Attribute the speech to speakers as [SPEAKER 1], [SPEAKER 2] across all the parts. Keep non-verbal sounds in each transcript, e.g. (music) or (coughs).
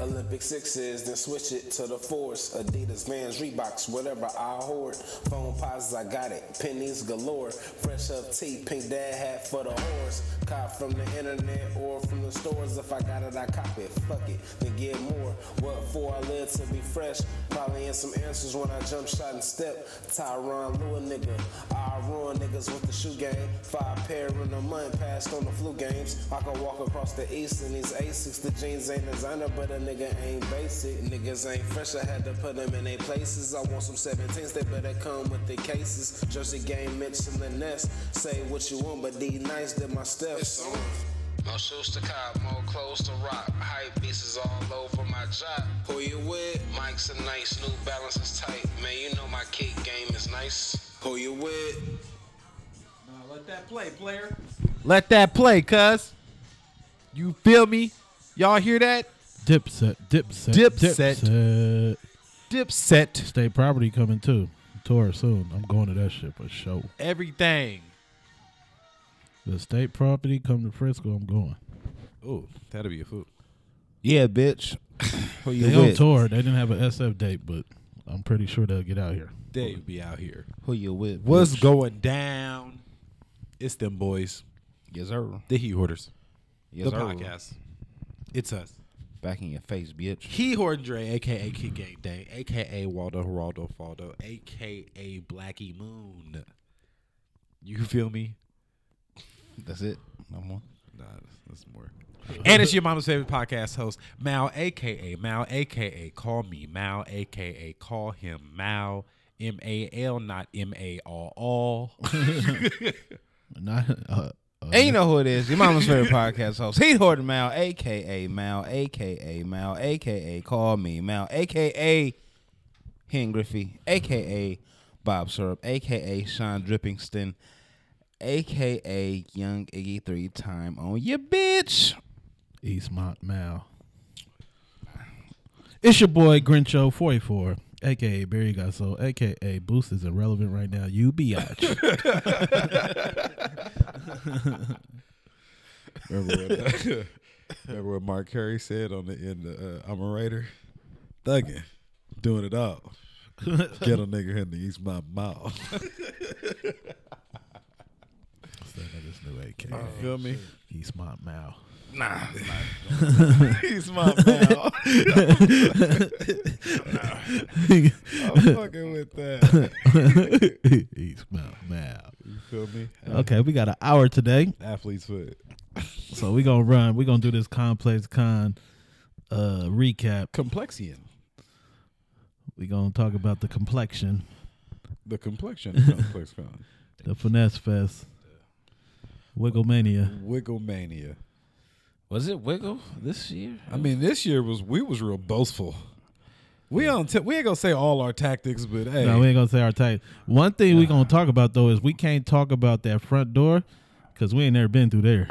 [SPEAKER 1] Olympic sixes, then switch it to the force. Adidas, Vans, Reeboks, whatever I hoard. Phone posits, I got it. Pennies galore. Fresh up tea, pink dad hat for the horse. Cop from the internet or from the stores. If I got it, I cop it. Fuck it, then get more. What for? I live to be fresh. Probably in some answers when I jump shot and step. Tyron Lua, nigga. I ruin niggas with the shoe game. Five pair in a month, passed on the flu games. I can walk across the east in these Asics. The jeans ain't designer, but a nigga ain't basic. Niggas ain't fresh, I had to put them in their places. I want some 17s, they better come with the cases. Jersey game, Mitch in the nest. Say what you want, but these nights did my steps.
[SPEAKER 2] More shoes to cop, more clothes to rock. Hype pieces all over my job.
[SPEAKER 1] Who you with?
[SPEAKER 2] Mike's a nice, new balance is tight. Man, you know my kick game is nice.
[SPEAKER 1] Who you with?
[SPEAKER 3] Uh, let that play, player.
[SPEAKER 4] Let that play, cuz. You feel me? Y'all hear that?
[SPEAKER 5] Dipset, Dipset,
[SPEAKER 4] Dipset.
[SPEAKER 5] Dipset.
[SPEAKER 4] Dipset
[SPEAKER 5] State property coming too. Tour soon. I'm going to that shit for sure.
[SPEAKER 4] everything.
[SPEAKER 5] The state property come to Frisco. I'm going.
[SPEAKER 6] Oh, that'll be a food.
[SPEAKER 7] Yeah, bitch. Who you
[SPEAKER 5] They on
[SPEAKER 7] with?
[SPEAKER 5] tour. They didn't have an SF date, but I'm pretty sure they'll get out here.
[SPEAKER 6] They be out here.
[SPEAKER 7] Who you with?
[SPEAKER 6] What's
[SPEAKER 7] bitch?
[SPEAKER 6] going down? It's them boys,
[SPEAKER 7] Yes, sir.
[SPEAKER 6] the He Hoarders,
[SPEAKER 7] Yes,
[SPEAKER 6] the
[SPEAKER 7] sir.
[SPEAKER 6] podcast. It's us,
[SPEAKER 7] Back in your face, bitch.
[SPEAKER 6] He Hoardre, aka Kick Game Day, aka Waldo Geraldo Faldo, aka Blackie Moon. You feel me?
[SPEAKER 7] That's it. No more.
[SPEAKER 6] Nah, that's, that's
[SPEAKER 7] (laughs)
[SPEAKER 6] more. and it's your mama's favorite podcast host, Mal, aka Mal, aka Call Me Mal, aka Call Him Mal, M A L, not M A R all.
[SPEAKER 5] Not uh, uh,
[SPEAKER 7] And you know who it is. Your mama's favorite podcast host. Heat Horton Mal, aka Mal, aka Mal, aka Call Me Mal, aka Hen Griffey, aka Bob Syrup, aka Sean Drippingston, aka Young Iggy Three Time on your bitch.
[SPEAKER 5] Eastmont Mal. It's your boy Grincho forty four, aka Barry Gasso, aka Boost is irrelevant right now. You biatch.
[SPEAKER 6] Remember
[SPEAKER 7] uh,
[SPEAKER 6] (laughs) what, remember what Mark Curry said on the end of uh, I'm a Raider? Thugging, doing it all. Get a nigga in the East my mouth.
[SPEAKER 5] This new AK.
[SPEAKER 6] Feel me?
[SPEAKER 5] Eastmont Mal.
[SPEAKER 6] (laughs) East my mouth. I'm fucking with that.
[SPEAKER 5] Eastmont Mal.
[SPEAKER 6] You feel me?
[SPEAKER 5] Okay, we got an hour today.
[SPEAKER 6] Athlete's foot.
[SPEAKER 5] So we gonna run. We gonna do this complex con uh recap.
[SPEAKER 6] Complexion.
[SPEAKER 5] We gonna talk about the complexion,
[SPEAKER 6] The complexion of complex con.
[SPEAKER 5] the finesse fest, Wigglemania.
[SPEAKER 6] Wiggle mania.
[SPEAKER 7] Was it Wiggle this year?
[SPEAKER 6] I mean, this year was we was real boastful. We don't. T- we ain't gonna say all our tactics, but hey,
[SPEAKER 5] No, we ain't gonna say our type. One thing we gonna talk about though is we can't talk about that front door because we ain't never been through there.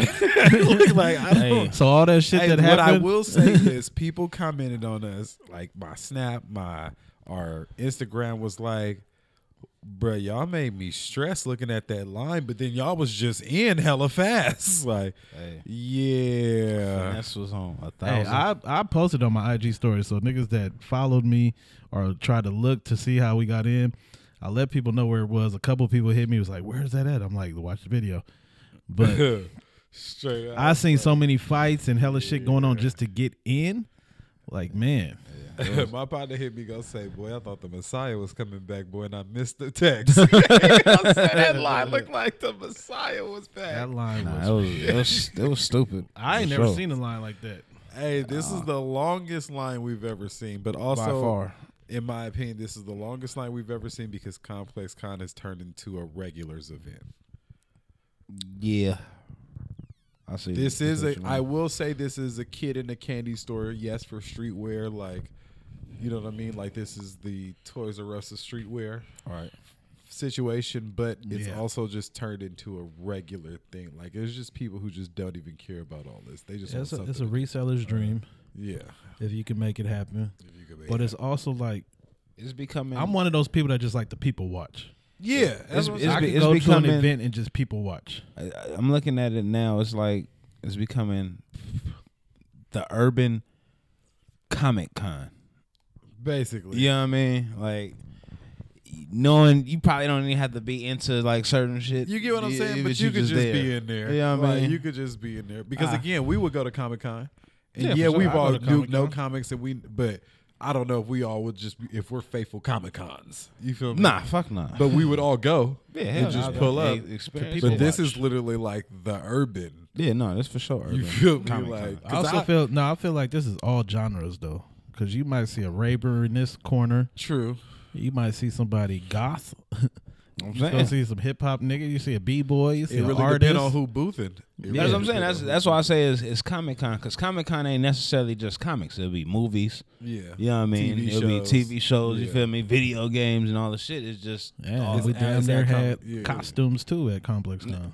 [SPEAKER 6] like I don't.
[SPEAKER 5] so all that shit
[SPEAKER 6] (laughs) Hey,
[SPEAKER 5] that
[SPEAKER 6] what I
[SPEAKER 5] happened.
[SPEAKER 6] will say
[SPEAKER 7] (laughs)
[SPEAKER 6] is people commented on us like my snap, my our Instagram was like, bruh, y'all made me stress looking at that line, but then y'all was just in
[SPEAKER 7] (laughs)
[SPEAKER 6] hella fast. Like, yeah,
[SPEAKER 7] Finesse was on a (laughs)
[SPEAKER 5] Hey,
[SPEAKER 7] thousand.
[SPEAKER 5] I, I posted on my IG story, so niggas that followed me or tried to look to see how we got in, I let people know where it was. A couple people hit me, was like, "Where's that at?" I'm like, "Watch the video." But
[SPEAKER 6] (laughs) straight up.
[SPEAKER 5] I seen so many fights and hella shit going on just to get in. Like, man,
[SPEAKER 6] (laughs) my partner hit me go say, boy, I thought the Messiah was coming back, boy, and I missed the text. (laughs) I said that line looked like the Messiah was back.
[SPEAKER 5] that line
[SPEAKER 7] Nah,
[SPEAKER 5] was.
[SPEAKER 7] it was, it was it was (laughs) stupid.
[SPEAKER 5] I ain't
[SPEAKER 7] For
[SPEAKER 5] never
[SPEAKER 7] sure.
[SPEAKER 5] seen a line like that.
[SPEAKER 6] Hey, this is the longest line we've ever seen, but also
[SPEAKER 7] far.
[SPEAKER 6] in my opinion, this is the longest line we've ever seen because Complex Con has turned into a regulars event.
[SPEAKER 7] Yeah. I see.
[SPEAKER 6] This
[SPEAKER 7] I see
[SPEAKER 6] is
[SPEAKER 7] what
[SPEAKER 6] a
[SPEAKER 7] you mean.
[SPEAKER 6] I will say this is a kid in a candy store, yes, for streetwear, like you know what I mean? Like this is the Toys R Us of streetwear
[SPEAKER 7] All right.
[SPEAKER 6] situation, but it's
[SPEAKER 5] Yeah.
[SPEAKER 6] also just turned into a regular thing. Like it's just people who just don't even care about all this. They just want
[SPEAKER 5] It's a,
[SPEAKER 6] something.
[SPEAKER 5] it's a reseller's dream.
[SPEAKER 6] Yeah.
[SPEAKER 5] if you can make it happen. But it's also like
[SPEAKER 7] It's becoming.
[SPEAKER 5] I'm one of those people that just like the people watch.
[SPEAKER 6] Yeah.
[SPEAKER 7] It's-
[SPEAKER 6] that's what-
[SPEAKER 7] it's-
[SPEAKER 5] I can
[SPEAKER 7] be-
[SPEAKER 5] go to an
[SPEAKER 7] becoming-
[SPEAKER 5] event and just people watch.
[SPEAKER 7] I, I- I'm looking at it now. It's like it's becoming the urban comic con.
[SPEAKER 6] basically.
[SPEAKER 7] You know what I mean? Like knowing you probably don't even have to be into like certain shit.
[SPEAKER 6] You get what I'm
[SPEAKER 7] Yeah,
[SPEAKER 6] saying?
[SPEAKER 7] if
[SPEAKER 6] But you could just
[SPEAKER 7] there.
[SPEAKER 6] be in there.
[SPEAKER 7] You know what I
[SPEAKER 6] Like,
[SPEAKER 7] mean?
[SPEAKER 6] You could just be in there. Because
[SPEAKER 7] Ah.
[SPEAKER 6] again, we would go to Comic Con. And
[SPEAKER 5] Yeah,
[SPEAKER 6] yeah,
[SPEAKER 5] for sure.
[SPEAKER 6] we've
[SPEAKER 5] I go
[SPEAKER 6] all
[SPEAKER 5] to
[SPEAKER 6] knew,
[SPEAKER 5] Comic-Con.
[SPEAKER 6] know comics and we but I don't know if we all would just be, if we're faithful Comic Cons. You feel me?
[SPEAKER 7] nah, fuck nah.
[SPEAKER 6] But we would all go
[SPEAKER 7] Yeah, hell
[SPEAKER 6] and just
[SPEAKER 7] nah,
[SPEAKER 6] pull
[SPEAKER 7] bro.
[SPEAKER 6] up.
[SPEAKER 7] Hey, experience
[SPEAKER 6] But
[SPEAKER 7] watch.
[SPEAKER 6] this is literally like the urban.
[SPEAKER 7] yeah, no, that's for sure. Urban.
[SPEAKER 6] You feel me?
[SPEAKER 7] Comic Con.
[SPEAKER 6] Like, 'cause
[SPEAKER 5] I also
[SPEAKER 6] I-
[SPEAKER 5] feel no, I feel like this is all genres though, because you might see a raver in this corner,
[SPEAKER 6] true.
[SPEAKER 5] you might see somebody goth, (laughs)
[SPEAKER 7] I'm
[SPEAKER 5] you
[SPEAKER 7] saying.
[SPEAKER 5] go see some hip hop nigga, you see a b boy, you see
[SPEAKER 6] It
[SPEAKER 5] an
[SPEAKER 6] really
[SPEAKER 5] artist.
[SPEAKER 6] depends on who boothing.
[SPEAKER 7] That's
[SPEAKER 6] It really
[SPEAKER 7] what I'm saying.
[SPEAKER 6] depend
[SPEAKER 7] That's
[SPEAKER 6] on
[SPEAKER 7] that's why I say it's, it's Comic Con because Comic Con ain't necessarily just comics. It'll be movies.
[SPEAKER 6] who- yeah.
[SPEAKER 7] You know what I mean?
[SPEAKER 6] TV
[SPEAKER 7] It'll
[SPEAKER 6] shows.
[SPEAKER 7] be TV shows. You
[SPEAKER 6] Yeah.
[SPEAKER 7] feel me? Video games and all the shit. It's just
[SPEAKER 5] yeah,
[SPEAKER 7] all
[SPEAKER 5] we
[SPEAKER 7] the ads
[SPEAKER 5] damn near
[SPEAKER 7] that come-
[SPEAKER 5] had
[SPEAKER 6] yeah.
[SPEAKER 5] costumes too at Complex now.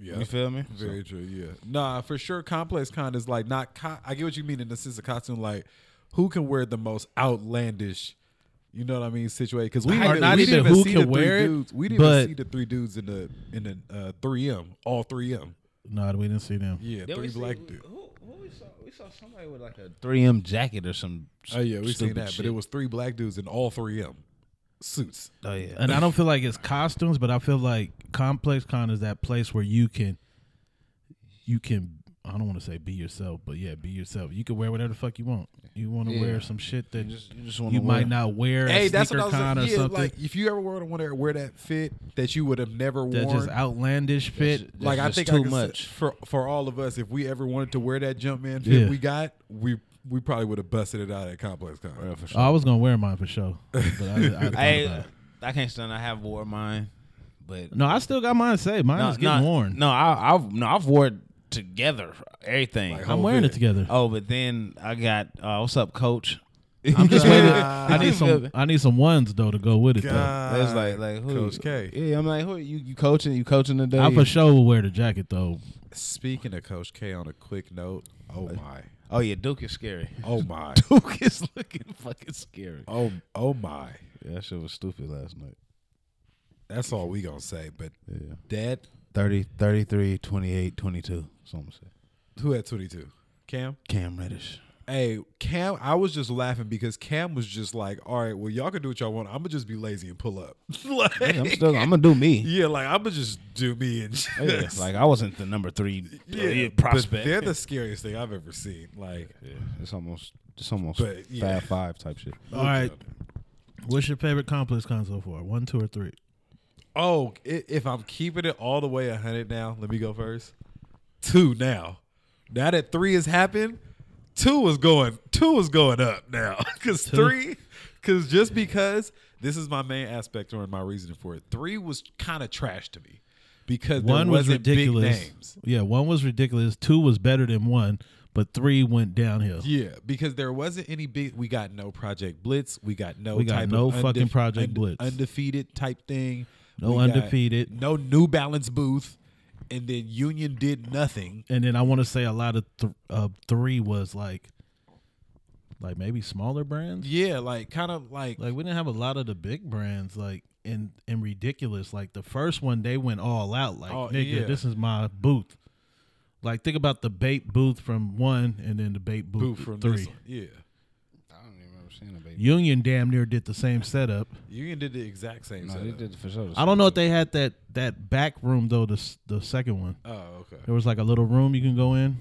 [SPEAKER 6] Yeah.
[SPEAKER 7] You feel me?
[SPEAKER 6] Very true. Yeah. Nah, for sure. Complex con is like not. Co- I get what you mean in the sense of costume. Like, who can wear the most outlandish? You know what I mean? Situation because we
[SPEAKER 5] Hype
[SPEAKER 6] are
[SPEAKER 5] it.
[SPEAKER 6] not
[SPEAKER 5] We
[SPEAKER 6] even
[SPEAKER 5] didn't even
[SPEAKER 6] who
[SPEAKER 5] see
[SPEAKER 6] can
[SPEAKER 5] the
[SPEAKER 6] wear
[SPEAKER 5] three
[SPEAKER 6] it.
[SPEAKER 5] dudes.
[SPEAKER 6] we didn't
[SPEAKER 5] But-
[SPEAKER 6] even see the three dudes in the in the uh, 3M. All 3M.
[SPEAKER 5] No, we didn't see them.
[SPEAKER 6] Yeah,
[SPEAKER 7] Then
[SPEAKER 6] three
[SPEAKER 7] we see-
[SPEAKER 6] black
[SPEAKER 7] we-
[SPEAKER 6] dudes.
[SPEAKER 7] Who, who we saw? We saw somebody with like a 3M jacket or some. s-
[SPEAKER 6] Oh yeah, we seen
[SPEAKER 7] stupid
[SPEAKER 6] that,
[SPEAKER 7] shit.
[SPEAKER 6] but it was three black dudes in all 3M suits.
[SPEAKER 7] Oh yeah.
[SPEAKER 5] and I don't feel like it's costumes, but I feel like Complex Con is that place where you can, you can. I don't want to say be yourself, but yeah, be yourself. You can wear whatever the fuck you want. You want to wear some shit that you,
[SPEAKER 7] just wanna wear-
[SPEAKER 5] might not wear. Hey,
[SPEAKER 6] Hey,
[SPEAKER 5] at
[SPEAKER 6] that's
[SPEAKER 5] that's
[SPEAKER 6] what I
[SPEAKER 5] con
[SPEAKER 6] was saying.
[SPEAKER 5] or
[SPEAKER 6] Yeah,
[SPEAKER 5] something.
[SPEAKER 6] like if you ever wore wear, wear that fit that you would have never
[SPEAKER 5] that
[SPEAKER 6] worn,
[SPEAKER 5] just outlandish fit.
[SPEAKER 7] That's
[SPEAKER 6] like I
[SPEAKER 7] just
[SPEAKER 6] think I
[SPEAKER 7] too
[SPEAKER 6] could say-
[SPEAKER 7] much.
[SPEAKER 6] for for all of us. If we ever wanted to wear that Jumpman fit
[SPEAKER 5] Yeah.
[SPEAKER 6] we got, we we probably would have busted it out at Complex Con.
[SPEAKER 5] Oh, I was gonna wear mine for sure. But I, I thought
[SPEAKER 7] I
[SPEAKER 5] about it.
[SPEAKER 7] I can't stand. I have wore mine, but
[SPEAKER 5] no, I still got mine saved. Mine is getting
[SPEAKER 7] no,
[SPEAKER 5] worn.
[SPEAKER 7] No, I, I've no, I've wore it together everything.
[SPEAKER 5] I'm wearing it together.
[SPEAKER 7] oh, but then I got uh, what's up, Coach?
[SPEAKER 5] I'm just waiting. I
[SPEAKER 7] You
[SPEAKER 5] need
[SPEAKER 7] feel
[SPEAKER 5] some.
[SPEAKER 7] me?
[SPEAKER 5] I need some ones though to go with it. though.
[SPEAKER 6] God.
[SPEAKER 7] It's like like who
[SPEAKER 6] Coach K.
[SPEAKER 7] Yeah, I'm like who you you coaching? You coaching today?
[SPEAKER 5] I for sure will wear the jacket though.
[SPEAKER 6] Speaking of Coach K, on a quick note, oh my,
[SPEAKER 7] oh yeah, Duke is (laughs) scary.
[SPEAKER 6] oh my,
[SPEAKER 7] Duke is looking fucking scary.
[SPEAKER 6] oh oh my.
[SPEAKER 7] Yeah, that shit was stupid last night.
[SPEAKER 6] That's all we gonna say. But
[SPEAKER 7] Yeah.
[SPEAKER 6] that
[SPEAKER 7] 30, 33, 28, 22. Something said.
[SPEAKER 6] who had twenty two, Cam.
[SPEAKER 7] Cam Reddish.
[SPEAKER 6] Hey, Cam, I was just laughing because Cam was just like, all right, well, y'all can do what y'all want. I'm going to just be lazy and pull up. (laughs) like,
[SPEAKER 7] I'm still. I'm gonna do (laughs) me.
[SPEAKER 6] yeah, like, I'm going to just do me and just.
[SPEAKER 7] Yeah, like I wasn't the number three uh, yeah,
[SPEAKER 6] But
[SPEAKER 7] prospect.
[SPEAKER 6] they're the scariest thing I've ever seen. Like,
[SPEAKER 7] Yeah, it's almost it's almost
[SPEAKER 6] But, yeah.
[SPEAKER 7] five five type shit.
[SPEAKER 5] All right. What's your favorite complex con so far? One, two, or three?
[SPEAKER 6] oh, i- if I'm keeping it all the way 100 now, let me go first. Two now. Now that three has happened, two is going, two is going up now. (laughs) Because three, because just because this is my main aspect or my reasoning for it, three was kind of trash to me. Because there
[SPEAKER 5] one was
[SPEAKER 6] wasn't big
[SPEAKER 5] ridiculous.
[SPEAKER 6] names.
[SPEAKER 5] Yeah, one was ridiculous. Two was better than one, but three went downhill.
[SPEAKER 6] Yeah, because there wasn't any big. We got no Project Blitz. We got no.
[SPEAKER 5] We got
[SPEAKER 6] type
[SPEAKER 5] no
[SPEAKER 6] of undefe-
[SPEAKER 5] fucking Project
[SPEAKER 6] und-
[SPEAKER 5] Blitz.
[SPEAKER 6] Undefeated type thing.
[SPEAKER 5] No
[SPEAKER 6] We got
[SPEAKER 5] undefeated.
[SPEAKER 6] No New Balance booth, and then Union did nothing.
[SPEAKER 5] And then I want to say a lot of th- uh, three was like, like maybe smaller brands.
[SPEAKER 6] Yeah, like kind of like,
[SPEAKER 5] Like we didn't have a lot of the big brands like and and ridiculous. Like the first one, they went all out. Like
[SPEAKER 6] Oh,
[SPEAKER 5] nigga,
[SPEAKER 6] yeah.
[SPEAKER 5] this is my booth. Like think about the bait booth from one, and then the bait booth,
[SPEAKER 6] booth from
[SPEAKER 5] three.
[SPEAKER 6] this one. Yeah,
[SPEAKER 7] I don't even remember seeing a baby.
[SPEAKER 5] Union damn near did the same setup.
[SPEAKER 6] Union did the exact same.
[SPEAKER 7] No, they
[SPEAKER 6] setup.
[SPEAKER 7] did it for sure.
[SPEAKER 5] I don't know if they had that that back room though. The s- the second one,
[SPEAKER 6] Oh, okay.
[SPEAKER 5] there was like a little room you can go in.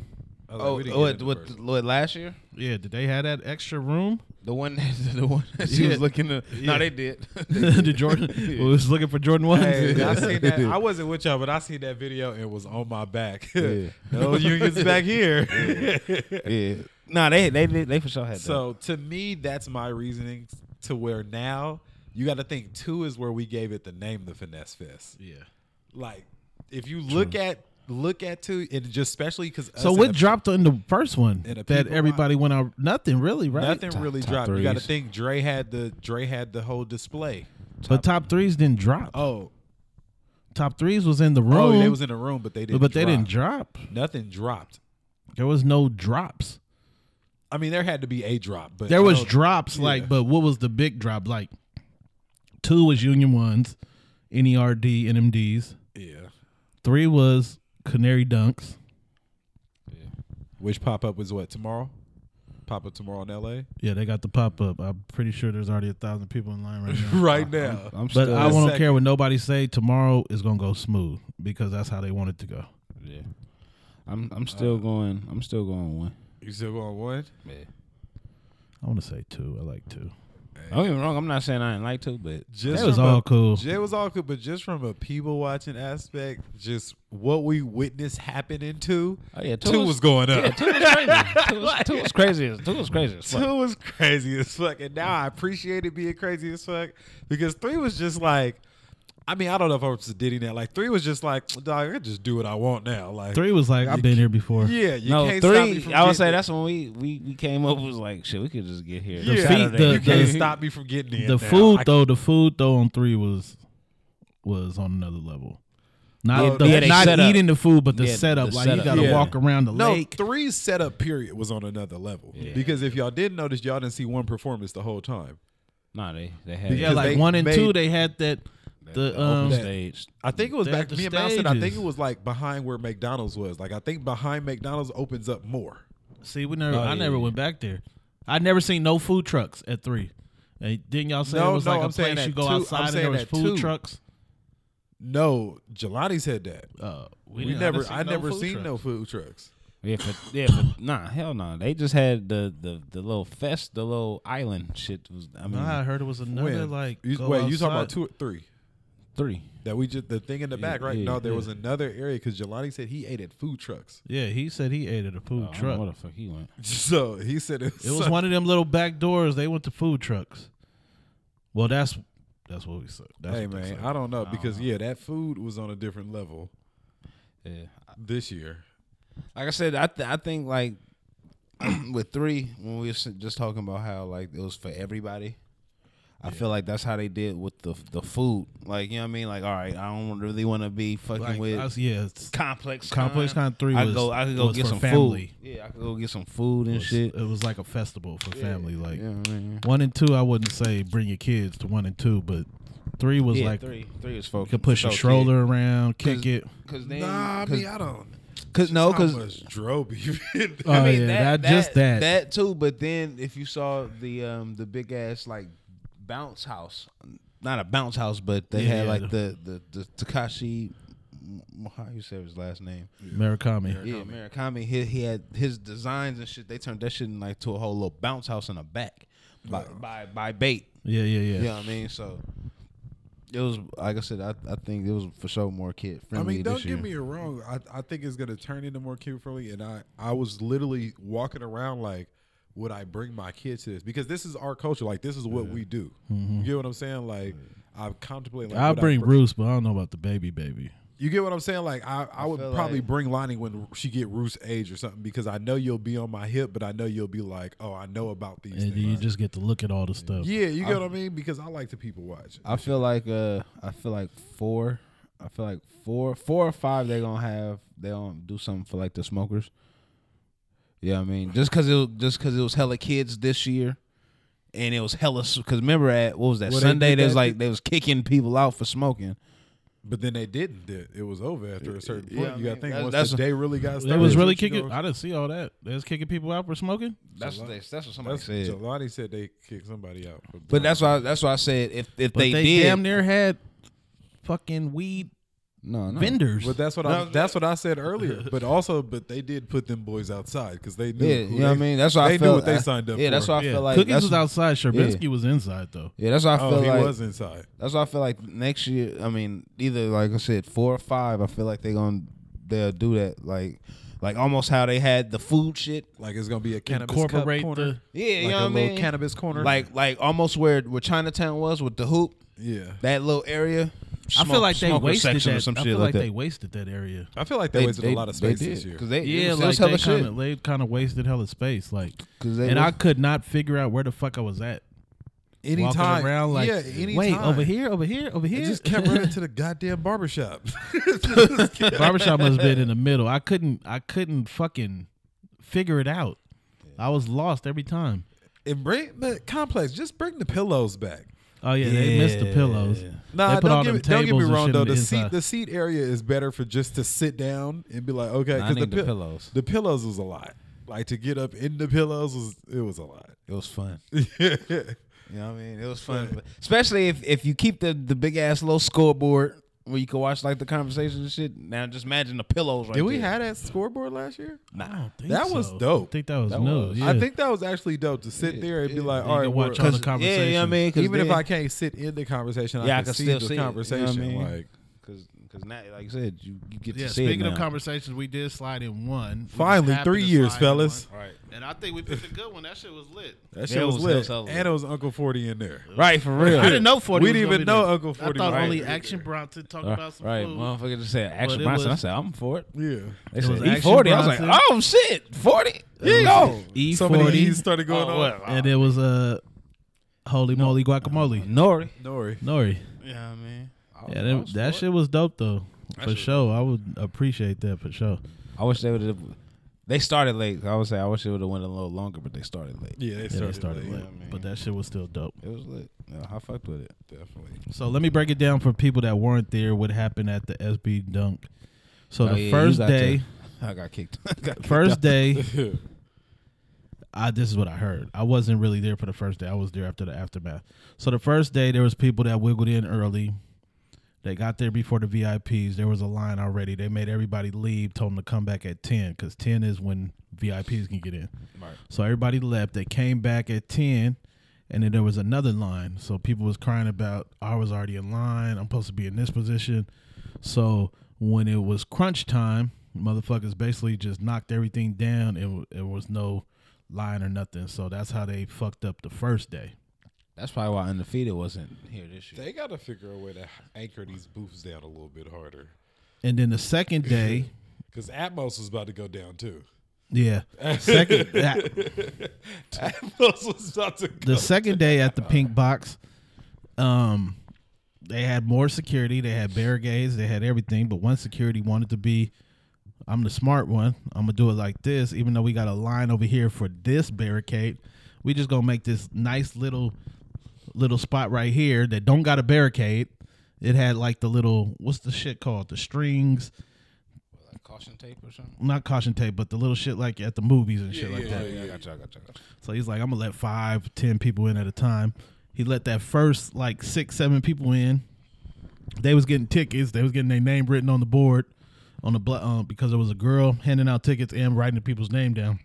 [SPEAKER 6] I was like,
[SPEAKER 7] Oh,
[SPEAKER 6] we didn't get
[SPEAKER 7] what,
[SPEAKER 6] into
[SPEAKER 7] what,
[SPEAKER 6] first.
[SPEAKER 7] what last year?
[SPEAKER 5] Yeah, did they have that extra room? (laughs)
[SPEAKER 7] The one that (laughs) the one that she
[SPEAKER 5] Yeah.
[SPEAKER 7] was looking to. No, they
[SPEAKER 6] (laughs)
[SPEAKER 7] did.
[SPEAKER 5] the Jordan we was looking for Jordan ones. (laughs)
[SPEAKER 6] Hey, I seen (laughs) that. I wasn't with y'all, but I seen that video and was on my back. (laughs) no unions back here.
[SPEAKER 7] yeah. No, they they did. They for sure had that.
[SPEAKER 6] So to me, that's my reasoning to where now you got to think two is where we gave it the name the finesse fest.
[SPEAKER 5] yeah.
[SPEAKER 6] Like if you look at look at two and just especially because
[SPEAKER 5] So what dropped in the first one
[SPEAKER 6] and a
[SPEAKER 5] that
[SPEAKER 6] people
[SPEAKER 5] everybody went out? Nothing really, right?
[SPEAKER 6] nothing really
[SPEAKER 7] top
[SPEAKER 6] dropped. You got to
[SPEAKER 7] threes.
[SPEAKER 6] think Dre had the Dre had the whole display.
[SPEAKER 5] But top threes didn't drop.
[SPEAKER 6] Oh,
[SPEAKER 5] Top threes was in the room,
[SPEAKER 6] oh, they was in a room, but they didn't.
[SPEAKER 5] but they
[SPEAKER 6] drop.
[SPEAKER 5] didn't drop.
[SPEAKER 6] Nothing dropped.
[SPEAKER 5] There was no drops.
[SPEAKER 6] I mean, there had to be a drop, but
[SPEAKER 5] There
[SPEAKER 6] I
[SPEAKER 5] was
[SPEAKER 6] don't-
[SPEAKER 5] drops like, but what was the big drop like? Two was Union Ones, E NERD, NMDs.
[SPEAKER 6] yeah,
[SPEAKER 5] Three was Canary Dunks.
[SPEAKER 6] which pop up was what tomorrow? Pop up tomorrow in L.A.
[SPEAKER 5] Yeah, they got the pop up. I'm pretty sure there's already a thousand people in line right now.
[SPEAKER 6] right now.
[SPEAKER 7] I'm
[SPEAKER 5] (laughs) But
[SPEAKER 7] still
[SPEAKER 5] I don't
[SPEAKER 6] second.
[SPEAKER 5] care what nobody say. Tomorrow is gonna go smooth because that's how they want it to go.
[SPEAKER 7] I'm I'm
[SPEAKER 6] Uh,
[SPEAKER 7] still going I'm still going one.
[SPEAKER 6] you still going one?
[SPEAKER 5] I want to say two. I like two.
[SPEAKER 7] Don't get me wrong, I'm not saying I didn't like to, but
[SPEAKER 6] Just
[SPEAKER 5] That was
[SPEAKER 6] from
[SPEAKER 5] all
[SPEAKER 6] a-
[SPEAKER 5] cool.
[SPEAKER 6] It was all cool, but just from a people watching aspect, just what we witnessed happen in two,
[SPEAKER 7] oh yeah,
[SPEAKER 6] two was, going up.
[SPEAKER 7] yeah, two was crazy. two, was, (laughs) two was crazy. as- Two was crazy. As fuck.
[SPEAKER 6] (laughs) Two was crazy as fuck, and now I appreciate it being crazy as fuck because three was just like, I mean, I don't know if I was diddy that. Like three was just like, dog, I can just do what I want now. Like
[SPEAKER 5] Three was like I've been here before.
[SPEAKER 6] yeah, (laughs) you
[SPEAKER 7] no,
[SPEAKER 6] can't stop me
[SPEAKER 7] three.
[SPEAKER 6] from
[SPEAKER 7] I would
[SPEAKER 6] getting
[SPEAKER 7] say
[SPEAKER 6] it.
[SPEAKER 7] that's when we we we came up was like shit. We could just get here.
[SPEAKER 6] Yeah,
[SPEAKER 5] feet, the-
[SPEAKER 6] you can't
[SPEAKER 5] the-
[SPEAKER 6] stop me from getting in.
[SPEAKER 5] The
[SPEAKER 6] now.
[SPEAKER 5] food
[SPEAKER 6] I-
[SPEAKER 5] though, the food though on three was was on another level. Not
[SPEAKER 7] Yeah,
[SPEAKER 5] the,
[SPEAKER 7] yeah, they
[SPEAKER 5] not
[SPEAKER 7] set up.
[SPEAKER 5] eating the food, but the
[SPEAKER 7] Yeah,
[SPEAKER 5] setup.
[SPEAKER 7] the
[SPEAKER 5] like
[SPEAKER 7] setup.
[SPEAKER 5] you gotta
[SPEAKER 6] Yeah.
[SPEAKER 5] walk around the
[SPEAKER 6] No,
[SPEAKER 5] lake.
[SPEAKER 6] three's setup period was on another level. Because if y'all didn't notice, y'all didn't see one performance the whole time.
[SPEAKER 7] Nah, they they
[SPEAKER 6] (laughs)
[SPEAKER 7] had
[SPEAKER 5] Yeah,
[SPEAKER 6] because
[SPEAKER 5] like
[SPEAKER 6] they
[SPEAKER 5] one and
[SPEAKER 6] made-
[SPEAKER 5] two, they had that the um,
[SPEAKER 7] open stage.
[SPEAKER 6] I think it was
[SPEAKER 5] They had
[SPEAKER 6] back.
[SPEAKER 5] the
[SPEAKER 6] Me and Mouse said I think
[SPEAKER 5] stages.
[SPEAKER 6] it was like behind where McDonald's was. Like I think behind McDonald's opens up more.
[SPEAKER 5] See, we never. I never went back there. I never seen no food trucks at three. And didn't y'all say
[SPEAKER 6] No,
[SPEAKER 5] it was
[SPEAKER 6] no,
[SPEAKER 5] like a
[SPEAKER 6] I'm saying
[SPEAKER 5] place you
[SPEAKER 6] at
[SPEAKER 5] go
[SPEAKER 6] two- I'm
[SPEAKER 5] outside and
[SPEAKER 6] saying
[SPEAKER 5] there was
[SPEAKER 6] at
[SPEAKER 5] food
[SPEAKER 6] two.
[SPEAKER 5] trucks?
[SPEAKER 6] No, Jelani said that.
[SPEAKER 5] Uh,
[SPEAKER 6] We,
[SPEAKER 5] didn't-
[SPEAKER 6] never.
[SPEAKER 5] didn't see
[SPEAKER 6] I
[SPEAKER 5] no
[SPEAKER 6] never
[SPEAKER 5] food
[SPEAKER 6] seen
[SPEAKER 5] trucks.
[SPEAKER 6] no food trucks.
[SPEAKER 7] Yeah, for, yeah, for, nah, hell no. They just had the, the the little fest, the little island shit. Was I mean
[SPEAKER 5] Nah, I heard it was another
[SPEAKER 6] When?
[SPEAKER 5] like.
[SPEAKER 6] You-
[SPEAKER 5] go
[SPEAKER 6] wait, you talking about
[SPEAKER 5] outside.
[SPEAKER 6] two or three?
[SPEAKER 7] three.
[SPEAKER 6] That we just the thing in the back, right?
[SPEAKER 7] yeah,
[SPEAKER 6] no, there
[SPEAKER 7] yeah.
[SPEAKER 6] was another area because Jelani said he ate at food trucks. (laughs)
[SPEAKER 5] Yeah, he said he ate at a food
[SPEAKER 7] Oh, I don't know
[SPEAKER 5] truck.
[SPEAKER 7] where the fuck he went?
[SPEAKER 6] So he said it was,
[SPEAKER 5] It was one of them little back doors. They went to food trucks. Well, that's that's what we said. That's
[SPEAKER 6] (laughs) Hey
[SPEAKER 5] what they
[SPEAKER 6] man,
[SPEAKER 5] said.
[SPEAKER 6] I don't know because yeah, that food was on a different level
[SPEAKER 7] Yeah.
[SPEAKER 6] this year.
[SPEAKER 7] Like I said, I th- I think like (clears throat) with three when we were s- just talking about how like it was for everybody. I feel like that's how they did with the the food. Like you know what I mean? Like all right, I don't really want to be fucking
[SPEAKER 5] Like,
[SPEAKER 7] with
[SPEAKER 5] I was- yeah, it's-
[SPEAKER 7] complex.
[SPEAKER 5] Complex Con three
[SPEAKER 7] I
[SPEAKER 5] was-
[SPEAKER 7] go. I could go
[SPEAKER 5] was
[SPEAKER 7] get
[SPEAKER 5] for
[SPEAKER 7] some
[SPEAKER 5] family.
[SPEAKER 7] food. Yeah, I could go get some food and shit.
[SPEAKER 5] It was like a festival for family. Like one and two, I wouldn't say bring your kids to one and two, but three was
[SPEAKER 7] yeah,
[SPEAKER 5] like
[SPEAKER 7] three. Three is focused.
[SPEAKER 5] could push a stroller around, kick it.
[SPEAKER 7] Cause then,
[SPEAKER 6] Nah, I
[SPEAKER 7] cause,
[SPEAKER 6] mean I don't.
[SPEAKER 7] cause no,
[SPEAKER 6] how
[SPEAKER 7] cause
[SPEAKER 6] much (laughs) drobe you been
[SPEAKER 5] Oh
[SPEAKER 7] I mean,
[SPEAKER 5] yeah, that, just that.
[SPEAKER 7] that too. But then if you saw the um the big ass like bounce house, not a bounce house, but they
[SPEAKER 5] Yeah,
[SPEAKER 7] had
[SPEAKER 5] yeah,
[SPEAKER 7] like the the the Takashi, how you say his last name?
[SPEAKER 5] Murakami.
[SPEAKER 7] Yeah, Murakami. He he had his designs and shit. They turned that shit in, like to a whole little bounce house in the back by by by bait.
[SPEAKER 5] Yeah, yeah, yeah.
[SPEAKER 7] You know what I mean? So. It was like I said. I, I think it was for sure more kid
[SPEAKER 6] I
[SPEAKER 7] friendly.
[SPEAKER 6] mean, don't
[SPEAKER 7] this year.
[SPEAKER 6] get me wrong. I, I think it's gonna turn into more kid friendly, and I I was literally walking around like, would I bring my kids to this? Because this is our culture. Like this is what we do. You get what I'm saying? Like I'm contemplating. Like,
[SPEAKER 5] I'll
[SPEAKER 6] would I
[SPEAKER 5] bring Bruce, but Mm-hmm. I don't know about the baby baby.
[SPEAKER 6] You get what I'm saying? Like I, I, would
[SPEAKER 7] feel
[SPEAKER 6] probably
[SPEAKER 7] like-
[SPEAKER 6] bring Lonnie when she get Ruth's age or something because I know you'll be on my hip, but I know you'll be like, oh, I know about these.
[SPEAKER 5] And then
[SPEAKER 6] things.
[SPEAKER 5] you just get to look at all the stuff.
[SPEAKER 6] yeah, you get what I mean? Because I like to people watch.
[SPEAKER 7] I feel like uh I feel like four I feel like four four or five they gonna have they gonna do something for like the smokers. Yeah, I mean just cause it was, just cause it was hella kids this year and it was hella s- cause remember at what was that
[SPEAKER 6] Well, they
[SPEAKER 7] Sunday
[SPEAKER 6] did
[SPEAKER 7] they was
[SPEAKER 6] that-
[SPEAKER 7] like they was kicking people out for smoking.
[SPEAKER 6] But then they didn't. It it was over after a certain point.
[SPEAKER 7] I
[SPEAKER 6] you got to
[SPEAKER 7] mean,
[SPEAKER 6] think
[SPEAKER 7] that's-
[SPEAKER 6] once
[SPEAKER 7] that's-
[SPEAKER 6] the day really got started.
[SPEAKER 5] They was
[SPEAKER 6] what
[SPEAKER 5] really
[SPEAKER 6] you
[SPEAKER 5] kicking.
[SPEAKER 6] gonna-
[SPEAKER 5] I didn't see all that. They was kicking people out for smoking.
[SPEAKER 7] That's what they, that's what somebody
[SPEAKER 6] That's Jelani said they kicked somebody out. for
[SPEAKER 7] But
[SPEAKER 6] doing
[SPEAKER 7] that's why that's why I said if if
[SPEAKER 5] But
[SPEAKER 7] they,
[SPEAKER 5] they,
[SPEAKER 7] did
[SPEAKER 5] damn near had fucking weed
[SPEAKER 7] no, no
[SPEAKER 5] vendors.
[SPEAKER 6] But that's what I that's what I said earlier.
[SPEAKER 7] (laughs)
[SPEAKER 6] But also, but they did put them boys outside because they knew.
[SPEAKER 7] Yeah,
[SPEAKER 6] who
[SPEAKER 7] you know what I
[SPEAKER 6] they-
[SPEAKER 7] mean. That's why
[SPEAKER 6] they
[SPEAKER 7] I felt
[SPEAKER 6] knew what they
[SPEAKER 7] I-
[SPEAKER 6] signed up.
[SPEAKER 7] Yeah, that's
[SPEAKER 6] for.
[SPEAKER 7] why I
[SPEAKER 5] yeah.
[SPEAKER 7] feel like
[SPEAKER 5] Cookies
[SPEAKER 7] that's-
[SPEAKER 5] was outside. Sherbinsky was inside though.
[SPEAKER 7] Yeah, that's why I feel
[SPEAKER 6] Oh, he
[SPEAKER 7] like
[SPEAKER 6] was inside.
[SPEAKER 7] That's why I feel like next year. I mean, either like I said, four or five. I feel like they're gonna they'll do that. Like, like almost how they had the food shit.
[SPEAKER 6] Like it's gonna be a cannabis
[SPEAKER 5] Incorporate
[SPEAKER 6] cup corner.
[SPEAKER 7] Yeah, you know
[SPEAKER 6] like a
[SPEAKER 7] what I
[SPEAKER 6] little
[SPEAKER 7] mean?
[SPEAKER 6] cannabis corner.
[SPEAKER 7] Like, like almost where where Chinatown was with the hoop.
[SPEAKER 6] yeah,
[SPEAKER 7] That little area.
[SPEAKER 5] I feel
[SPEAKER 7] Smoke-
[SPEAKER 5] like they
[SPEAKER 7] smoker
[SPEAKER 5] wasted
[SPEAKER 7] section or
[SPEAKER 5] that.
[SPEAKER 7] some
[SPEAKER 5] I
[SPEAKER 7] shit
[SPEAKER 5] feel like they wasted that area.
[SPEAKER 6] I feel like they, wasted a lot of space this year.
[SPEAKER 7] because they
[SPEAKER 5] Yeah,
[SPEAKER 7] it was, it
[SPEAKER 5] like
[SPEAKER 7] was
[SPEAKER 5] they
[SPEAKER 7] hella
[SPEAKER 5] kind
[SPEAKER 7] shit.
[SPEAKER 5] of they kind of wasted hella space, like,
[SPEAKER 7] 'Cause
[SPEAKER 5] and
[SPEAKER 7] they
[SPEAKER 5] I
[SPEAKER 7] was-
[SPEAKER 5] could not figure out where the fuck I was at.
[SPEAKER 6] Anytime
[SPEAKER 5] Walking around like,
[SPEAKER 6] yeah, anytime.
[SPEAKER 5] wait, over here, over here, over
[SPEAKER 6] It
[SPEAKER 5] here.
[SPEAKER 6] (laughs) just kept running to the goddamn barbershop.
[SPEAKER 5] Barbershop must have been in the middle. I couldn't, I couldn't fucking figure it out. I was lost every time.
[SPEAKER 6] And bring but complex. Just bring the pillows back.
[SPEAKER 5] Oh yeah, they missed the pillows.
[SPEAKER 6] Nah,
[SPEAKER 5] they put
[SPEAKER 6] don't,
[SPEAKER 5] all
[SPEAKER 6] get
[SPEAKER 5] them
[SPEAKER 6] me, don't get
[SPEAKER 5] tables
[SPEAKER 6] me
[SPEAKER 5] and
[SPEAKER 6] wrong
[SPEAKER 5] shit
[SPEAKER 6] though.
[SPEAKER 5] on
[SPEAKER 6] The seat,
[SPEAKER 5] inside.
[SPEAKER 6] the seat area is better for just to sit down and be like, okay,
[SPEAKER 7] Nah, I
[SPEAKER 6] because the,
[SPEAKER 7] need the pillows.
[SPEAKER 6] the pillows was a lot. Like to get up in the pillows was it was a lot.
[SPEAKER 7] It was fun. you know what I mean? It was fun. Especially if, if you keep the, the big ass little scoreboard where you can watch like the conversations and shit. Now just imagine the pillows right
[SPEAKER 6] Did we
[SPEAKER 7] there.
[SPEAKER 6] have that scoreboard last year?
[SPEAKER 5] I don't think
[SPEAKER 6] That was
[SPEAKER 5] so.
[SPEAKER 6] dope.
[SPEAKER 5] I think that was
[SPEAKER 7] That
[SPEAKER 5] new.
[SPEAKER 7] was-
[SPEAKER 5] Yeah.
[SPEAKER 6] I think that was actually dope to sit there and be like,
[SPEAKER 5] you
[SPEAKER 6] all right,
[SPEAKER 5] can watch
[SPEAKER 6] we're-
[SPEAKER 5] all the
[SPEAKER 6] (laughs)
[SPEAKER 7] Yeah,
[SPEAKER 5] conversations.
[SPEAKER 7] you know what I mean? 'Cause
[SPEAKER 6] even if
[SPEAKER 7] then-
[SPEAKER 6] I can't sit in the conversation,
[SPEAKER 7] Yeah,
[SPEAKER 6] I can see
[SPEAKER 7] still
[SPEAKER 6] the
[SPEAKER 7] see it, you know what I
[SPEAKER 6] conversation.
[SPEAKER 7] mean?
[SPEAKER 6] Like
[SPEAKER 7] Cause, cause now, like you said, you, you get
[SPEAKER 5] Yeah,
[SPEAKER 7] to see it
[SPEAKER 5] speaking of
[SPEAKER 7] now.
[SPEAKER 5] conversations, we did slide in one. We just
[SPEAKER 6] Finally,
[SPEAKER 5] happened
[SPEAKER 6] three
[SPEAKER 5] to
[SPEAKER 6] years,
[SPEAKER 5] slide in
[SPEAKER 6] fellas.
[SPEAKER 5] one. And I think we picked a good one. That shit was lit.
[SPEAKER 6] that
[SPEAKER 7] Yeah,
[SPEAKER 6] shit
[SPEAKER 7] it
[SPEAKER 6] was
[SPEAKER 7] was
[SPEAKER 6] lit,
[SPEAKER 7] hella lit.
[SPEAKER 6] and it was Uncle Forty in there.
[SPEAKER 7] Right, for real.
[SPEAKER 5] I didn't know 40
[SPEAKER 6] We
[SPEAKER 5] was
[SPEAKER 6] didn't
[SPEAKER 5] gonna
[SPEAKER 6] even
[SPEAKER 5] be
[SPEAKER 6] know
[SPEAKER 5] there.
[SPEAKER 6] Uncle 40
[SPEAKER 5] I thought
[SPEAKER 6] was
[SPEAKER 5] only
[SPEAKER 6] there.
[SPEAKER 5] Action Bronson talked about some
[SPEAKER 7] (laughs) Right,
[SPEAKER 5] food.
[SPEAKER 7] motherfucker just said
[SPEAKER 5] But
[SPEAKER 7] Action
[SPEAKER 5] it
[SPEAKER 7] Bronson.
[SPEAKER 5] was-
[SPEAKER 7] I said, I'm for it.
[SPEAKER 6] Yeah,
[SPEAKER 7] They
[SPEAKER 5] was
[SPEAKER 7] said,
[SPEAKER 5] Action
[SPEAKER 7] E40. I was like,
[SPEAKER 5] Bronson.
[SPEAKER 7] oh, shit, 40? Yeah. Go.
[SPEAKER 5] E40.
[SPEAKER 6] so many E's started going
[SPEAKER 7] Oh,
[SPEAKER 6] on.
[SPEAKER 7] well.
[SPEAKER 5] E and it was a uh, holy moly guacamole.
[SPEAKER 7] Nori.
[SPEAKER 6] Don't worry.
[SPEAKER 5] Nori.
[SPEAKER 7] Yeah, man.
[SPEAKER 5] Yeah, that, that shit was dope though. For sure, I would appreciate that for sure.
[SPEAKER 7] I wish they would have. They started late. I would say I wish it would have went a little longer, but they started late.
[SPEAKER 6] Yeah, they
[SPEAKER 5] Yeah,
[SPEAKER 6] started,
[SPEAKER 5] they started
[SPEAKER 6] late.
[SPEAKER 5] late, but that shit was still dope.
[SPEAKER 7] It was lit. Yeah, I fucked with it.
[SPEAKER 6] Definitely.
[SPEAKER 5] So let me break it down for people that weren't there. What happened at the SB Dunk? So
[SPEAKER 7] Oh,
[SPEAKER 5] the
[SPEAKER 7] yeah, you
[SPEAKER 5] first
[SPEAKER 7] got
[SPEAKER 5] day,
[SPEAKER 7] to- I got kicked. (laughs) I got kicked.
[SPEAKER 5] first
[SPEAKER 7] (laughs)
[SPEAKER 5] day, I this is what I heard. I wasn't really there for the first day. I was there after the aftermath. So the first day, there was people that wiggled in early. They got there before the VIPs. There was a line already. They made everybody leave. Told them to come back at ten because ten is when VIPs can get in. Right. So everybody left. They came back at ten, and then there was another line. So people was crying about I was already in line. I'm supposed to be in this position. So when it was crunch time, motherfuckers basically just knocked everything down. It wa- it was no line or nothing. So that's how they fucked up the first day.
[SPEAKER 7] That's probably why Undefeated wasn't here this year.
[SPEAKER 6] They got to figure a way to anchor these booths down a little bit harder.
[SPEAKER 5] And then the second day,
[SPEAKER 6] Because Atmos was about to go down too.
[SPEAKER 5] yeah, second that,
[SPEAKER 6] (laughs) Atmos was about to go.
[SPEAKER 5] the second day at the pink box um they had more security they had barricades they had everything but one security wanted to be i'm the smart one i'm gonna do it like this even though we got a line over here for this barricade we just gonna make this nice little little spot right here that don't got a barricade it had like the little what's the shit called the strings
[SPEAKER 7] Like caution tape or something.
[SPEAKER 5] not caution tape but the little shit like at the movies and shit like that
[SPEAKER 7] Yeah, I got you. I got you. I got you.
[SPEAKER 5] so he's like, I'm gonna let five, ten people in at a time. He let that first like six, seven people in. They was getting tickets. They was getting their name written on the board, on the bl- uh, because there was a girl handing out tickets and writing the people's name down.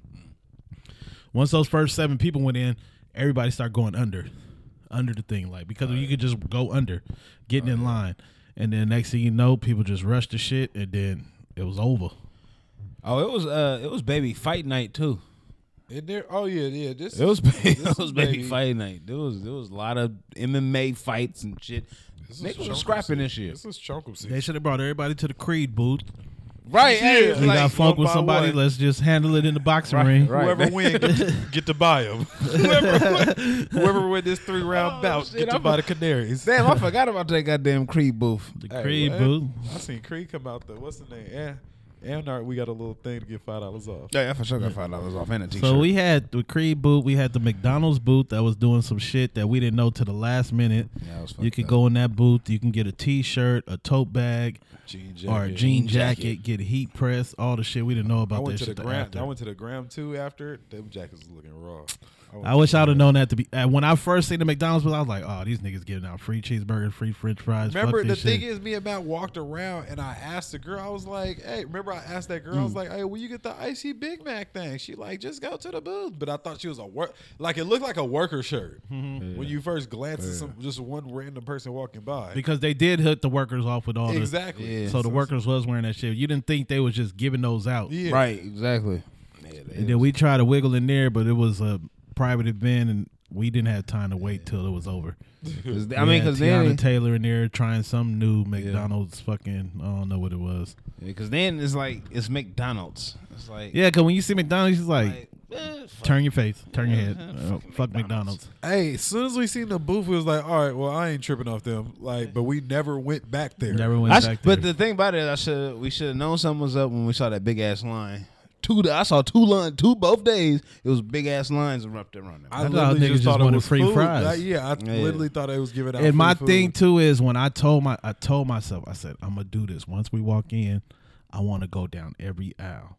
[SPEAKER 5] Once those first seven people went in, everybody started going under, under the thing like because you could just go under, getting in line, and then next thing you know, people just rushed the shit, and then it was over.
[SPEAKER 7] Oh, it was uh, it was baby fight night too.
[SPEAKER 6] In there? Oh, yeah, yeah. This
[SPEAKER 7] It was (laughs) baby,
[SPEAKER 6] this
[SPEAKER 7] it
[SPEAKER 6] is
[SPEAKER 7] was baby fight night. There was there was a lot of MMA fights and shit.
[SPEAKER 6] This is
[SPEAKER 7] Niggas
[SPEAKER 6] Chunkum
[SPEAKER 7] was scrapping
[SPEAKER 6] season.
[SPEAKER 7] this year.
[SPEAKER 6] This is Chunkum season.
[SPEAKER 5] They should have brought everybody to the Creed booth.
[SPEAKER 7] Right, hey,
[SPEAKER 5] We got funk with somebody. Let's just handle it in the boxing ring.
[SPEAKER 7] right.
[SPEAKER 6] Whoever win, (laughs) get, get to buy them. whoever, win, whoever win this three round
[SPEAKER 7] Oh,
[SPEAKER 6] bout,
[SPEAKER 7] shit,
[SPEAKER 6] get to
[SPEAKER 7] I'm
[SPEAKER 6] buy
[SPEAKER 7] a-
[SPEAKER 6] the Canaries.
[SPEAKER 7] Damn, I forgot about that goddamn Creed booth. Uh,
[SPEAKER 5] The
[SPEAKER 6] Hey,
[SPEAKER 5] Creed
[SPEAKER 6] what?
[SPEAKER 5] booth.
[SPEAKER 6] I seen Creed come out the what's the name? Yeah, Amnart. We got a little thing to get five dollars off.
[SPEAKER 7] Yeah, I for sure got five dollars off and a t-shirt.
[SPEAKER 5] So we had the Creed booth. We had the McDonald's booth that was doing some shit that we didn't know to the last minute.
[SPEAKER 7] Yeah, I was
[SPEAKER 5] you
[SPEAKER 7] fucked
[SPEAKER 5] could
[SPEAKER 7] up.
[SPEAKER 5] go in that booth. You can get a T-shirt, a tote bag,
[SPEAKER 6] Jean
[SPEAKER 5] or a
[SPEAKER 6] jacket.
[SPEAKER 5] jean jacket. Get heat press. All the shit we didn't know
[SPEAKER 6] I
[SPEAKER 5] about
[SPEAKER 6] went
[SPEAKER 5] that
[SPEAKER 6] to the
[SPEAKER 5] shit. till
[SPEAKER 6] gram.
[SPEAKER 5] after.
[SPEAKER 6] I went to the gram too. After them jackets was looking raw. went
[SPEAKER 5] I
[SPEAKER 6] to
[SPEAKER 5] wish
[SPEAKER 6] the
[SPEAKER 5] I'd have
[SPEAKER 6] Gram.
[SPEAKER 5] known that to be. uh, When I first seen the McDonald's, booth, I was like, "Oh, these niggas giving out free cheeseburgers, free French fries."
[SPEAKER 6] Remember
[SPEAKER 5] fuck
[SPEAKER 6] the
[SPEAKER 5] this
[SPEAKER 6] thing
[SPEAKER 5] shit.
[SPEAKER 6] is, me and Matt walked around, and I asked the girl. I was like, "Hey, remember I asked that girl? I
[SPEAKER 5] Mm.
[SPEAKER 6] was like, hey, will you get the icy Big Mac thing?" She like, "Just go to the booth." But I thought she was a work, like it looked like a
[SPEAKER 5] (laughs)
[SPEAKER 6] worker shirt when you first glance at some just one random person walking by.
[SPEAKER 5] because they did hook the workers off with all the-
[SPEAKER 6] exactly.
[SPEAKER 5] So the workers was wearing that shit. You didn't think they was just giving those out.
[SPEAKER 6] Yeah.
[SPEAKER 7] Right, exactly. Yeah,
[SPEAKER 5] (laughs)
[SPEAKER 7] they-
[SPEAKER 5] And then we tried to wiggle in there, but it was a private event, and we didn't have time to wait till it was over.
[SPEAKER 7] 'cause they- I
[SPEAKER 5] We
[SPEAKER 7] mean,
[SPEAKER 5] had
[SPEAKER 7] because then,
[SPEAKER 5] Tiana Taylor in there trying some new McDonald's fucking I don't know what it was.
[SPEAKER 7] because then it's like it's McDonald's. It's like
[SPEAKER 5] Yeah, because when you see McDonald's, she's like,
[SPEAKER 7] like, eh, fuck.
[SPEAKER 5] turn your face, turn your head,
[SPEAKER 7] Yeah,
[SPEAKER 5] Uh,
[SPEAKER 7] fucking
[SPEAKER 5] fuck McDonald's.
[SPEAKER 7] McDonald's.
[SPEAKER 6] Hey, as soon as we seen the booth, we was like, "All right, well, I ain't tripping off them." Like, but we never went back there.
[SPEAKER 5] Never went
[SPEAKER 7] I s-
[SPEAKER 5] back there.
[SPEAKER 7] but the thing about it, I should we should have known something was up when we saw that big ass line two. I saw two line, two both days. It was big ass lines erupted around them.
[SPEAKER 6] I
[SPEAKER 5] thought niggas
[SPEAKER 6] literally just
[SPEAKER 5] just
[SPEAKER 6] thought it
[SPEAKER 5] wanted
[SPEAKER 6] was
[SPEAKER 5] free
[SPEAKER 6] food.
[SPEAKER 5] fries.
[SPEAKER 6] Like, yeah, I literally thought it was giving out.
[SPEAKER 5] And
[SPEAKER 6] free
[SPEAKER 5] my
[SPEAKER 6] food.
[SPEAKER 5] thing too is when I told my I told myself I said I'm gonna do this. Once we walk in, I want to go down every aisle,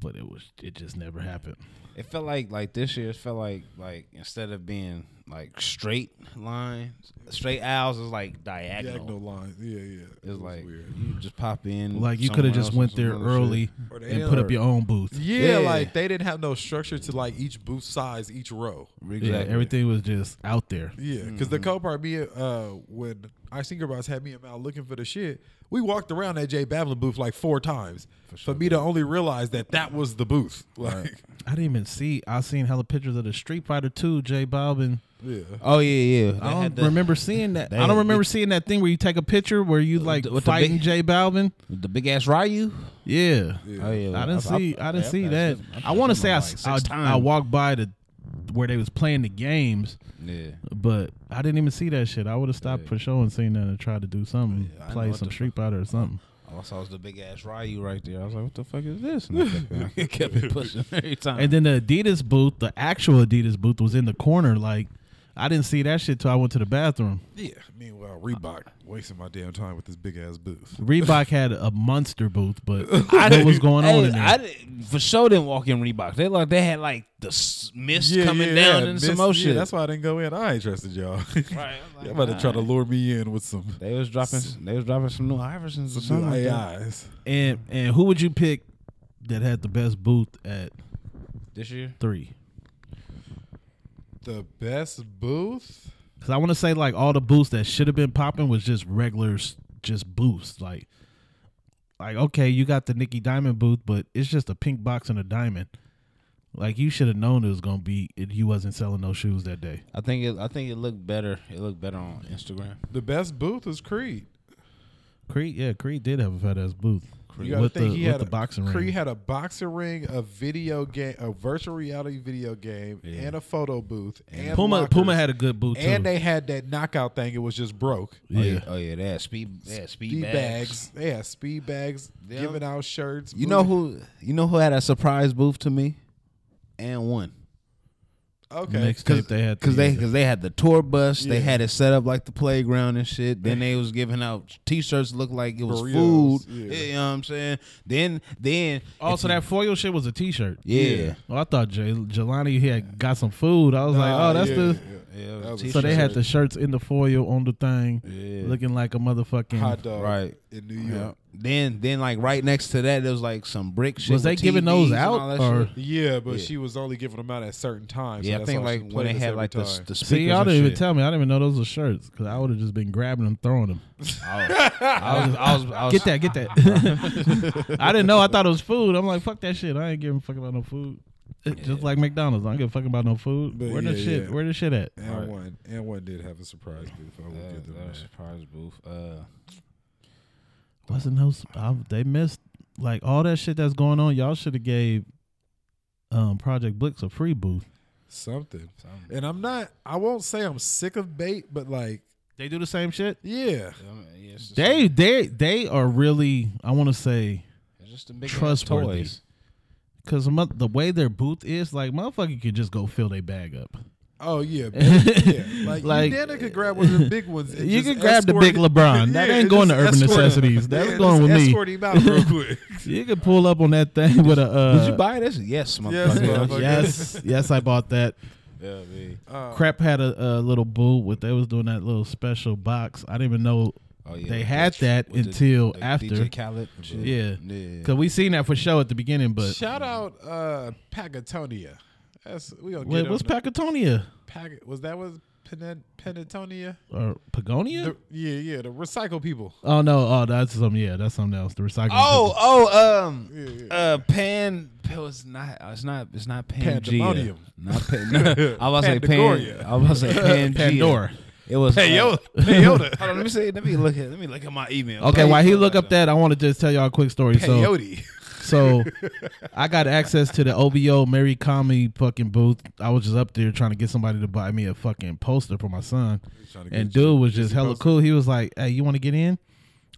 [SPEAKER 5] but it was it just never happened.
[SPEAKER 7] It felt like like this year. It felt like like instead of being like straight lines, straight aisles is like diagonal.
[SPEAKER 6] diagonal lines. Yeah, yeah. It
[SPEAKER 7] It's
[SPEAKER 6] was
[SPEAKER 7] like
[SPEAKER 6] weird.
[SPEAKER 7] you just pop in.
[SPEAKER 5] Like you
[SPEAKER 7] somewhere
[SPEAKER 5] could have just
[SPEAKER 7] else
[SPEAKER 5] went
[SPEAKER 7] or
[SPEAKER 5] there
[SPEAKER 7] some other shit.
[SPEAKER 5] early
[SPEAKER 6] Or they
[SPEAKER 5] and put up
[SPEAKER 6] are-
[SPEAKER 5] your own booth.
[SPEAKER 7] Yeah.
[SPEAKER 6] Yeah, like they didn't have no structure to like each booth size, each row.
[SPEAKER 5] Yeah,
[SPEAKER 7] Exactly.
[SPEAKER 5] everything was just out there.
[SPEAKER 6] Yeah, because the co part, me, uh, when I Singer Boss had me and Mal looking for the shit, we walked around that Jay Babylon booth like four times for, me to only realize that that was the booth. (laughs) Like,
[SPEAKER 5] I didn't even see. I seen hella pictures of the Street Fighter Two, J Bob, and
[SPEAKER 6] yeah.
[SPEAKER 7] Oh yeah, yeah. They
[SPEAKER 5] I don't
[SPEAKER 7] had the-
[SPEAKER 5] remember seeing that.
[SPEAKER 7] (laughs) they
[SPEAKER 5] I don't
[SPEAKER 7] had-
[SPEAKER 5] remember seeing that thing where you take a picture where you like
[SPEAKER 7] with the
[SPEAKER 5] fighting
[SPEAKER 7] big-
[SPEAKER 5] J Balvin.
[SPEAKER 7] the big ass Ryu.
[SPEAKER 5] Yeah.
[SPEAKER 7] Oh yeah,
[SPEAKER 5] I didn't
[SPEAKER 7] I- I-
[SPEAKER 5] see. I, didn't
[SPEAKER 7] yeah,
[SPEAKER 5] see
[SPEAKER 7] I've
[SPEAKER 5] that.
[SPEAKER 7] seen- I've
[SPEAKER 5] I want to
[SPEAKER 7] seen
[SPEAKER 5] say I,
[SPEAKER 7] them
[SPEAKER 5] s-
[SPEAKER 7] like six
[SPEAKER 5] I- I
[SPEAKER 7] times.
[SPEAKER 5] walked by the where they was playing the games,
[SPEAKER 7] Yeah,
[SPEAKER 5] but I didn't even see that shit. I would have stopped for sure and seen that and tried to do something,
[SPEAKER 7] Yeah, I know
[SPEAKER 5] play
[SPEAKER 7] what
[SPEAKER 5] some
[SPEAKER 7] the
[SPEAKER 5] Street Fighter or something.
[SPEAKER 7] all I saw was the big ass Ryu right there. I was like, "What the fuck is this?" And I (laughs) kept, I kept it pushing (laughs) every time.
[SPEAKER 5] And then the Adidas booth, the actual Adidas booth, was in the corner. Like I didn't see that shit till I went to the bathroom.
[SPEAKER 6] Yeah. Meanwhile, Reebok wasting my damn time with this big ass booth.
[SPEAKER 5] Reebok had a monster booth, (laughs) but I what was going on
[SPEAKER 7] Hey,
[SPEAKER 5] in there?
[SPEAKER 7] I didn't, for sure didn't walk in Reebok. They like they had like the s- mist coming down and some
[SPEAKER 6] miss-
[SPEAKER 7] more
[SPEAKER 6] yeah,
[SPEAKER 7] shit.
[SPEAKER 6] That's why I didn't go in. I ain't trusted y'all. (laughs)
[SPEAKER 7] Right, I'm like,
[SPEAKER 6] y'all about to try to lure me in with some
[SPEAKER 7] They was dropping. They was dropping some new Iversons or something. Like that.
[SPEAKER 6] AIs.
[SPEAKER 5] and and who would you pick that had the best booth at
[SPEAKER 7] This year,
[SPEAKER 5] three?
[SPEAKER 6] The best booth.
[SPEAKER 5] Cause I want to say like all the booths that should have been popping was just regulars, just booths. Like, like okay, you got the Nicki Diamond booth, but it's just a pink box and a diamond. Like you should have known it was gonna be. It, you wasn't selling no shoes that day.
[SPEAKER 7] I think it. I think it looked better. It looked better on Instagram.
[SPEAKER 6] The best booth is Creed.
[SPEAKER 5] Creed, yeah, Creed did have a fat ass booth
[SPEAKER 6] You gotta
[SPEAKER 5] with
[SPEAKER 6] think
[SPEAKER 5] the
[SPEAKER 6] he
[SPEAKER 5] with
[SPEAKER 6] had
[SPEAKER 5] the
[SPEAKER 6] a,
[SPEAKER 5] boxing
[SPEAKER 6] Creed
[SPEAKER 5] ring.
[SPEAKER 6] had a boxing ring, a video game, a virtual reality video game, and a photo booth. And
[SPEAKER 5] Puma
[SPEAKER 6] lockers.
[SPEAKER 5] Puma had a good booth too.
[SPEAKER 6] and they had that knockout thing. It was just broke.
[SPEAKER 7] Oh,
[SPEAKER 5] yeah.
[SPEAKER 7] Oh yeah, they had speed. They had speed,
[SPEAKER 6] Speed
[SPEAKER 7] bags.
[SPEAKER 6] bags. yeah, speed bags. Giving out shirts.
[SPEAKER 7] You know
[SPEAKER 6] movie-
[SPEAKER 7] who? You know who had a surprise booth to me, and one
[SPEAKER 6] Okay.
[SPEAKER 5] Next tape they had
[SPEAKER 7] because
[SPEAKER 5] the-
[SPEAKER 7] they because they had the tour bus. They
[SPEAKER 6] Yeah.
[SPEAKER 7] had it set up like the playground and shit. Then they was giving out T-shirts that looked like it was
[SPEAKER 6] Burritos,
[SPEAKER 7] food.
[SPEAKER 6] yeah.
[SPEAKER 7] Yeah. you know what I'm saying. Then then
[SPEAKER 5] (laughs) Also, that foil shit was a T-shirt.
[SPEAKER 7] Yeah.
[SPEAKER 5] Well, I thought Jay, Jelani he had got some food. I was like,
[SPEAKER 6] Nah,
[SPEAKER 5] oh, that's
[SPEAKER 6] yeah,
[SPEAKER 5] the.
[SPEAKER 6] yeah, yeah.
[SPEAKER 7] it was
[SPEAKER 6] That was
[SPEAKER 7] t-shirt.
[SPEAKER 5] So they had the shirts in the foil on the thing,
[SPEAKER 7] Yeah.
[SPEAKER 5] looking like a motherfucking.
[SPEAKER 6] hot dog
[SPEAKER 7] Right.
[SPEAKER 6] in New York.
[SPEAKER 7] Then then like right next to that there was like some brick shit.
[SPEAKER 5] Was they
[SPEAKER 7] with
[SPEAKER 5] giving those
[SPEAKER 7] TVs and
[SPEAKER 5] out,
[SPEAKER 7] all that
[SPEAKER 5] or-
[SPEAKER 7] shit.
[SPEAKER 6] Yeah, but she was only giving them out at certain times.
[SPEAKER 7] Yeah,
[SPEAKER 6] so
[SPEAKER 7] I
[SPEAKER 6] that's
[SPEAKER 7] think
[SPEAKER 6] why she
[SPEAKER 7] like
[SPEAKER 6] played
[SPEAKER 7] when they
[SPEAKER 6] this
[SPEAKER 7] had
[SPEAKER 6] every
[SPEAKER 7] like the,
[SPEAKER 6] time.
[SPEAKER 7] the speakers
[SPEAKER 5] See, y'all
[SPEAKER 7] and
[SPEAKER 5] didn't even
[SPEAKER 7] shit.
[SPEAKER 5] tell me. I didn't even know those were shirts because I would have just been grabbing them, throwing
[SPEAKER 7] (laughs)
[SPEAKER 5] them.
[SPEAKER 7] I was, I was, I was,
[SPEAKER 5] Get that, get that.
[SPEAKER 7] (laughs)
[SPEAKER 5] I didn't know. I thought it was food. I'm like, fuck that shit. I ain't giving a fuck about no food. It- Just like McDonald's, I don't give a fuck about no food.
[SPEAKER 6] But
[SPEAKER 5] where the
[SPEAKER 6] yeah,
[SPEAKER 5] shit?
[SPEAKER 6] yeah.
[SPEAKER 5] Where the shit at?
[SPEAKER 6] and one and one did have a surprise booth. I would
[SPEAKER 7] Yeah,
[SPEAKER 6] give them
[SPEAKER 7] that was
[SPEAKER 6] that.
[SPEAKER 7] surprise booth. Uh,
[SPEAKER 5] Wasn't those? I, they missed like all that shit that's going on. Y'all should have gave um, Project Blix a free booth.
[SPEAKER 6] Something. And I'm not I won't say I'm sick of bait, but like
[SPEAKER 5] They do the same shit.
[SPEAKER 6] yeah.
[SPEAKER 7] I mean, yeah, it's just,
[SPEAKER 5] They they they are really. I want to say
[SPEAKER 7] it's just a big ass
[SPEAKER 5] Trustworthy.
[SPEAKER 7] toys.
[SPEAKER 5] because the way their booth is, like motherfucker could just go fill their bag up.
[SPEAKER 6] Oh
[SPEAKER 5] (laughs)
[SPEAKER 6] yeah. bait, yeah. Like,
[SPEAKER 5] Like-
[SPEAKER 6] like Dana could grab one of the big ones. And
[SPEAKER 5] You
[SPEAKER 6] just
[SPEAKER 5] can grab the
[SPEAKER 6] escort
[SPEAKER 5] big
[SPEAKER 6] him-
[SPEAKER 5] LeBron. That
[SPEAKER 6] Yeah,
[SPEAKER 5] ain't going to
[SPEAKER 6] just
[SPEAKER 5] Urban
[SPEAKER 6] escort him.
[SPEAKER 5] Necessities. That's
[SPEAKER 6] Yeah,
[SPEAKER 5] going
[SPEAKER 6] just
[SPEAKER 5] with me.
[SPEAKER 6] Escort him
[SPEAKER 7] (laughs)
[SPEAKER 6] out real quick.
[SPEAKER 5] You could pull up on that thing with a. Uh,
[SPEAKER 7] Did you buy this? Yes,
[SPEAKER 6] Yes,
[SPEAKER 7] motherfucker. Oh.
[SPEAKER 6] motherfucker.
[SPEAKER 5] yes, yes, I bought
[SPEAKER 7] (laughs)
[SPEAKER 5] that.
[SPEAKER 7] Yeah, man.
[SPEAKER 5] Crap had a, a little booth with they was doing that little special box. I didn't even know
[SPEAKER 7] Oh, yeah,
[SPEAKER 5] they
[SPEAKER 7] with
[SPEAKER 5] had
[SPEAKER 7] the-
[SPEAKER 5] that
[SPEAKER 7] with the-
[SPEAKER 5] until
[SPEAKER 7] the
[SPEAKER 5] after.
[SPEAKER 7] DJ Khaled. and shit.
[SPEAKER 5] Yeah,
[SPEAKER 7] Yeah.
[SPEAKER 5] Cause we seen that for show at the beginning, but
[SPEAKER 6] Shout out uh Pagatonia. That's we gonna get
[SPEAKER 5] Wait, what's
[SPEAKER 6] on that.
[SPEAKER 5] Pacatonia
[SPEAKER 6] Pag- was that was Pen- Penatonia?
[SPEAKER 5] or Pagonia?
[SPEAKER 6] The- yeah, yeah, the recycle people.
[SPEAKER 5] oh no, oh that's some yeah, that's something else. The recycling.
[SPEAKER 7] Oh, oh, um,
[SPEAKER 6] Yeah, yeah.
[SPEAKER 7] uh, pan. It was not. uh, It's not. It's not Pangea.
[SPEAKER 6] Pandemonium.
[SPEAKER 7] Not pan, (laughs) no, I was say pan.
[SPEAKER 6] Pandagoria.
[SPEAKER 7] I was say (laughs) Pangea.
[SPEAKER 5] Pandora.
[SPEAKER 7] It was. uh, Hey (laughs)
[SPEAKER 6] Yo, Peyote.
[SPEAKER 7] Hold on. Let me see. Let me look at. Let me look at my
[SPEAKER 8] uh,
[SPEAKER 7] email.
[SPEAKER 5] Okay, while he look up that, I want to just tell y'all a quick story.
[SPEAKER 7] Oh.
[SPEAKER 5] So,
[SPEAKER 6] Peyote.
[SPEAKER 5] (laughs) so I got access to the OVO Mary Comey fucking booth. I was just up there trying to get somebody to buy me a fucking poster for my son,
[SPEAKER 6] trying to
[SPEAKER 5] and
[SPEAKER 6] get you
[SPEAKER 5] dude was just
[SPEAKER 6] Disney
[SPEAKER 5] hella
[SPEAKER 6] poster.
[SPEAKER 5] cool. He was like, "Hey, you want to get in?"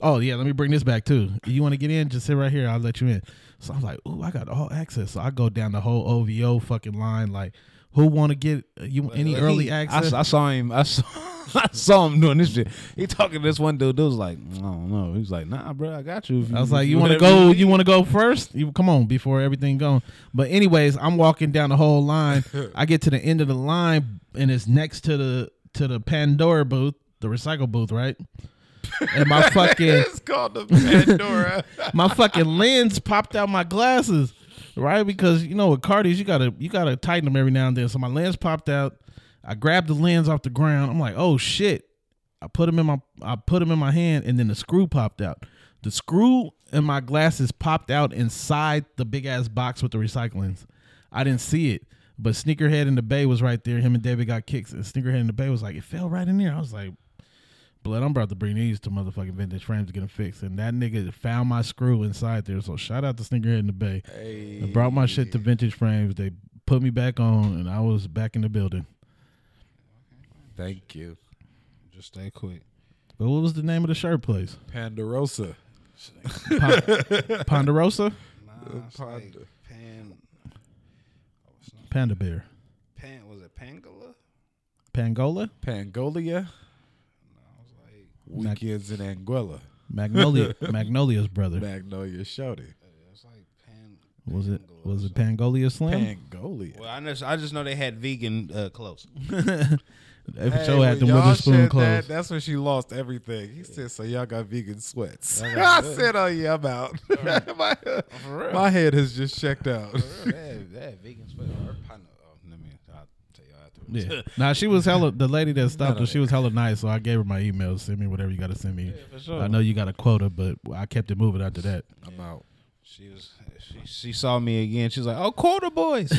[SPEAKER 5] oh yeah, let me bring this back too. You want to get in? Just sit right here. I'll let you in. So I'm like, ooh, I got all access. So I go down the whole OVO fucking line. Like, who want to get uh, you any early
[SPEAKER 7] He-
[SPEAKER 5] access?
[SPEAKER 7] I, I saw him. I saw, (laughs) I saw him doing this shit. He talking to this one dude. Dude was like, I don't know. He was like, Nah, bro, I got you. if
[SPEAKER 5] I was like, you want
[SPEAKER 7] whatever
[SPEAKER 5] to go? You want to go first? You come on before everything going. But anyways, I'm walking down the whole line. I get to the end of the line, and it's next to the to the Pandora booth, the recycle booth, right? And my fucking
[SPEAKER 6] It's called the Pandora.
[SPEAKER 5] my fucking lens popped out my glasses, right? Because you know with Cardi's, you gotta you gotta tighten them every now and then. So my lens popped out. I grabbed the lens off the ground. I'm like, oh shit! I put them in my I put them in my hand, and then the screw popped out. The screw in my glasses popped out inside the big ass box with the recyclings. I didn't see it, but Sneakerhead in the Bay was right there. Him and David got kicks, and Sneakerhead in the Bay was like, it fell right in there. I was like, Blood, I'm about to bring these to motherfucking vintage frames to get them fixed. And that nigga found my screw inside there. So shout out to Sneakerhead in the Bay. I brought my shit to vintage frames. They put me back on and I was back in the building.
[SPEAKER 6] (laughs) Thank you.
[SPEAKER 7] Just stay quick.
[SPEAKER 5] But what was the name of the shirt
[SPEAKER 6] (laughs)
[SPEAKER 5] place?
[SPEAKER 6] Pandorosa.
[SPEAKER 5] Ponderosa?
[SPEAKER 7] It's like pan,
[SPEAKER 5] Panda Bear.
[SPEAKER 7] pan, was it Pangala?
[SPEAKER 5] Pangola?
[SPEAKER 6] Pangolia.
[SPEAKER 5] Mac-
[SPEAKER 6] Weekends in Anguilla. (laughs)
[SPEAKER 5] Magnolia. Magnolia's brother.
[SPEAKER 6] Magnolia Shouty.
[SPEAKER 7] It's like pan.
[SPEAKER 5] Was it was it Pangolia Slim?
[SPEAKER 6] Pangolia.
[SPEAKER 7] Well, I just, I just know they had vegan uh, (laughs) clothes.
[SPEAKER 5] If
[SPEAKER 6] Hey,
[SPEAKER 5] show had
[SPEAKER 6] when
[SPEAKER 5] them
[SPEAKER 6] y'all
[SPEAKER 5] Witherspoon
[SPEAKER 6] said
[SPEAKER 5] clothes.
[SPEAKER 6] That, that's when she lost everything. He said, "So y'all got vegan sweats." (laughs) I said, "Oh yeah, I'm (laughs) out. my, my head has just checked out." (laughs)
[SPEAKER 7] that, that vegan sweater. Or pan- oh, let me. I'll tell you after.
[SPEAKER 5] Yeah. Now she was hella the lady that stopped us, she was
[SPEAKER 6] (laughs)
[SPEAKER 5] hella nice, so I gave her my email. Send me whatever you gotta send me. I know you got a quota, but I kept it moving after that.
[SPEAKER 6] I'm out.
[SPEAKER 7] She was. She, she saw me again. She's like, "Oh, quarter (laughs) boys."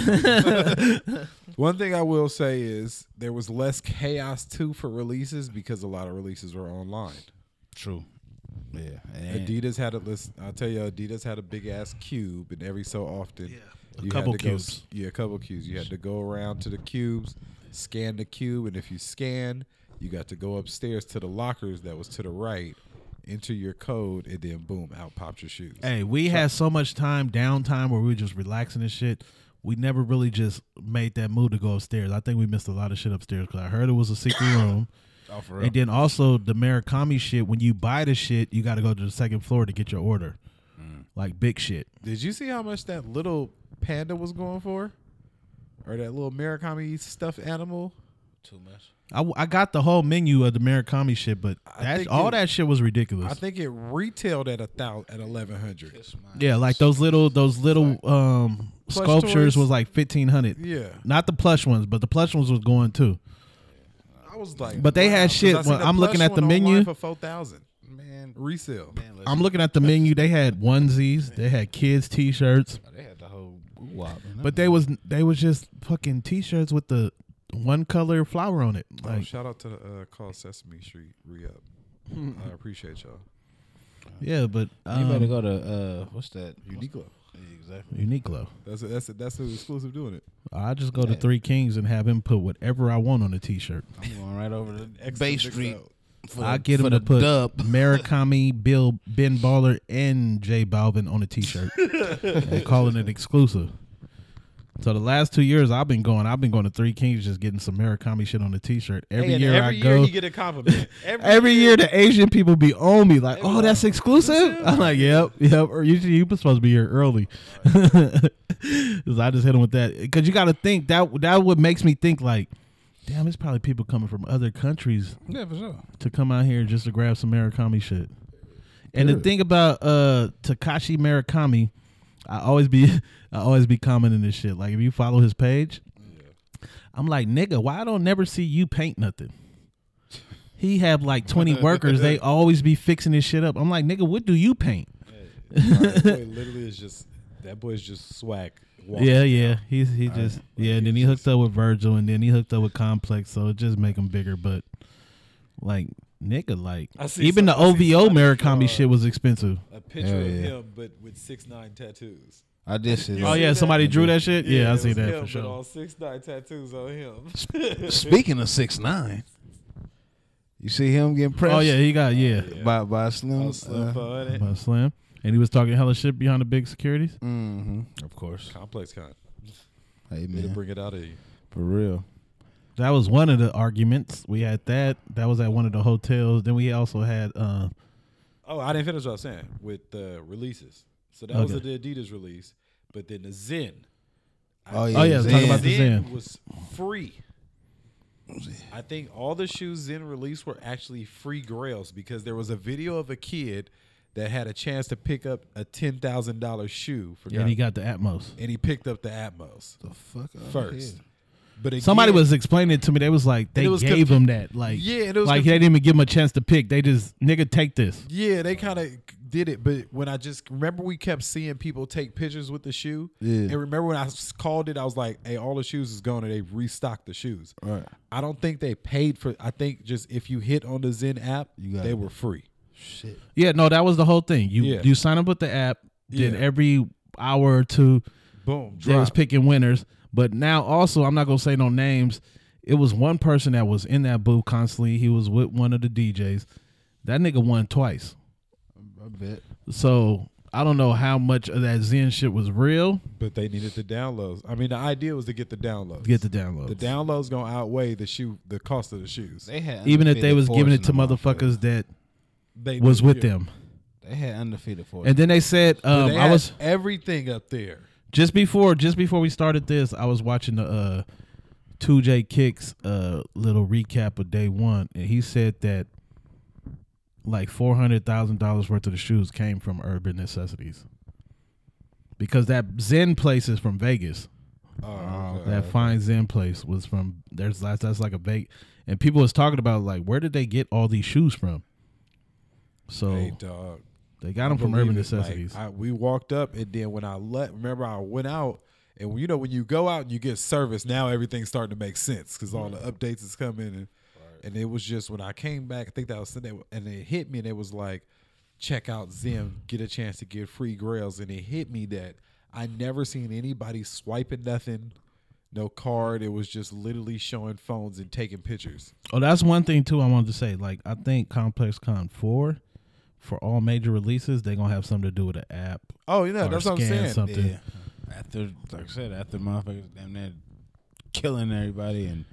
[SPEAKER 6] One thing I will say is there was less chaos too for releases because a lot of releases were online.
[SPEAKER 7] True. Yeah. And
[SPEAKER 6] Adidas had a list. I'll tell you, Adidas had a big ass cube, and every so often, yeah, a
[SPEAKER 5] couple
[SPEAKER 6] Go,
[SPEAKER 5] cubes.
[SPEAKER 6] yeah, a couple cubes. You had to go around to the cubes, scan the cube, and if you scan, you got to go upstairs to the lockers that was to the right, enter your code, and then boom, out popped your shoes.
[SPEAKER 5] Hey, we had so much time downtime where we were just relaxing and shit. We never really just made that move to go upstairs. I think we missed a lot of shit upstairs because I heard it was a secret
[SPEAKER 6] (coughs)
[SPEAKER 5] room.
[SPEAKER 7] oh, for
[SPEAKER 5] And then also the Murakami shit. When you buy the shit, you got to go to the second floor to get your order,
[SPEAKER 6] Mm.
[SPEAKER 5] like big shit.
[SPEAKER 6] Did you see how much that little panda was going for, or that little Murakami stuffed animal?
[SPEAKER 7] Too much.
[SPEAKER 5] I, w- I got the whole menu of the Murakami shit, but that
[SPEAKER 6] think
[SPEAKER 5] all
[SPEAKER 6] it-
[SPEAKER 5] that shit was ridiculous.
[SPEAKER 6] I think it retailed at a thousand at eleven hundred.
[SPEAKER 5] yeah, like those little those little um
[SPEAKER 6] Plush
[SPEAKER 5] sculptures
[SPEAKER 6] toys?
[SPEAKER 5] was like fifteen hundred.
[SPEAKER 6] Yeah.
[SPEAKER 5] not the plush ones, but the plush ones was going too.
[SPEAKER 6] I was like,
[SPEAKER 5] But they had
[SPEAKER 6] 'cause
[SPEAKER 5] shit
[SPEAKER 6] I seen
[SPEAKER 5] when
[SPEAKER 6] the
[SPEAKER 5] I'm looking
[SPEAKER 6] plush
[SPEAKER 5] at the
[SPEAKER 6] one online
[SPEAKER 5] menu.
[SPEAKER 6] for four thousand man resale.
[SPEAKER 5] I'm looking at the menu. They had onesies. They had kids T-shirts,
[SPEAKER 7] They had the whole wop.
[SPEAKER 5] but they was they was just fucking T-shirts with the one color flower on it.
[SPEAKER 6] Oh,
[SPEAKER 5] Like,
[SPEAKER 6] shout out to the uh, call Sesame Street
[SPEAKER 9] (laughs)
[SPEAKER 6] re up. I appreciate y'all.
[SPEAKER 5] yeah, but
[SPEAKER 7] you better
[SPEAKER 5] um,
[SPEAKER 7] go to uh, what's that?
[SPEAKER 6] Uniqlo.
[SPEAKER 7] Exactly.
[SPEAKER 5] Uniqlo.
[SPEAKER 6] That's a, that's a, that's who exclusive doing it.
[SPEAKER 5] I just go to Three Kings and have him put whatever I want on a T-shirt.
[SPEAKER 7] I'm going right over to
[SPEAKER 6] X
[SPEAKER 7] Bay
[SPEAKER 6] to fix
[SPEAKER 7] Street.
[SPEAKER 6] out.
[SPEAKER 7] For,
[SPEAKER 5] I get
[SPEAKER 7] for
[SPEAKER 5] him to
[SPEAKER 7] the
[SPEAKER 5] put
[SPEAKER 7] dub. (laughs)
[SPEAKER 5] Murakami, Bill, Ben Baller, and J Balvin on a
[SPEAKER 7] (laughs)
[SPEAKER 5] T-shirt. and calling it exclusive. So the last two years I've been going, I've been going to Three Kings just getting some Murakami shit on a T-shirt. Every
[SPEAKER 6] And
[SPEAKER 5] year I
[SPEAKER 6] every
[SPEAKER 5] go,
[SPEAKER 6] year you get a compliment. Every,
[SPEAKER 5] Every year the Asian people be on me like, "Oh, that's exclusive." I'm like, "Yep, yep." Or usually you supposed to be here early. (laughs) 'Cause I just hit them with that because you got to think that that what makes me think like, damn, it's probably people coming from other countries
[SPEAKER 7] Yeah, for sure.
[SPEAKER 5] to come out here just to grab some Murakami shit. And the thing about uh Takashi Murakami, I always be (laughs) I always be commenting this shit. Like if you follow his page, I'm like, nigga, why I don't never see you paint nothing? He have
[SPEAKER 9] (laughs)
[SPEAKER 5] like 20 workers. They always be fixing this shit up. I'm like, nigga, what do you paint? (laughs)
[SPEAKER 6] that boy literally is just that boy is just swag. walking.
[SPEAKER 5] Yeah, yeah. He's he just yeah. And then he hooked up with Virgil, and then he hooked up with Complex. So it just make him bigger. But like nigga, like
[SPEAKER 9] I see
[SPEAKER 5] even the
[SPEAKER 9] some- I see
[SPEAKER 5] OVO
[SPEAKER 9] somebody
[SPEAKER 5] Murakami
[SPEAKER 9] draw-
[SPEAKER 5] shit was expensive.
[SPEAKER 9] A picture
[SPEAKER 7] Hell
[SPEAKER 9] of
[SPEAKER 7] yeah.
[SPEAKER 9] him, but with six nine tattoos.
[SPEAKER 7] I did see
[SPEAKER 5] Oh
[SPEAKER 7] (laughs) that.
[SPEAKER 5] yeah, somebody drew that shit. Yeah, I
[SPEAKER 9] it
[SPEAKER 5] see
[SPEAKER 9] was
[SPEAKER 5] that
[SPEAKER 9] him,
[SPEAKER 5] for
[SPEAKER 9] But
[SPEAKER 5] sure.
[SPEAKER 9] all six nine tattoos on him.
[SPEAKER 7] Speaking of six nine, You see him getting pressed?
[SPEAKER 5] Oh yeah, he got yeah,
[SPEAKER 7] by by Slim.
[SPEAKER 6] Oh, Slim
[SPEAKER 7] uh,
[SPEAKER 6] Fun and-
[SPEAKER 5] by Slim, and he was talking hella shit behind the big securities.
[SPEAKER 9] Mm.
[SPEAKER 7] mm-hmm.
[SPEAKER 6] Of course. Complex con.
[SPEAKER 7] hey
[SPEAKER 6] It'll
[SPEAKER 7] man,
[SPEAKER 6] bring it out of you.
[SPEAKER 7] for real.
[SPEAKER 5] That was one of the arguments we had. That that was at one of the hotels. Then we also had uh,
[SPEAKER 6] Oh, I didn't finish what I was saying with the releases. So that was
[SPEAKER 5] Okay.
[SPEAKER 6] the Adidas release, but then the Zen.
[SPEAKER 7] Oh yeah,
[SPEAKER 5] oh yeah, talk
[SPEAKER 7] Zen.
[SPEAKER 5] about the Zen.
[SPEAKER 6] was free. I think all the shoes Zen released were actually free grails because there was a video of a kid that had a chance to pick up a ten thousand dollar shoe for
[SPEAKER 5] and he got the Atmos.
[SPEAKER 6] and he picked up the Atmos
[SPEAKER 7] the fuck out of
[SPEAKER 6] first.
[SPEAKER 7] here.
[SPEAKER 6] But again,
[SPEAKER 5] Somebody was explaining it to me. They was like, they
[SPEAKER 6] it was
[SPEAKER 5] gave
[SPEAKER 6] conf-
[SPEAKER 5] him that. Like,
[SPEAKER 6] Yeah, and it was
[SPEAKER 5] like
[SPEAKER 6] conf-
[SPEAKER 5] they didn't even give him a chance to pick. They just nigga take this.
[SPEAKER 6] Yeah, they kind of did it, but when I just remember we kept seeing people take pictures with the shoe,
[SPEAKER 7] Yeah.
[SPEAKER 6] and remember when I s- called it, I was like, "Hey, all the shoes is gone, and they restocked the shoes."
[SPEAKER 7] Right.
[SPEAKER 6] I don't think they paid for. I think just if you hit on the Zen app,
[SPEAKER 7] got
[SPEAKER 6] they
[SPEAKER 7] it.
[SPEAKER 6] were free.
[SPEAKER 7] Shit.
[SPEAKER 5] Yeah, no, that was the whole thing. You
[SPEAKER 6] Yeah.
[SPEAKER 5] you sign up with the app. Then
[SPEAKER 6] Yeah.
[SPEAKER 5] every hour or two,
[SPEAKER 6] Boom,
[SPEAKER 5] they was
[SPEAKER 6] drop.
[SPEAKER 5] picking winners. But now also, I'm not gonna say no names. It was one person that was in that booth constantly. He was with one of the DJs. That nigga won twice.
[SPEAKER 7] I bet.
[SPEAKER 5] So I don't know how much of that Zen shit was real.
[SPEAKER 6] but they needed the downloads. I mean, the idea was to get the downloads.
[SPEAKER 5] Get the download.
[SPEAKER 6] the downloads gonna outweigh the shoe, the cost of the shoes.
[SPEAKER 7] They had
[SPEAKER 5] Even if they
[SPEAKER 7] undefeated
[SPEAKER 5] was
[SPEAKER 7] fours
[SPEAKER 5] giving
[SPEAKER 7] in
[SPEAKER 5] it to
[SPEAKER 7] the mouth,
[SPEAKER 5] motherfuckers that
[SPEAKER 6] They
[SPEAKER 5] was
[SPEAKER 6] knew-
[SPEAKER 5] with
[SPEAKER 6] yeah.
[SPEAKER 5] them.
[SPEAKER 7] though. They had undefeated fours.
[SPEAKER 5] And then they said, um,
[SPEAKER 6] They
[SPEAKER 5] I
[SPEAKER 6] had
[SPEAKER 5] was
[SPEAKER 6] everything up there.
[SPEAKER 5] just before just before we started this, I was watching the uh, 2J Kicks uh, little recap of day one, and he said that like four hundred thousand dollars worth of the shoes came from Urban Necessities because that Zen place is from Vegas.
[SPEAKER 6] Oh, okay.
[SPEAKER 5] that fine Zen place was from there's that's, that's like a bake and people was talking about like where did they get all these shoes from so
[SPEAKER 6] hey, dog.
[SPEAKER 5] they got them from urban
[SPEAKER 6] believe it. Like,
[SPEAKER 5] necessities
[SPEAKER 6] I, we walked up, and then when I let, remember I went out, and you know when you go out and you get service, now everything's starting to make sense because all the updates is coming, and, and it was just when I came back, I think that was Sunday, and it hit me, and it was like, check out Zim, get a chance to get free grails, and it hit me that I never seen anybody swiping nothing. No card. It was just literally showing phones and taking pictures.
[SPEAKER 5] oh that's one thing too i wanted to say like i think complex con 4 for all major releases they're gonna have something to do with the app
[SPEAKER 6] Oh, yeah,
[SPEAKER 5] or
[SPEAKER 6] that's what I'm
[SPEAKER 5] scan
[SPEAKER 6] saying.
[SPEAKER 5] something
[SPEAKER 7] yeah. After like I said, after motherfuckers damn near killing everybody and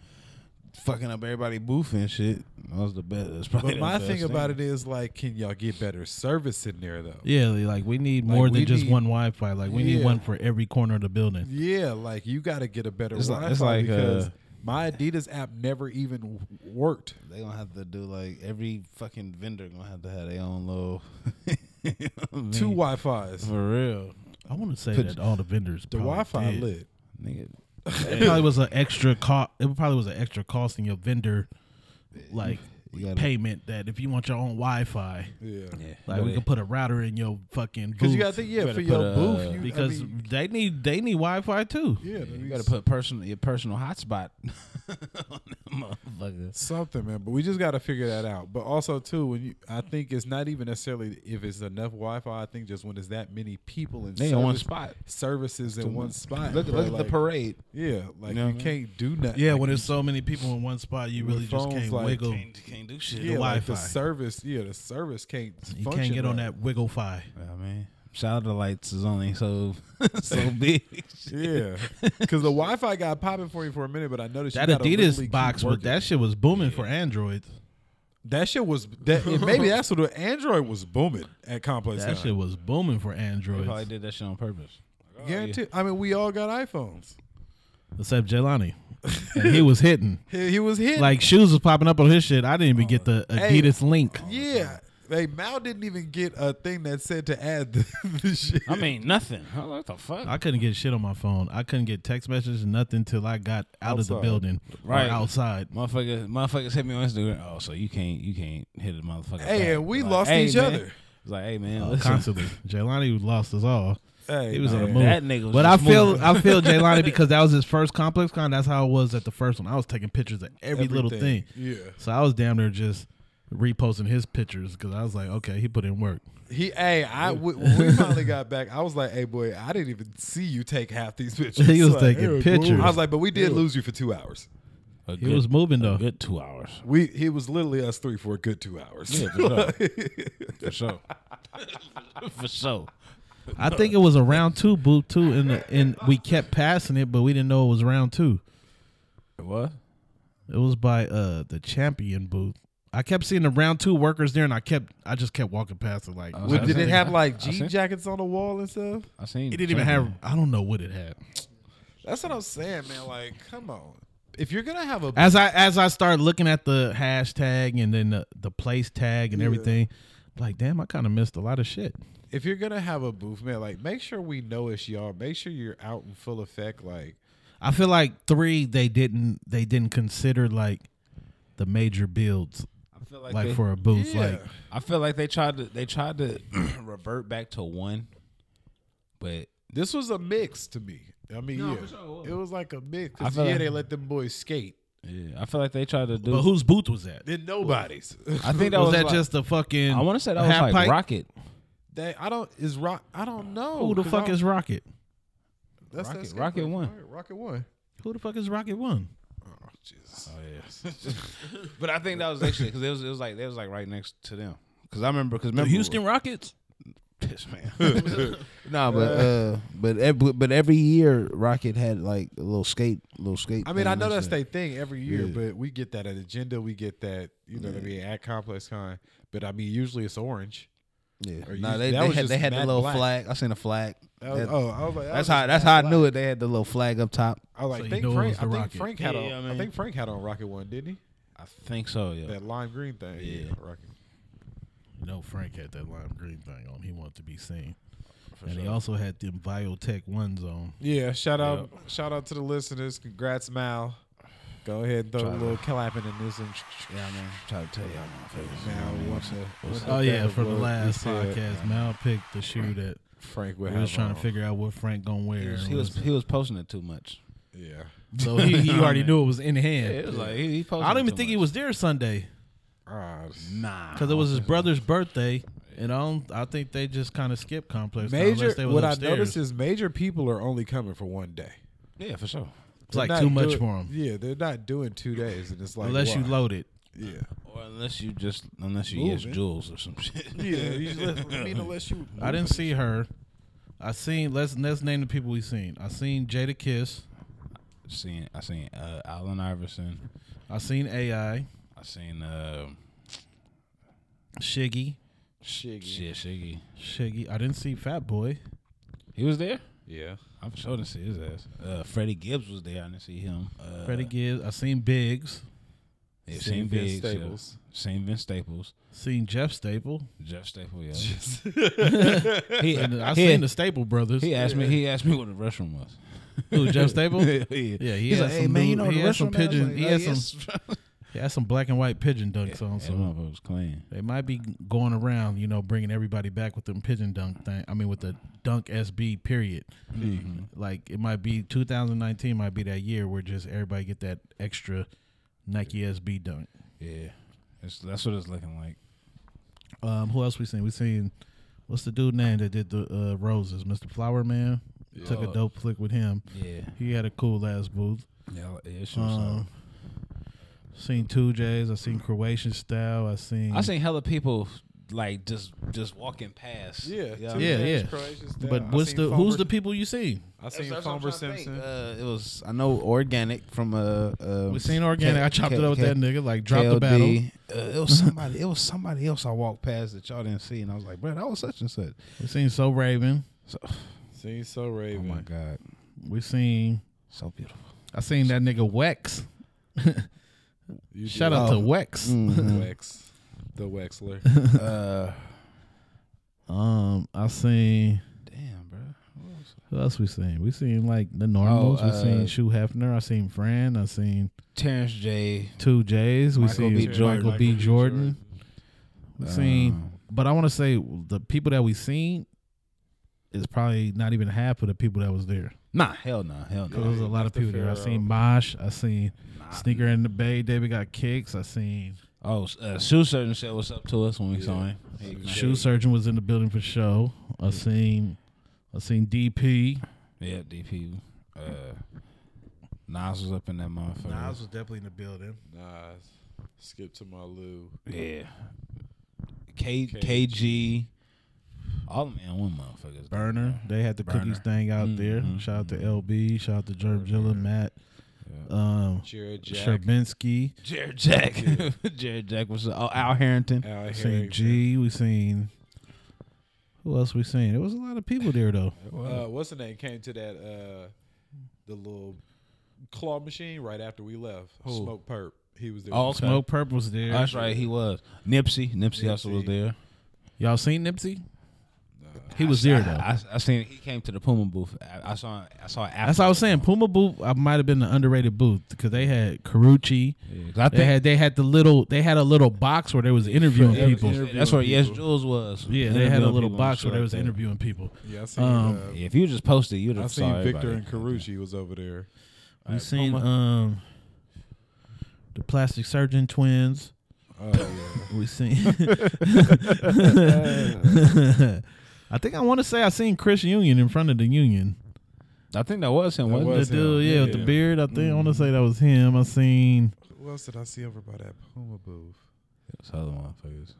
[SPEAKER 7] fucking up everybody booth and shit. That was the best. (laughs) That's probably
[SPEAKER 6] But my thing about
[SPEAKER 7] it.
[SPEAKER 6] it is like, can y'all get better service in there though?
[SPEAKER 5] yeah they- like we need more
[SPEAKER 6] we
[SPEAKER 5] than just
[SPEAKER 6] need-
[SPEAKER 5] one wi-fi like we need
[SPEAKER 6] Yeah.
[SPEAKER 5] one for every corner of the building
[SPEAKER 6] Yeah, like you got to get a better
[SPEAKER 7] It's like-
[SPEAKER 6] Wi-Fi
[SPEAKER 7] it's like,
[SPEAKER 6] because
[SPEAKER 7] uh,
[SPEAKER 6] my Adidas app never even w- worked.
[SPEAKER 7] They gonna have to do like every fucking vendor gonna have to have their own little You know what I (laughs) mean? oh,
[SPEAKER 6] Two Wi-Fis,
[SPEAKER 7] for real,
[SPEAKER 5] i want to say that all the vendors
[SPEAKER 7] oh,
[SPEAKER 6] the Wi-Fi lit.
[SPEAKER 7] nigga.
[SPEAKER 5] it probably was an extra cost. It probably was an extra cost in your vendor, like
[SPEAKER 7] You gotta-
[SPEAKER 5] payment. That if you want your own Wi-Fi,
[SPEAKER 6] Yeah,
[SPEAKER 5] like we can put a router in your fucking
[SPEAKER 6] because
[SPEAKER 5] booth
[SPEAKER 6] you got to think, yeah,
[SPEAKER 7] better
[SPEAKER 6] for
[SPEAKER 7] put
[SPEAKER 6] your
[SPEAKER 7] a-
[SPEAKER 6] booth, you, I
[SPEAKER 5] because
[SPEAKER 6] mean,
[SPEAKER 5] they need they need Wi-Fi too.
[SPEAKER 6] yeah,
[SPEAKER 7] You
[SPEAKER 6] you
[SPEAKER 7] gotta put personal your personal hotspot (laughs) on that motherfucker.
[SPEAKER 6] something, man. But we just got to figure that out. But also too, when you, I think it's not even necessarily if it's enough Wi-Fi. I think just when it's that many people in
[SPEAKER 7] They in one
[SPEAKER 6] service-
[SPEAKER 7] spot.
[SPEAKER 6] services in one spot.
[SPEAKER 7] Look,
[SPEAKER 6] bro,
[SPEAKER 7] look at the
[SPEAKER 6] like,
[SPEAKER 7] parade.
[SPEAKER 6] Yeah, like
[SPEAKER 7] know
[SPEAKER 6] you
[SPEAKER 7] what I
[SPEAKER 6] can't do nothing.
[SPEAKER 5] Yeah,
[SPEAKER 6] Like,
[SPEAKER 5] when there's so many people in one spot, you
[SPEAKER 6] With
[SPEAKER 5] really just
[SPEAKER 6] phones,
[SPEAKER 5] can't
[SPEAKER 6] like,
[SPEAKER 5] wiggle.
[SPEAKER 7] Can't, can't do shit.
[SPEAKER 6] yeah, like the
[SPEAKER 5] Wi-Fi.
[SPEAKER 6] service, yeah, the service can't.
[SPEAKER 5] You
[SPEAKER 6] function
[SPEAKER 5] can't get on
[SPEAKER 6] right.
[SPEAKER 5] that wiggle fi.
[SPEAKER 7] I mean, shout out to lights is only so (laughs) so (laughs) big.
[SPEAKER 5] (laughs)
[SPEAKER 6] Yeah, because the Wi-Fi got popping for you for a minute, but I noticed
[SPEAKER 5] That
[SPEAKER 6] you gotta literally
[SPEAKER 5] Adidas
[SPEAKER 6] keep
[SPEAKER 5] box, with
[SPEAKER 6] working.
[SPEAKER 5] that shit was booming for Androids.
[SPEAKER 6] that shit was that and maybe that's
[SPEAKER 5] (laughs)
[SPEAKER 6] what the Android was booming at Complex.
[SPEAKER 5] That shit was booming for
[SPEAKER 7] Probably
[SPEAKER 5] Androids.
[SPEAKER 7] did that shit on purpose.
[SPEAKER 6] guaranteed. I mean, we all got iPhones.
[SPEAKER 5] Except
[SPEAKER 6] (laughs)
[SPEAKER 5] Jelani, and he was hitting.
[SPEAKER 6] He, he was hitting (laughs)
[SPEAKER 5] Like shoes was popping up on his shit. I didn't even get the
[SPEAKER 6] Hey.
[SPEAKER 5] Adidas link.
[SPEAKER 6] yeah. Hey, Mal didn't even get a thing that said to add the, (laughs) the shit.
[SPEAKER 7] I mean, nothing. I was like, What the fuck?
[SPEAKER 5] I couldn't get shit on my phone. I couldn't get text messages, nothing till I got out of the
[SPEAKER 6] Outside.
[SPEAKER 5] building
[SPEAKER 7] Right.
[SPEAKER 5] or outside.
[SPEAKER 7] Motherfuckers, motherfuckers hit me on Instagram. Oh, so you can't, you can't hit a motherfucker.
[SPEAKER 6] Hey,
[SPEAKER 7] back.
[SPEAKER 6] and we
[SPEAKER 7] Like,
[SPEAKER 6] lost
[SPEAKER 7] hey,
[SPEAKER 6] each
[SPEAKER 7] man.
[SPEAKER 6] other.
[SPEAKER 7] It's like, hey man,
[SPEAKER 5] Uh,
[SPEAKER 7] listen.
[SPEAKER 5] Constantly, Jelani lost us all.
[SPEAKER 6] Hey,
[SPEAKER 5] He was in a
[SPEAKER 6] man.
[SPEAKER 5] mood.
[SPEAKER 7] that nigga was
[SPEAKER 5] but I
[SPEAKER 7] just
[SPEAKER 5] feel,
[SPEAKER 7] moving.
[SPEAKER 5] I feel
[SPEAKER 7] (laughs)
[SPEAKER 5] Jelani because that was his first complex con. That's how it was at the first one. I was taking pictures of every little thing.
[SPEAKER 6] Everything. Yeah.
[SPEAKER 5] So I was down there just reposting his pictures because I was like, okay, he put in work.
[SPEAKER 6] He, hey, I when
[SPEAKER 5] (laughs)
[SPEAKER 6] we finally got back. I was like, hey, boy, I didn't even see you take half these
[SPEAKER 5] (laughs)
[SPEAKER 6] pictures.
[SPEAKER 5] He was
[SPEAKER 6] Like,
[SPEAKER 5] taking
[SPEAKER 6] hey, boy.
[SPEAKER 5] pictures.
[SPEAKER 6] I was like, but we did lose you for two hours.
[SPEAKER 8] A
[SPEAKER 5] He was moving
[SPEAKER 8] a
[SPEAKER 5] though.
[SPEAKER 8] good two hours.
[SPEAKER 6] We he was literally us three for a good two hours.
[SPEAKER 8] Yeah, for sure.
[SPEAKER 6] (laughs)
[SPEAKER 8] for sure. for sure.
[SPEAKER 5] I think it was a round two boot too, and the, and we kept passing it, but we didn't know it was round two.
[SPEAKER 8] What?
[SPEAKER 5] It was by uh the champion booth. I kept seeing the round two workers there, and I kept I just kept walking past it like
[SPEAKER 8] Well,
[SPEAKER 6] Did it have like
[SPEAKER 8] I
[SPEAKER 6] jean
[SPEAKER 8] seen-
[SPEAKER 6] jackets on the wall and stuff?
[SPEAKER 8] I seen.
[SPEAKER 5] it didn't even have. I don't know what it had.
[SPEAKER 6] That's what I'm saying, man. Like, come on. If you're gonna have a
[SPEAKER 5] As I as I started looking at the hashtag and then the, the place tag and everything, like damn, I kind of missed a lot of shit.
[SPEAKER 6] if you're gonna have a booth, man, like make sure we know it's y'all. Make sure you're out in full effect. Like,
[SPEAKER 5] I feel like three they didn't they didn't consider like the major builds
[SPEAKER 8] I feel
[SPEAKER 5] like,
[SPEAKER 8] like, they,
[SPEAKER 5] for a booth like
[SPEAKER 8] I feel like they tried to they tried to revert back to one, but
[SPEAKER 6] this was a mix to me. I mean, yeah, it was like a mix. 'Cause,
[SPEAKER 8] I feel
[SPEAKER 6] yeah,
[SPEAKER 8] like-
[SPEAKER 6] they let them boys skate.
[SPEAKER 8] yeah, I feel like they tried to do.
[SPEAKER 5] but whose booth was that?
[SPEAKER 6] Then nobody's. (laughs)
[SPEAKER 8] I think that
[SPEAKER 5] was,
[SPEAKER 8] was,
[SPEAKER 5] that
[SPEAKER 8] like-
[SPEAKER 5] just the fucking
[SPEAKER 8] I want to say that was
[SPEAKER 5] half
[SPEAKER 8] like
[SPEAKER 5] pipe?
[SPEAKER 8] Rocket.
[SPEAKER 6] they, I don't is rock. I don't know.
[SPEAKER 5] Who the
[SPEAKER 6] 'cause
[SPEAKER 5] fuck
[SPEAKER 6] I-
[SPEAKER 5] is Rocket?
[SPEAKER 6] that's that
[SPEAKER 8] Rocket-
[SPEAKER 6] skate
[SPEAKER 8] Rocket
[SPEAKER 6] place.
[SPEAKER 8] one.
[SPEAKER 6] All right, Rocket one.
[SPEAKER 5] Who the fuck is Rocket One?
[SPEAKER 8] Oh yeah,
[SPEAKER 7] But I think that was actually because it was it was like it was like right next to them. Because I remember because
[SPEAKER 8] the
[SPEAKER 7] remember
[SPEAKER 8] Houston Rockets.
[SPEAKER 7] (laughs) piss (laughs) man. no, but uh, but every, but every year Rocket had like a little skate, little skate.
[SPEAKER 6] I mean, I know that's
[SPEAKER 7] the
[SPEAKER 6] their thing every year, but we get that at Agenda. We get that, you know what I mean, at Complex Con. But I mean, usually it's orange.
[SPEAKER 7] yeah.
[SPEAKER 6] or
[SPEAKER 7] No,
[SPEAKER 6] you-
[SPEAKER 7] they,
[SPEAKER 6] that
[SPEAKER 7] they
[SPEAKER 6] was
[SPEAKER 7] had
[SPEAKER 6] just
[SPEAKER 7] they had the
[SPEAKER 6] matte
[SPEAKER 7] little
[SPEAKER 6] black.
[SPEAKER 7] flag. I seen a flag.
[SPEAKER 6] That was-
[SPEAKER 7] That-
[SPEAKER 6] oh, I
[SPEAKER 7] that's
[SPEAKER 6] was like, that was
[SPEAKER 7] how
[SPEAKER 6] just
[SPEAKER 7] that's
[SPEAKER 6] matte
[SPEAKER 7] how I
[SPEAKER 6] black.
[SPEAKER 7] knew it. They had the little flag up top.
[SPEAKER 6] I was like,
[SPEAKER 5] So you
[SPEAKER 6] think
[SPEAKER 5] know it was
[SPEAKER 6] Frank,
[SPEAKER 5] the
[SPEAKER 6] I think
[SPEAKER 5] Rocket.
[SPEAKER 6] Frank had
[SPEAKER 8] Yeah,
[SPEAKER 6] on,
[SPEAKER 8] I
[SPEAKER 6] I,
[SPEAKER 8] mean-
[SPEAKER 6] think Frank had on Rocket one, didn't
[SPEAKER 8] I think so.
[SPEAKER 6] he?
[SPEAKER 8] Yeah,
[SPEAKER 6] That lime green thing. Yeah,
[SPEAKER 8] Yeah.
[SPEAKER 6] Rocket.
[SPEAKER 5] No, Frank had that lime green thing on. He wanted to be seen. and he also had them Biotech ones on.
[SPEAKER 6] Yeah, shout out, shout out to the listeners. Congrats, Mal. Go ahead and throw a little clapping in this. And
[SPEAKER 7] Yeah, man. Try to tell y'all.
[SPEAKER 6] now what's the- what's
[SPEAKER 5] Oh, yeah,
[SPEAKER 6] better
[SPEAKER 5] for the
[SPEAKER 6] word? We
[SPEAKER 5] last
[SPEAKER 6] said
[SPEAKER 5] podcast, Mal picked the shoe that
[SPEAKER 6] Frank would
[SPEAKER 5] we
[SPEAKER 6] have
[SPEAKER 5] was trying to
[SPEAKER 6] on.
[SPEAKER 5] figure out what Frank gonna wear.
[SPEAKER 8] he was,
[SPEAKER 5] and
[SPEAKER 8] he was
[SPEAKER 5] what's-
[SPEAKER 8] he was posting it too much.
[SPEAKER 6] Yeah,
[SPEAKER 5] so he, he already knew it was in hand.
[SPEAKER 8] It was like he, he posted.
[SPEAKER 5] I don't
[SPEAKER 8] it
[SPEAKER 5] even
[SPEAKER 8] too
[SPEAKER 5] think he
[SPEAKER 8] much.
[SPEAKER 5] was there Sunday
[SPEAKER 6] Ah,
[SPEAKER 8] Nah,
[SPEAKER 5] because it was his brother's birthday, and I don't. I think they just kind of skipped complex. Con
[SPEAKER 6] Major.
[SPEAKER 5] unless they was
[SPEAKER 6] What
[SPEAKER 5] upstairs.
[SPEAKER 6] I noticed is major people are only coming for one day.
[SPEAKER 8] yeah for sure.
[SPEAKER 5] it's like
[SPEAKER 6] Not
[SPEAKER 5] too much
[SPEAKER 6] doing-
[SPEAKER 5] for him.
[SPEAKER 6] Yeah, they're not doing two days, and it's like
[SPEAKER 5] unless you
[SPEAKER 6] why?
[SPEAKER 5] load it.
[SPEAKER 6] Yeah,
[SPEAKER 8] Or unless you just unless you
[SPEAKER 6] Move
[SPEAKER 8] use
[SPEAKER 6] it.
[SPEAKER 8] jewels or some (laughs) shit.
[SPEAKER 6] yeah. You just, I mean, unless you.
[SPEAKER 5] I didn't see her. I seen. Let's let's name the people we seen. I seen Jada Kiss.
[SPEAKER 8] seen I seen uh, Allen Iverson.
[SPEAKER 5] I seen AI
[SPEAKER 8] I seen uh,
[SPEAKER 5] Shiggy.
[SPEAKER 8] shit Shiggy.
[SPEAKER 5] Shiggy. I didn't see Fat Boy.
[SPEAKER 8] He was there.
[SPEAKER 6] Yeah.
[SPEAKER 8] I'm for sure didn't see his ass. Uh, Freddie Gibbs was there. I didn't see him. Uh,
[SPEAKER 5] Freddie Gibbs. I seen Biggs.
[SPEAKER 8] yeah,
[SPEAKER 6] seen
[SPEAKER 8] seen
[SPEAKER 6] Vince
[SPEAKER 8] Biggs.
[SPEAKER 6] Staples.
[SPEAKER 8] Staples. Seen Vince Staples.
[SPEAKER 5] Seen Jeff Staple.
[SPEAKER 8] Jeff Staples. Yeah.
[SPEAKER 5] He, and I
[SPEAKER 8] he-
[SPEAKER 5] seen the Staple Brothers.
[SPEAKER 8] He asked me. He asked me what the restroom was.
[SPEAKER 5] Who, Jeff Staple?
[SPEAKER 7] (laughs)
[SPEAKER 8] yeah,
[SPEAKER 5] Yeah, he
[SPEAKER 8] He's
[SPEAKER 5] had
[SPEAKER 8] like,
[SPEAKER 5] some
[SPEAKER 8] "Hey man, you
[SPEAKER 5] dude-
[SPEAKER 8] know
[SPEAKER 5] he
[SPEAKER 8] the
[SPEAKER 5] had some
[SPEAKER 8] restroom." I was
[SPEAKER 5] pigeon-
[SPEAKER 8] like,
[SPEAKER 5] he
[SPEAKER 8] "Oh,
[SPEAKER 5] had
[SPEAKER 8] yes."
[SPEAKER 5] (laughs)
[SPEAKER 8] (laughs)
[SPEAKER 5] He had some black and white pigeon dunks on.
[SPEAKER 8] That
[SPEAKER 5] So
[SPEAKER 8] motherfucker was clean.
[SPEAKER 5] they might be going around, you know, bringing everybody back with them pigeon dunk thing. I mean, with the dunk SB period.
[SPEAKER 8] Mm-hmm.
[SPEAKER 5] Like it might be 2019 might be that year where just everybody get that extra Nike SB dunk.
[SPEAKER 8] Yeah, it's, that's what it's looking like.
[SPEAKER 5] Um, who else we seen? We seen what's the dude name that did the uh, roses? Mr. Flower Man took a dope flick with him.
[SPEAKER 8] Yeah,
[SPEAKER 5] He had a cool ass booth.
[SPEAKER 8] yeah, yeah. She was
[SPEAKER 5] Um, seen two J's. I seen Croatian style. I seen.
[SPEAKER 8] I seen hella people like just just walking past.
[SPEAKER 6] (laughs) Yeah.
[SPEAKER 8] yeah.
[SPEAKER 6] two
[SPEAKER 5] Yeah,
[SPEAKER 6] days,
[SPEAKER 5] yeah.
[SPEAKER 6] Croatia's down.
[SPEAKER 5] But
[SPEAKER 6] I
[SPEAKER 5] what's
[SPEAKER 6] seen
[SPEAKER 5] the who's
[SPEAKER 6] Fulmer-
[SPEAKER 5] the Uh-huh. people you see?
[SPEAKER 6] I seen
[SPEAKER 7] That's what I'm
[SPEAKER 6] Fulmer
[SPEAKER 7] trying to think.
[SPEAKER 6] Simpson.
[SPEAKER 7] Uh, it was I know organic from uh, uh
[SPEAKER 5] We seen organic. I chopped it up with that nigga. Like dropped the battle.
[SPEAKER 7] KLD. Uh, it was somebody. it was somebody else I walked past that y'all didn't see, and I was like, bro, that was such and such.
[SPEAKER 5] We seen So Raven.
[SPEAKER 6] seen so Raven.
[SPEAKER 7] Oh my god,
[SPEAKER 5] We seen.
[SPEAKER 7] so beautiful.
[SPEAKER 5] I seen that nigga Wex. (laughs)
[SPEAKER 6] You
[SPEAKER 5] Shout
[SPEAKER 6] did. Oh. Mm-hmm.
[SPEAKER 5] out to Wex.
[SPEAKER 6] Wex, the Wexler.
[SPEAKER 5] (laughs) Um, I seen.
[SPEAKER 7] Damn, bro.
[SPEAKER 5] Who else we seen? We seen like the normals.
[SPEAKER 7] Oh,
[SPEAKER 5] we seen
[SPEAKER 7] uh,
[SPEAKER 5] Shu Hefner. I seen Fran. I seen
[SPEAKER 7] Terrence J.
[SPEAKER 5] Two J's. We
[SPEAKER 7] Michael
[SPEAKER 5] seen
[SPEAKER 7] B. Jordan.
[SPEAKER 5] Michael B. Jordan. Um, We seen, but I want to say the people that we seen is probably not even half of the people that was there.
[SPEAKER 7] Nah, hell nah, hell
[SPEAKER 5] Cause there
[SPEAKER 7] nah.
[SPEAKER 5] was a lot of people there. I seen Mosh. I seen Sneaker in the Bay. David got kicks. I seen
[SPEAKER 8] Oh, uh, Shoe Surgeon said what's up to us when we saw him. He-
[SPEAKER 5] Shoe Surgeon was in the building for show. I seen I seen DP.
[SPEAKER 8] Yeah, DP. Uh, Nas was up in that motherfucker.
[SPEAKER 5] Nas was definitely in the building.
[SPEAKER 6] Nas. Skip to my Lou.
[SPEAKER 8] Yeah. K KG. All of them in one motherfuckers.
[SPEAKER 5] Burner. Mm-hmm. They had the cookies
[SPEAKER 8] Burner.
[SPEAKER 5] thing out there. Shout out to LB. Shout out to Jerb Jilla, Matt, um,
[SPEAKER 6] Jared Jack.
[SPEAKER 8] (laughs)
[SPEAKER 5] Sherbinsky,
[SPEAKER 8] Jared Jack. (laughs) Jared Jack was oh, Al Harrington.
[SPEAKER 6] Al
[SPEAKER 5] seen
[SPEAKER 6] Harrington.
[SPEAKER 5] G. We seen who else? We seen. There was a lot of people there though.
[SPEAKER 6] Uh, what's the name? Came to that uh, the little claw machine right after we left. Smoke Perp. He was
[SPEAKER 5] Oh,
[SPEAKER 6] there.
[SPEAKER 8] All
[SPEAKER 5] Smoke Purple was there.
[SPEAKER 8] Oh, that's right. He was Nipsey. Nipsey also was
[SPEAKER 6] Nipsey.
[SPEAKER 8] there.
[SPEAKER 4] Y'all seen Nipsey?
[SPEAKER 5] He was there though.
[SPEAKER 8] I, I seen he came (laughs) to the Puma booth. I, I saw. I saw. It after.
[SPEAKER 5] That's what I was saying. Puma booth, I might have been the underrated booth because they had Carucci.
[SPEAKER 8] 'Cause I
[SPEAKER 5] They
[SPEAKER 8] think-
[SPEAKER 5] had they had the little they had a little box where they was interviewing
[SPEAKER 6] Yeah,
[SPEAKER 5] people.
[SPEAKER 6] interviewing
[SPEAKER 8] that's where Yes
[SPEAKER 6] people.
[SPEAKER 8] Jules was.
[SPEAKER 5] Yeah, they had a
[SPEAKER 8] Interviewing
[SPEAKER 5] little
[SPEAKER 8] people and
[SPEAKER 5] box
[SPEAKER 8] shit
[SPEAKER 5] where they
[SPEAKER 8] like
[SPEAKER 5] was
[SPEAKER 8] that.
[SPEAKER 5] interviewing people.
[SPEAKER 6] Yeah, I seen,
[SPEAKER 5] Um,
[SPEAKER 6] uh,
[SPEAKER 8] If you just posted, you'd
[SPEAKER 6] I
[SPEAKER 8] have
[SPEAKER 6] seen
[SPEAKER 8] saw
[SPEAKER 6] Victor
[SPEAKER 8] everybody.
[SPEAKER 6] and Carucci was over there.
[SPEAKER 5] We seen um the plastic surgeon twins.
[SPEAKER 6] Oh yeah.
[SPEAKER 5] (laughs) We
[SPEAKER 6] (laughs)
[SPEAKER 5] seen. I think I want to say I seen Chris Union in front of the Union.
[SPEAKER 8] I think that was him. Wasn't
[SPEAKER 6] That
[SPEAKER 8] it?
[SPEAKER 6] was
[SPEAKER 5] the dude,
[SPEAKER 6] him.
[SPEAKER 5] yeah, with the
[SPEAKER 6] Yeah. Mm-hmm.
[SPEAKER 5] beard. I think I want to say that was him. I seen.
[SPEAKER 6] Who else did I see over by that Puma booth?
[SPEAKER 8] It's other motherfuckers.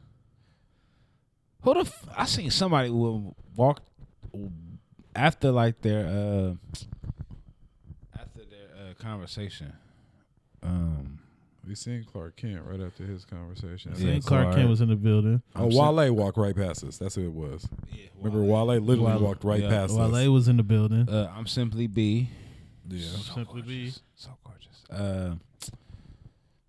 [SPEAKER 8] Who the f- I seen somebody who walked after like their uh after their uh, conversation. Um,
[SPEAKER 6] We seen Clark Kent right after his conversation.
[SPEAKER 8] Yeah,
[SPEAKER 5] seen Clark Kent
[SPEAKER 8] Clark.
[SPEAKER 5] was in the building.
[SPEAKER 6] Oh, Wale walked right past us. That's who it was.
[SPEAKER 8] yeah,
[SPEAKER 6] Remember, Wale literally
[SPEAKER 8] Wale.
[SPEAKER 6] walked right
[SPEAKER 8] Yeah,
[SPEAKER 6] past us.
[SPEAKER 5] Wale was in the building.
[SPEAKER 8] uh, I'm simply B.
[SPEAKER 6] Yeah.
[SPEAKER 5] Simply B.
[SPEAKER 8] So gorgeous. Uh,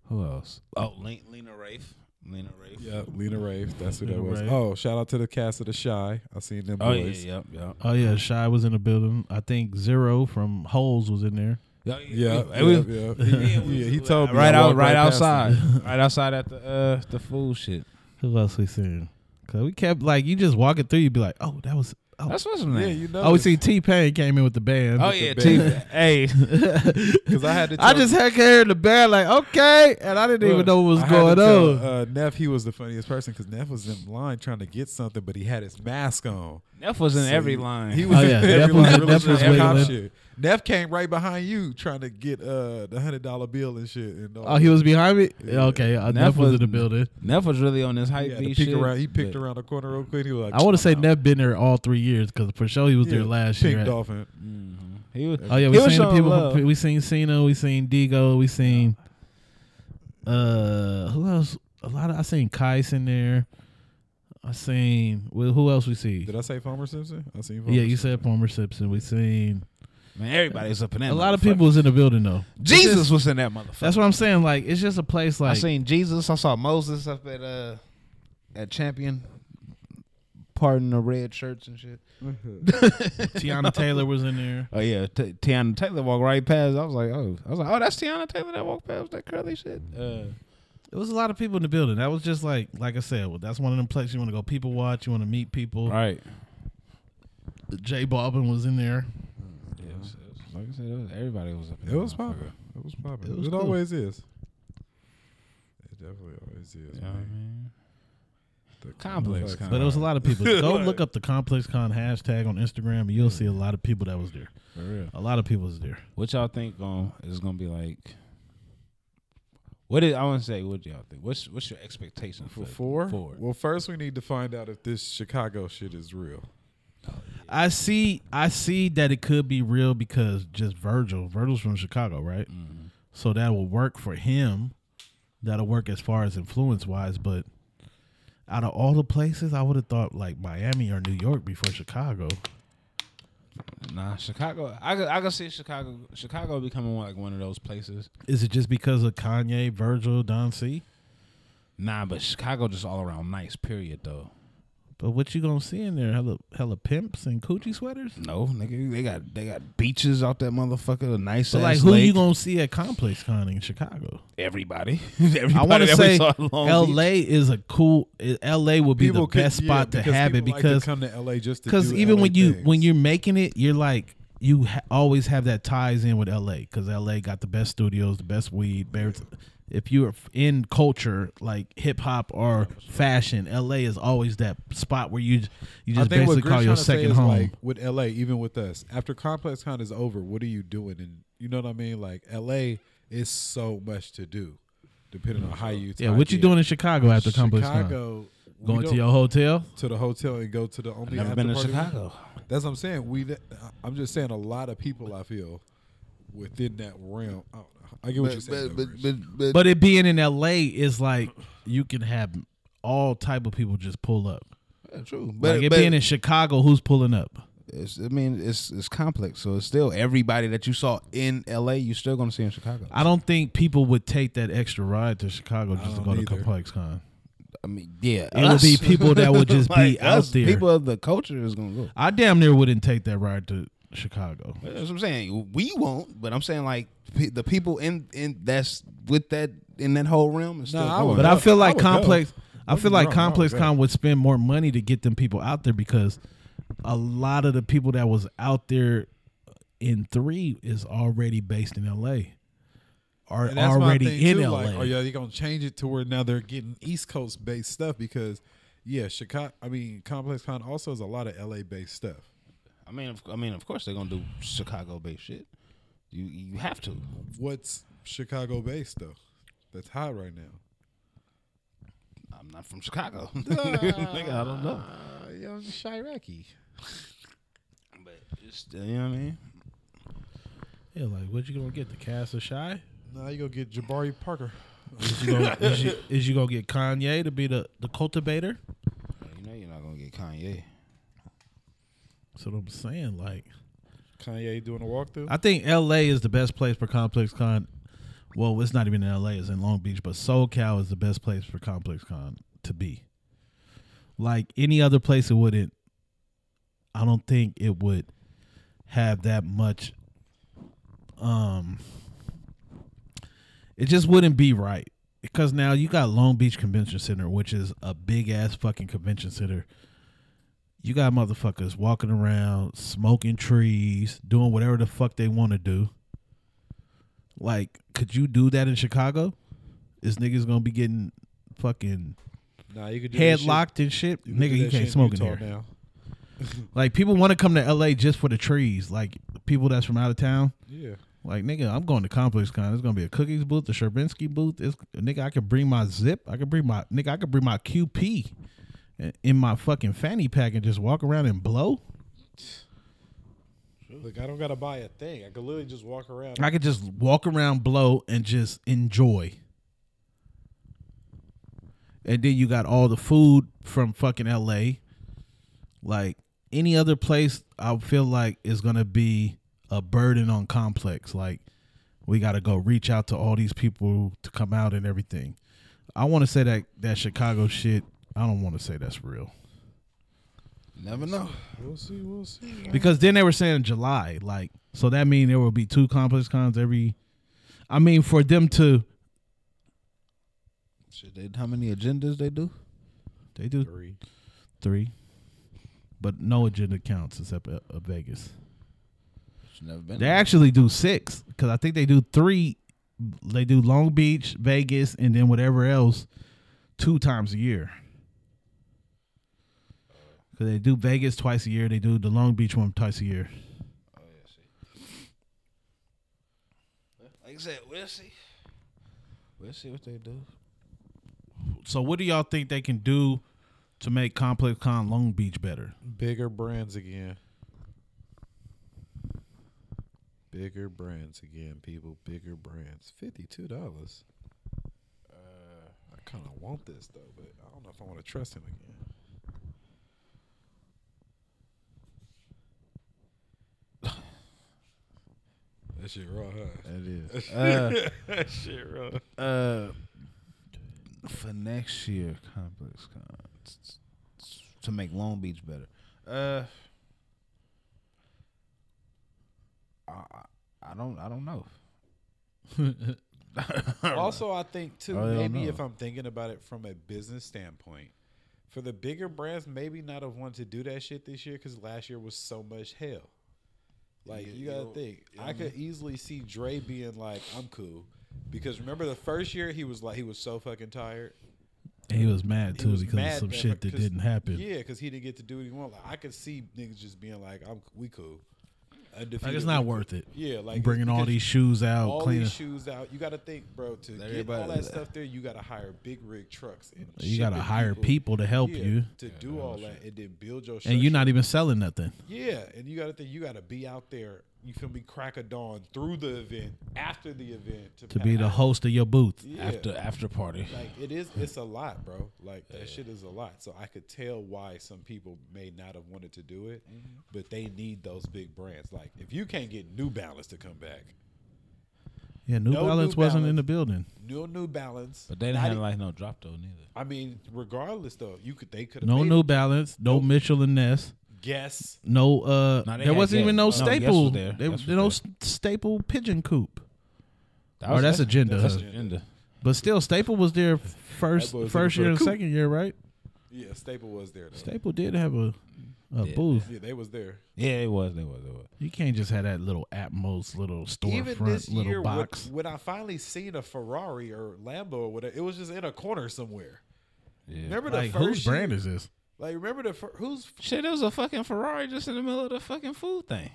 [SPEAKER 8] who else? Oh, Le- Lena Rafe. Lena Rafe.
[SPEAKER 6] Yeah, Lena Rafe. That's who that
[SPEAKER 5] Lena
[SPEAKER 6] was.
[SPEAKER 5] Rafe.
[SPEAKER 6] Oh, shout out to the cast of The Shy. I seen them
[SPEAKER 8] Oh yeah,
[SPEAKER 6] boys.
[SPEAKER 8] yep, yep.
[SPEAKER 5] Oh yeah, Shy was in the building. I think Zero from Holes was in there.
[SPEAKER 8] Yeah,
[SPEAKER 6] Yeah, yeah,
[SPEAKER 8] we-
[SPEAKER 6] (laughs) yeah. He, yeah, he told me.
[SPEAKER 8] right
[SPEAKER 6] I
[SPEAKER 8] out,
[SPEAKER 6] walked
[SPEAKER 8] right,
[SPEAKER 6] past
[SPEAKER 8] outside,
[SPEAKER 6] him.
[SPEAKER 8] right outside at the uh the food shit.
[SPEAKER 5] Who else we seen? Cause we kept like you just walking through, you'd be like, oh, that was. Oh,
[SPEAKER 8] That's what's his name.
[SPEAKER 6] Yeah, you know.
[SPEAKER 5] oh we see T Pain came in with the band.
[SPEAKER 8] Oh yeah, T. Hey, (laughs)
[SPEAKER 6] because (laughs) I had to. Tell,
[SPEAKER 5] I just had heard the band like okay, and I didn't even know what was
[SPEAKER 6] I had
[SPEAKER 5] going
[SPEAKER 6] to tell,
[SPEAKER 5] on.
[SPEAKER 6] Uh, Neff, he was the funniest person because Neff was in line trying to get something, but he had his mask on.
[SPEAKER 8] Neff was in every line.
[SPEAKER 6] He was
[SPEAKER 5] Oh,
[SPEAKER 6] in (laughs)
[SPEAKER 5] yeah. Neff
[SPEAKER 6] every
[SPEAKER 5] was-
[SPEAKER 6] line. really
[SPEAKER 5] Neff was
[SPEAKER 6] trying to cop
[SPEAKER 5] wiggling.
[SPEAKER 6] shit. Neff came right behind you trying to get uh, the hundred dollar bill and shit. And all
[SPEAKER 5] oh, he was behind me. Yeah, Okay, uh,
[SPEAKER 8] Neff
[SPEAKER 5] Neff was in
[SPEAKER 8] was-
[SPEAKER 5] the building.
[SPEAKER 8] Neff was really on this
[SPEAKER 6] He
[SPEAKER 8] hype
[SPEAKER 6] had to
[SPEAKER 8] beat
[SPEAKER 6] peek
[SPEAKER 8] shit.
[SPEAKER 6] around. He picked
[SPEAKER 8] but-
[SPEAKER 6] around the corner real quick. He was like,
[SPEAKER 5] I want to say Neff been there all three years because for sure he was there
[SPEAKER 6] Yeah,
[SPEAKER 5] last
[SPEAKER 6] Pink
[SPEAKER 5] year. at-
[SPEAKER 6] Dolphin.
[SPEAKER 8] He was.
[SPEAKER 5] Oh yeah, we
[SPEAKER 8] he was
[SPEAKER 5] seen the
[SPEAKER 8] showing
[SPEAKER 5] people.
[SPEAKER 8] love.
[SPEAKER 5] From, we seen Cena. We seen Digo. We seen uh who else? A lot of I seen Kais in there. I seen well, who else we see?
[SPEAKER 6] Did I say Homer Simpson? I seen. Homer
[SPEAKER 5] Yeah, you said Palmer Simpson. We seen
[SPEAKER 8] Man, everybody's up in that.
[SPEAKER 5] a lot of
[SPEAKER 8] motherfucker.
[SPEAKER 5] people was in the building though.
[SPEAKER 8] Jesus was in that motherfucker.
[SPEAKER 5] That's what I'm saying. Like it's just a place
[SPEAKER 8] I
[SPEAKER 5] like
[SPEAKER 8] seen Jesus. I saw Moses up at uh at Champion, parting the red shirts and shit.
[SPEAKER 5] (laughs) Tiana Taylor was in there.
[SPEAKER 8] Oh yeah, T- Tiana Taylor walked right past. I was like, oh, I was like, oh, that's Tiana Taylor that walked past with that curly shit. Uh,
[SPEAKER 5] It was a lot of people in the building. That was just like like I said. Well, that's one of them places you want to go. People watch. You want to meet people.
[SPEAKER 8] right.
[SPEAKER 5] J Balvin was in in there.
[SPEAKER 8] Yeah, it was- it was- like I said, it was, everybody was up. in
[SPEAKER 6] It
[SPEAKER 8] that
[SPEAKER 6] was
[SPEAKER 8] motherfucker.
[SPEAKER 6] popping. It was popping.
[SPEAKER 5] It
[SPEAKER 6] It,
[SPEAKER 5] was cool.
[SPEAKER 6] always is. It definitely always is.
[SPEAKER 8] You know what I
[SPEAKER 6] man.
[SPEAKER 8] mean?
[SPEAKER 6] The
[SPEAKER 8] Complex
[SPEAKER 6] complex.
[SPEAKER 8] kind
[SPEAKER 5] But it was a lot of
[SPEAKER 8] (laughs)
[SPEAKER 5] people. Go look up the Complex Con hashtag on Instagram, and you'll see a lot of people that was there.
[SPEAKER 8] For real.
[SPEAKER 5] A lot of people was there.
[SPEAKER 8] What y'all think um, is gonna be like? What is, I want to say? What do y'all think? What's what's your expectation for,
[SPEAKER 6] For four?
[SPEAKER 8] Forward?
[SPEAKER 6] Well, first we need to find out if this Chicago shit is real.
[SPEAKER 5] I see. I see that it could be real because just Virgil. Virgil's from Chicago, right?
[SPEAKER 6] Mm-hmm.
[SPEAKER 5] So that will work for him. That'll work as far as influence wise, but out of all the places, I would have thought like Miami or New York before Chicago.
[SPEAKER 8] Nah, Chicago. I could, I could see Chicago Chicago becoming like one of those places.
[SPEAKER 5] Is it just because of Kanye, Virgil, Don C?
[SPEAKER 8] Nah, but Chicago just all around nice. Period though.
[SPEAKER 5] But what you gonna see in there? Hella, hella pimps and coochie sweaters.
[SPEAKER 8] No, nigga, they got they got beaches out that motherfucker. A nice
[SPEAKER 5] So like,
[SPEAKER 8] ass
[SPEAKER 5] who
[SPEAKER 8] lake.
[SPEAKER 5] you gonna see at Complex Con in Chicago?
[SPEAKER 8] Everybody. (laughs) Everybody
[SPEAKER 5] I want to
[SPEAKER 8] that we
[SPEAKER 5] say
[SPEAKER 8] saw in Long
[SPEAKER 5] L.A.
[SPEAKER 8] Beach.
[SPEAKER 5] is a cool. i- L.A. would be the
[SPEAKER 6] could-
[SPEAKER 5] best
[SPEAKER 6] yeah,
[SPEAKER 5] spot to
[SPEAKER 6] because
[SPEAKER 5] have it
[SPEAKER 6] people like
[SPEAKER 5] because
[SPEAKER 6] to come to LA just to
[SPEAKER 5] because
[SPEAKER 6] do
[SPEAKER 5] even
[SPEAKER 6] LA
[SPEAKER 5] when you
[SPEAKER 6] things.
[SPEAKER 5] when you're making it, you're like you ha- always have that ties in with L.A. because L.A. got the best studios, the best weed, bears, if you're in culture like hip hop or fashion, LA is always that spot where you you just basically
[SPEAKER 6] Grinch
[SPEAKER 5] call your
[SPEAKER 6] tryna say
[SPEAKER 5] second
[SPEAKER 6] is,
[SPEAKER 5] home.
[SPEAKER 6] Like, with LA, even with us, after Complex Con is over, what are you doing? And you know what I mean? Like LA is so much to do, depending on how you.
[SPEAKER 5] yeah,
[SPEAKER 6] type
[SPEAKER 5] what you
[SPEAKER 6] in.
[SPEAKER 5] doing in Chicago after Complex Con?
[SPEAKER 6] Chicago, we
[SPEAKER 5] Going to
[SPEAKER 6] don't-
[SPEAKER 5] your hotel?
[SPEAKER 6] to the hotel and go to the only.
[SPEAKER 8] never been to
[SPEAKER 6] after party.
[SPEAKER 8] Chicago.
[SPEAKER 6] That's what I'm saying. We, I'm just saying, a lot of people I feel within that realm. I don't know. I get what you're saying. though, Rich.
[SPEAKER 5] But it being in LA is like you can have all type of people just pull up.
[SPEAKER 7] True,
[SPEAKER 5] like it being in Chicago, who's pulling up?
[SPEAKER 7] it's, I mean, it's it's complex. So it's still everybody that you saw in LA, you still gonna see in Chicago.
[SPEAKER 5] I don't think people would take that extra ride to Chicago just to
[SPEAKER 6] don't
[SPEAKER 5] go to
[SPEAKER 6] either.
[SPEAKER 5] Complex Con.
[SPEAKER 7] I mean, yeah,
[SPEAKER 5] It would be people that would
[SPEAKER 7] (laughs)
[SPEAKER 5] just be
[SPEAKER 7] Like,
[SPEAKER 5] out
[SPEAKER 7] us,
[SPEAKER 5] there.
[SPEAKER 7] People of the culture is gonna go.
[SPEAKER 5] I damn near wouldn't take that ride to Chicago.
[SPEAKER 7] That's what I'm saying. We won't, but I'm saying like pe- the people in in that's with that in that whole realm is still
[SPEAKER 6] Nah, Oh, I
[SPEAKER 7] going.
[SPEAKER 6] would
[SPEAKER 5] But
[SPEAKER 6] go.
[SPEAKER 5] I feel like
[SPEAKER 6] would go.
[SPEAKER 5] Complex. I
[SPEAKER 6] Don't
[SPEAKER 5] feel
[SPEAKER 6] get me
[SPEAKER 5] like
[SPEAKER 6] wrong, I would
[SPEAKER 5] Complex
[SPEAKER 6] go.
[SPEAKER 5] Con would spend more money to get them people out there because a lot of the people that was out there in three is already based in L.A. Are
[SPEAKER 6] And that's my thing,
[SPEAKER 5] already in
[SPEAKER 6] too,
[SPEAKER 5] L.A.
[SPEAKER 6] Like, oh yeah, they're gonna change it to where now they're getting East Coast based stuff because yeah, Chicago. I mean, Complex Con also is a lot of LA based stuff.
[SPEAKER 7] I mean, of, I mean, of course they're gonna do Chicago based shit. You you have to.
[SPEAKER 6] What's Chicago based though? That's hot right now.
[SPEAKER 7] I'm not
[SPEAKER 5] (laughs)
[SPEAKER 7] from Chicago.
[SPEAKER 8] I don't know.
[SPEAKER 6] Uh, young Shiraki.
[SPEAKER 7] but it's, you know what I mean.
[SPEAKER 5] Yeah, like what you gonna get the cast of shy?
[SPEAKER 6] Now you gonna get Jabari Parker.
[SPEAKER 5] Is you
[SPEAKER 6] (laughs)
[SPEAKER 5] gonna, is you, is you gonna get Kanye to be the the cultivator?
[SPEAKER 7] You know you're not gonna get Kanye.
[SPEAKER 5] That's what I'm saying. Like
[SPEAKER 6] Kanye doing a walkthrough.
[SPEAKER 5] I think L.A. is the best place for Complex Con. Well, it's not even in L.A. It's in Long Beach, but SoCal is the best place for Complex Con to be. Like any other place, it wouldn't. I don't think it would have that much. Um, it just wouldn't be right because now you got Long Beach Convention Center, which is a big ass fucking convention center. You got motherfuckers walking around, smoking trees, doing whatever the fuck they want to do. Like, could you do that in Chicago? Is niggas gonna be getting fucking
[SPEAKER 6] Nah, you could do that shit-
[SPEAKER 5] headlocked and shit?
[SPEAKER 6] you could do
[SPEAKER 5] Nigga, you
[SPEAKER 6] that
[SPEAKER 5] can't
[SPEAKER 6] shit
[SPEAKER 5] smoke in
[SPEAKER 6] Utah
[SPEAKER 5] here.
[SPEAKER 6] now.
[SPEAKER 5] Like, people want to come to LA just for the trees. Like, people that's from out of town.
[SPEAKER 6] Yeah.
[SPEAKER 5] Like, nigga, I'm going to Complex Con. It's gonna be a cookies booth, a Sherbinsky booth. It's, nigga, I could bring my zip. I could bring my nigga. I could bring my QP in- in my fucking fanny pack and just walk around and blow.
[SPEAKER 6] Look, I don't gotta buy a thing. I could literally just walk around.
[SPEAKER 5] I could just walk around, blow, and just enjoy. And then you got all the food from fucking LA. Like any other place, I feel like is gonna be a burden on complex. Like we gotta go reach out to all these people to come out and everything. I want to say that that Chicago shit. I don't want to say that's real
[SPEAKER 7] Never know.
[SPEAKER 6] We'll see. We'll see.
[SPEAKER 5] because then they were saying July, like so that mean there will be two complex cons every. I mean, for them to
[SPEAKER 7] Shit, they, how many agendas they do?
[SPEAKER 5] They do three. Three. But no agenda counts except uh, uh, Vegas.
[SPEAKER 7] It's never been.
[SPEAKER 5] They actually do six because I think they do three. They do Long Beach, Vegas, and then whatever else two times a year. Because they do Vegas twice a year. They do the Long Beach one twice a year.
[SPEAKER 7] Like I said, we'll see. We'll see what they do.
[SPEAKER 5] So, what do y'all think they can do to make Complex Con Long Beach better?
[SPEAKER 6] Bigger brands again. Bigger brands again, people. Bigger brands. Fifty-two dollars. Uh, I kind of want this though, but I don't know if I want to trust him again. (laughs) that shit raw, huh?
[SPEAKER 8] It is.
[SPEAKER 6] that shit raw.
[SPEAKER 8] Uh, for next year, Complex Con t- t- to make Long Beach better. Uh, I I don't I don't know.
[SPEAKER 6] Also, I think too,
[SPEAKER 8] I don't
[SPEAKER 6] maybe
[SPEAKER 8] know.
[SPEAKER 6] if I'm thinking about it from a business standpoint, for the bigger brands, maybe not have wanted to do that shit this year because last year was so much hell. Like you gotta think, I could easily see Dre being like, "I'm cool," Because remember the first year he was like he was so fucking tired.
[SPEAKER 5] And he was mad too
[SPEAKER 6] was
[SPEAKER 5] because
[SPEAKER 6] mad
[SPEAKER 5] of some
[SPEAKER 6] that-
[SPEAKER 5] shit that
[SPEAKER 6] 'cause-
[SPEAKER 5] didn't happen.
[SPEAKER 6] Yeah, because he didn't get to do what he wanted. Like, I could see niggas just being like, "I'm we cool." Undefeated,
[SPEAKER 5] Like it's
[SPEAKER 6] we
[SPEAKER 5] not
[SPEAKER 6] cool.
[SPEAKER 5] worth it.
[SPEAKER 6] Yeah, like
[SPEAKER 5] bringing all
[SPEAKER 6] because
[SPEAKER 5] these shoes out,
[SPEAKER 6] all
[SPEAKER 5] cleaning.
[SPEAKER 6] these shoes out. You got to think, bro. To get all
[SPEAKER 10] everybody
[SPEAKER 6] that
[SPEAKER 10] do that.
[SPEAKER 6] stuff there, you got to hire big rig trucks and
[SPEAKER 5] You gotta
[SPEAKER 6] shipping
[SPEAKER 5] hire people to help
[SPEAKER 6] yeah,
[SPEAKER 5] you.
[SPEAKER 6] to do all that and then build your.
[SPEAKER 5] and you're
[SPEAKER 6] structure.
[SPEAKER 5] not even selling nothing.
[SPEAKER 6] Yeah, and you got to think you got to be out there. You feel me? Crack of dawn through the event, after the event, to,
[SPEAKER 5] To be
[SPEAKER 6] (laughs)
[SPEAKER 5] the
[SPEAKER 6] pack-
[SPEAKER 5] host of your booth.
[SPEAKER 6] Yeah.
[SPEAKER 7] after after party.
[SPEAKER 6] Like it is, it's a lot, bro. Like that shit is a lot. So I could tell why some people may not have wanted to do it, but they need those big brands. Like if you can't get New Balance to come back,
[SPEAKER 5] Yeah, New
[SPEAKER 6] No New
[SPEAKER 5] Balance wasn't in the building.
[SPEAKER 6] no New Balance.
[SPEAKER 7] But they didn't
[SPEAKER 6] not
[SPEAKER 7] have
[SPEAKER 6] e-
[SPEAKER 7] like no drop though neither.
[SPEAKER 6] I mean, regardless though, you could they could have
[SPEAKER 5] No New Balance, no Mitchell and Ness,
[SPEAKER 6] guess.
[SPEAKER 5] no uh
[SPEAKER 7] Nah, they
[SPEAKER 5] there
[SPEAKER 7] had
[SPEAKER 5] wasn't
[SPEAKER 7] Guess.
[SPEAKER 5] even no
[SPEAKER 7] No, Guess was
[SPEAKER 5] staple.
[SPEAKER 7] there.
[SPEAKER 5] There,
[SPEAKER 7] Guess was
[SPEAKER 5] there no
[SPEAKER 7] there.
[SPEAKER 5] s- staple pigeon coop.
[SPEAKER 7] That
[SPEAKER 5] Oh, that's agenda,
[SPEAKER 7] That's
[SPEAKER 5] huh?
[SPEAKER 7] agenda.
[SPEAKER 5] But still Staple was there f- first
[SPEAKER 6] boy was
[SPEAKER 5] first year
[SPEAKER 6] looking for the
[SPEAKER 5] and
[SPEAKER 6] coop.
[SPEAKER 5] second year, right?
[SPEAKER 6] Yeah, Staple was there though.
[SPEAKER 5] Staple did have a a booth.
[SPEAKER 6] yeah, they was there.
[SPEAKER 7] Yeah, it was. It was. It was.
[SPEAKER 5] You can't just have that little Atmos little
[SPEAKER 6] Even this
[SPEAKER 5] storefront
[SPEAKER 6] year,
[SPEAKER 5] little
[SPEAKER 6] when-
[SPEAKER 5] box.
[SPEAKER 6] When, I finally seen a Ferrari or Lambo or whatever, it was just in a corner somewhere. Remember the
[SPEAKER 5] Like
[SPEAKER 6] first
[SPEAKER 5] whose brand
[SPEAKER 6] year?
[SPEAKER 5] is this?
[SPEAKER 6] Like remember the fir- who's
[SPEAKER 7] Shit, it was a fucking Ferrari just in the middle of the fucking food (laughs) thing.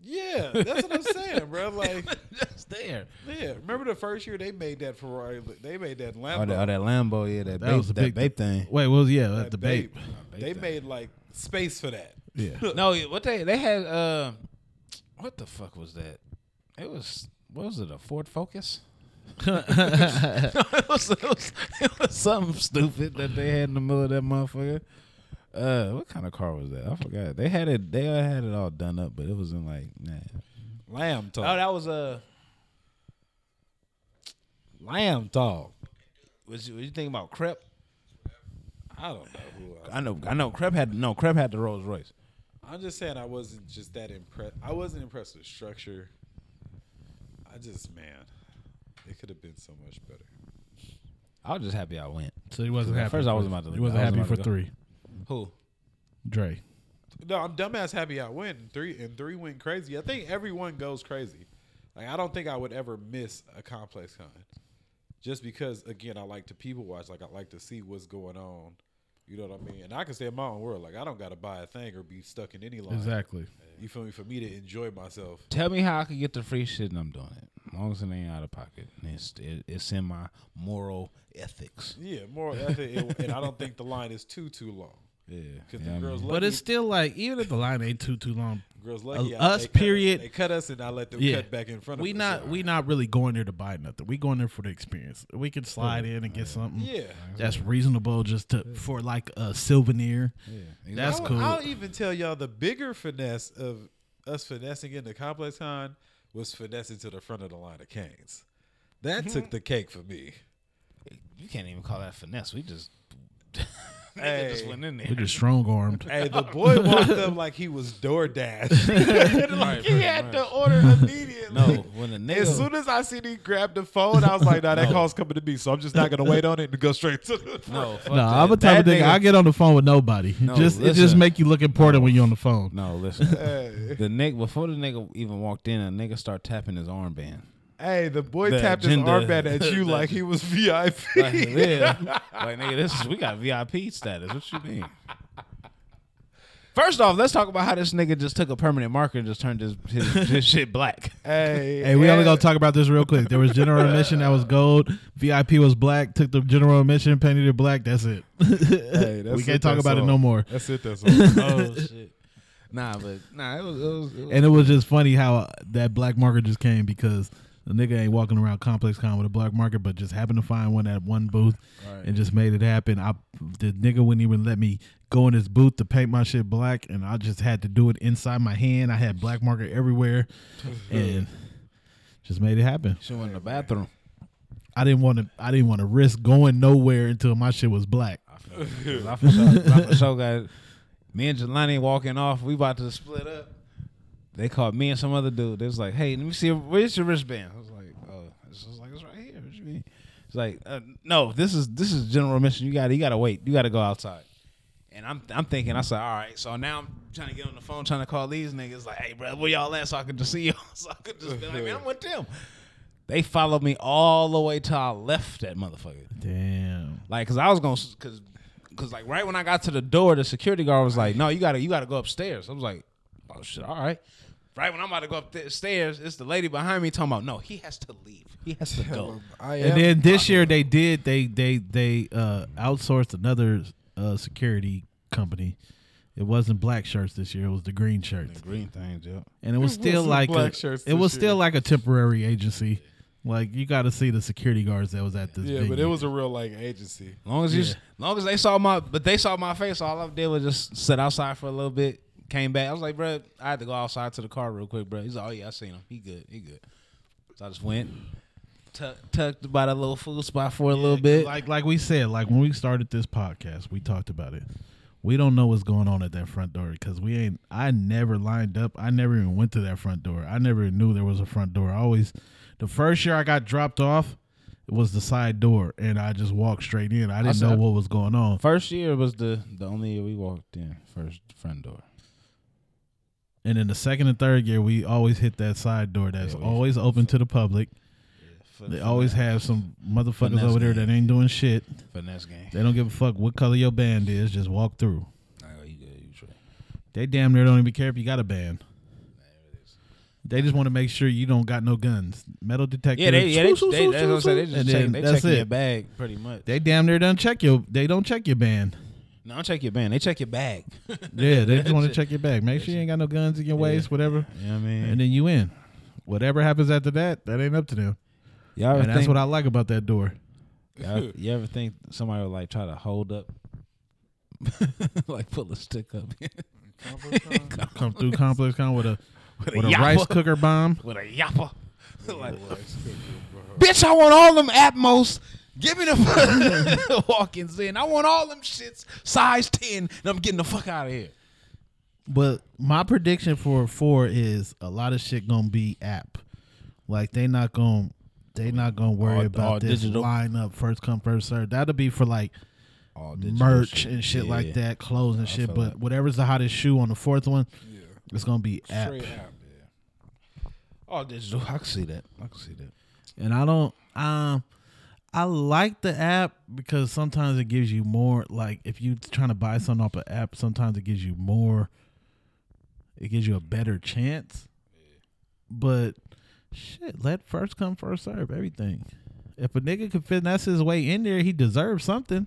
[SPEAKER 6] yeah. That's what I'm saying,
[SPEAKER 5] (laughs)
[SPEAKER 6] bro. Like
[SPEAKER 7] just there.
[SPEAKER 6] yeah, remember the first year they made that Ferrari, they made that
[SPEAKER 10] Oh,
[SPEAKER 6] Lambo,
[SPEAKER 10] that, oh, that Lambo, yeah, that,
[SPEAKER 5] That
[SPEAKER 10] bape,
[SPEAKER 5] was a
[SPEAKER 10] that
[SPEAKER 5] big
[SPEAKER 10] bape thing.
[SPEAKER 5] Wait, what was yeah,
[SPEAKER 6] that
[SPEAKER 5] that the babe.
[SPEAKER 6] They made like space for that.
[SPEAKER 5] Yeah.
[SPEAKER 7] No, yeah, what they they had uh, what the fuck was that? It was what was it a Ford Focus? (laughs) no, it, was, it, was, it was something stupid that they had in the middle of that motherfucker. Uh, what kind of car was that? I forgot. They had it. They had it all done up, but it was in like nah.
[SPEAKER 6] Lamb talk.
[SPEAKER 7] Oh, that was a.
[SPEAKER 6] Lamb talk.
[SPEAKER 7] Was you, was you thinking about Crep?
[SPEAKER 6] I don't know who. I,
[SPEAKER 7] I know. I know. Crep had no. Crep had the Rolls Royce.
[SPEAKER 6] I'm just saying I wasn't just that impressed. I wasn't impressed with structure. I just man, it could have been so much better.
[SPEAKER 7] I was just happy I went.
[SPEAKER 5] So he wasn't happy.
[SPEAKER 7] first I
[SPEAKER 5] for-
[SPEAKER 7] wasn't about to-
[SPEAKER 5] He wasn't
[SPEAKER 7] I wasn't
[SPEAKER 5] happy
[SPEAKER 7] about
[SPEAKER 5] for
[SPEAKER 7] to go.
[SPEAKER 5] three.
[SPEAKER 7] Who?
[SPEAKER 5] Dre.
[SPEAKER 6] No, I'm dumbass happy I went and three and three went crazy. I think everyone goes crazy. Like I don't think I would ever miss a complex con. Just because again I like to people watch, like I like to see what's going on. You know what I mean? And I can stay in my own world. Like I don't gotta buy a thing or be stuck in any line.
[SPEAKER 5] Exactly.
[SPEAKER 6] You feel me? For me to enjoy myself.
[SPEAKER 7] Tell me how I could get the free shit and I'm doing it. As long as it ain't out of pocket. And It's, it, it's in my moral ethics.
[SPEAKER 6] Yeah, more ethic and, and I don't think the line is too too long.
[SPEAKER 7] Yeah.
[SPEAKER 6] Because
[SPEAKER 7] Yeah, I
[SPEAKER 6] the girls lucky,
[SPEAKER 5] But it's still like even if the line ain't too too long,
[SPEAKER 6] girls lucky.
[SPEAKER 5] uh,
[SPEAKER 6] I-
[SPEAKER 5] us,
[SPEAKER 6] they cut
[SPEAKER 5] period.
[SPEAKER 6] they cut us and I let them
[SPEAKER 5] Yeah.
[SPEAKER 6] cut back in front of
[SPEAKER 5] we
[SPEAKER 6] us.
[SPEAKER 5] not
[SPEAKER 6] So,
[SPEAKER 5] we not really going there to buy nothing. We going there for the experience. We can slide in and get something.
[SPEAKER 6] Yeah.
[SPEAKER 5] That's reasonable just to for like a souvenir. Yeah. That's
[SPEAKER 6] I'll,
[SPEAKER 5] cool.
[SPEAKER 6] I'll even tell y'all the bigger finesse of us finessing in the complex con was finessing to the front of the line of canes.
[SPEAKER 5] Mm-hmm.
[SPEAKER 6] That took the cake for me.
[SPEAKER 7] You can't even call that finesse. We just, nigga just
[SPEAKER 6] Hey.
[SPEAKER 7] went in there.
[SPEAKER 5] we just strong armed.
[SPEAKER 6] Hey, the boy
[SPEAKER 7] (laughs)
[SPEAKER 6] walked up like he was DoorDash.
[SPEAKER 7] Right,
[SPEAKER 6] he had to order immediately.
[SPEAKER 7] no, when a nigga,
[SPEAKER 6] As soon as I seen he grab the phone, I was like, nah, that call's coming to me, so I'm just not gonna wait on it and go straight to the
[SPEAKER 7] (laughs)
[SPEAKER 6] front.
[SPEAKER 7] no, fuck
[SPEAKER 5] No, I'm a
[SPEAKER 7] that.
[SPEAKER 5] type of
[SPEAKER 7] That
[SPEAKER 5] nigga. I get on the phone with nobody. just it just
[SPEAKER 7] listen.
[SPEAKER 5] make you look important when you're on the phone.
[SPEAKER 6] (laughs)
[SPEAKER 7] No, listen. The nigga before the nigga even walked in, a nigga start tapping his armband.
[SPEAKER 6] Hey, the boy
[SPEAKER 7] The
[SPEAKER 6] tapped
[SPEAKER 7] agenda.
[SPEAKER 6] his armband
[SPEAKER 7] (laughs)
[SPEAKER 6] at you like he was VIP.
[SPEAKER 7] Like, yeah. like nigga, this is we got VIP status. What you mean? First off, let's talk about how this nigga just took a permanent marker and just turned his his, his (laughs) shit black.
[SPEAKER 6] hey,
[SPEAKER 5] Hey, we only gonna talk about this real quick. There was
[SPEAKER 6] (laughs)
[SPEAKER 5] general admission that was gold. VIP was black. Took the general admission, painted it black. That's it. (laughs)
[SPEAKER 6] Hey, that's
[SPEAKER 5] we
[SPEAKER 6] it,
[SPEAKER 5] can't talk
[SPEAKER 6] that's
[SPEAKER 5] about it
[SPEAKER 6] all.
[SPEAKER 5] no more.
[SPEAKER 6] That's it. That's all.
[SPEAKER 7] Oh shit. Nah, but nah, it was it was, it was
[SPEAKER 5] And it was just funny how uh, that black marker just came because the nigga ain't walking around Complex Con with a black marker, but just happened to find one at one booth and just made it happen. I the nigga wouldn't even let me go in his booth to paint my shit black, and I just had to do it inside my hand. I had black marker everywhere, and just made it happen.
[SPEAKER 7] she went in the bathroom.
[SPEAKER 5] I didn't want to. I didn't want to risk going nowhere until my shit was black.
[SPEAKER 7] 'Cause I for sure, I for sure got me and Jelani walking off. We about to split up. They called me and some other dude. They was like, "Hey, let me see. Where's your wristband?" I was like, "Oh, I was like, it's right here." What you mean? It's like, uh, "No, this is this is general admission. You got to you got to wait. You got to go outside." And I'm I'm thinking, I said, "All right." So now I'm trying to get on the phone, (laughs) trying to call these niggas. Like, "Hey, bro, where y'all at?" So I could just see y'all. So I could just be like, "Man, I'm with them." They followed me all the way till I left that motherfucker.
[SPEAKER 5] Damn.
[SPEAKER 7] Like, cause I was gonna, cause, cause like right when I got to the door, the security guard was like, "No, you gotta, you gotta go upstairs." I was like, "Oh shit, all right." Right when I'm about to go upstairs, it's the lady behind me talking about, "No, he has to leave. He has to (laughs) go."
[SPEAKER 6] I
[SPEAKER 5] And then this year they did they they they uh outsourced another uh security company. It wasn't black shirts this year, it was the green shirts.
[SPEAKER 7] Green things, yeah.
[SPEAKER 5] And it
[SPEAKER 6] (laughs)
[SPEAKER 5] was
[SPEAKER 6] It
[SPEAKER 5] still
[SPEAKER 6] wasn't
[SPEAKER 5] like a,
[SPEAKER 6] black shirts
[SPEAKER 5] it was
[SPEAKER 6] this
[SPEAKER 5] still
[SPEAKER 6] year.
[SPEAKER 5] like a temporary agency. Like you got to see the security guards that was at this.
[SPEAKER 6] Yeah, but it
[SPEAKER 5] venue.
[SPEAKER 6] was a real like agency.
[SPEAKER 7] Long as you, long as they saw my, but they saw my face. All I did was just sit outside for a little bit. Came back. I was like, bro, I had to go outside to the car real quick, bro. He's like, oh yeah, I seen him. He good. He good. So I just went, tuck, tucked by that little food spot for a little bit.
[SPEAKER 5] like like we said like when we started this podcast we talked about it we don't know what's going on at that front door because we ain't i never lined up i never even went to that front door i never knew there was a front door i always the first year i got dropped off it was the side door and i just walked straight in i didn't know
[SPEAKER 7] said-
[SPEAKER 5] what was going on
[SPEAKER 7] First year was the the only year we walked in first front door.
[SPEAKER 5] and then the second and third year we always hit that side door that's always open to the public they always have some motherfuckers
[SPEAKER 7] finesse
[SPEAKER 5] over there that ain't doing shit
[SPEAKER 7] Finesse game.
[SPEAKER 5] they don't give a fuck what color your band is just walk through
[SPEAKER 7] Oh, you good? You straight.
[SPEAKER 5] They damn near don't even care if you got a band. They just want to make sure you don't got no guns. Metal detector.
[SPEAKER 7] Yeah, they, yeah, they,
[SPEAKER 5] shoo,
[SPEAKER 7] they,
[SPEAKER 5] shoo,
[SPEAKER 7] that's
[SPEAKER 5] shoo,
[SPEAKER 7] what I'm saying. They
[SPEAKER 5] shoo,
[SPEAKER 7] just
[SPEAKER 5] and
[SPEAKER 7] check,
[SPEAKER 5] then
[SPEAKER 7] they
[SPEAKER 5] that's
[SPEAKER 7] checking your
[SPEAKER 5] it.
[SPEAKER 7] bag pretty much.
[SPEAKER 5] They damn near don't check your. They don't check your
[SPEAKER 7] (laughs)
[SPEAKER 5] band.
[SPEAKER 7] no, don't check your band. They check your bag. (laughs) you
[SPEAKER 5] Yeah, they just want to check your bag. Make sure you ain't got no guns in your waist, whatever.
[SPEAKER 7] know what I mean?
[SPEAKER 5] And then you in. Whatever happens after that, that ain't up to them.
[SPEAKER 7] Y'all ever
[SPEAKER 5] And that's
[SPEAKER 7] think-
[SPEAKER 5] what I like about that door.
[SPEAKER 7] Y'all- you ever think somebody would like try to hold up, (laughs) like pull a stick up (laughs)
[SPEAKER 5] Come through complex con with a
[SPEAKER 7] With
[SPEAKER 5] with
[SPEAKER 7] a
[SPEAKER 5] a,
[SPEAKER 7] yapper.
[SPEAKER 5] rice cooker bomb.
[SPEAKER 7] with a yapper? like, bitch, I want all them Atmos. Give me the (laughs) walk-ins in. I want all them shits size ten, and I'm getting the fuck out of here.
[SPEAKER 5] But my prediction for four is a lot of shit gonna be app. Like they not gonna they not gonna worry
[SPEAKER 7] All-
[SPEAKER 5] about
[SPEAKER 7] all
[SPEAKER 5] this
[SPEAKER 7] digital?
[SPEAKER 5] lineup first come first serve. That'll be for like
[SPEAKER 7] All
[SPEAKER 5] merch and shit like that, clothes and shit. But whatever's the hottest shoe on the fourth one, it's gonna be app.
[SPEAKER 7] All digital. I can see that. I can see that.
[SPEAKER 5] And I don't um I like the app because sometimes it gives you more like if you trying to buy something off an app, sometimes it gives you more it gives you a better chance. But shit, let first come, first serve everything. If a nigga can finesse his way in there, he deserves something.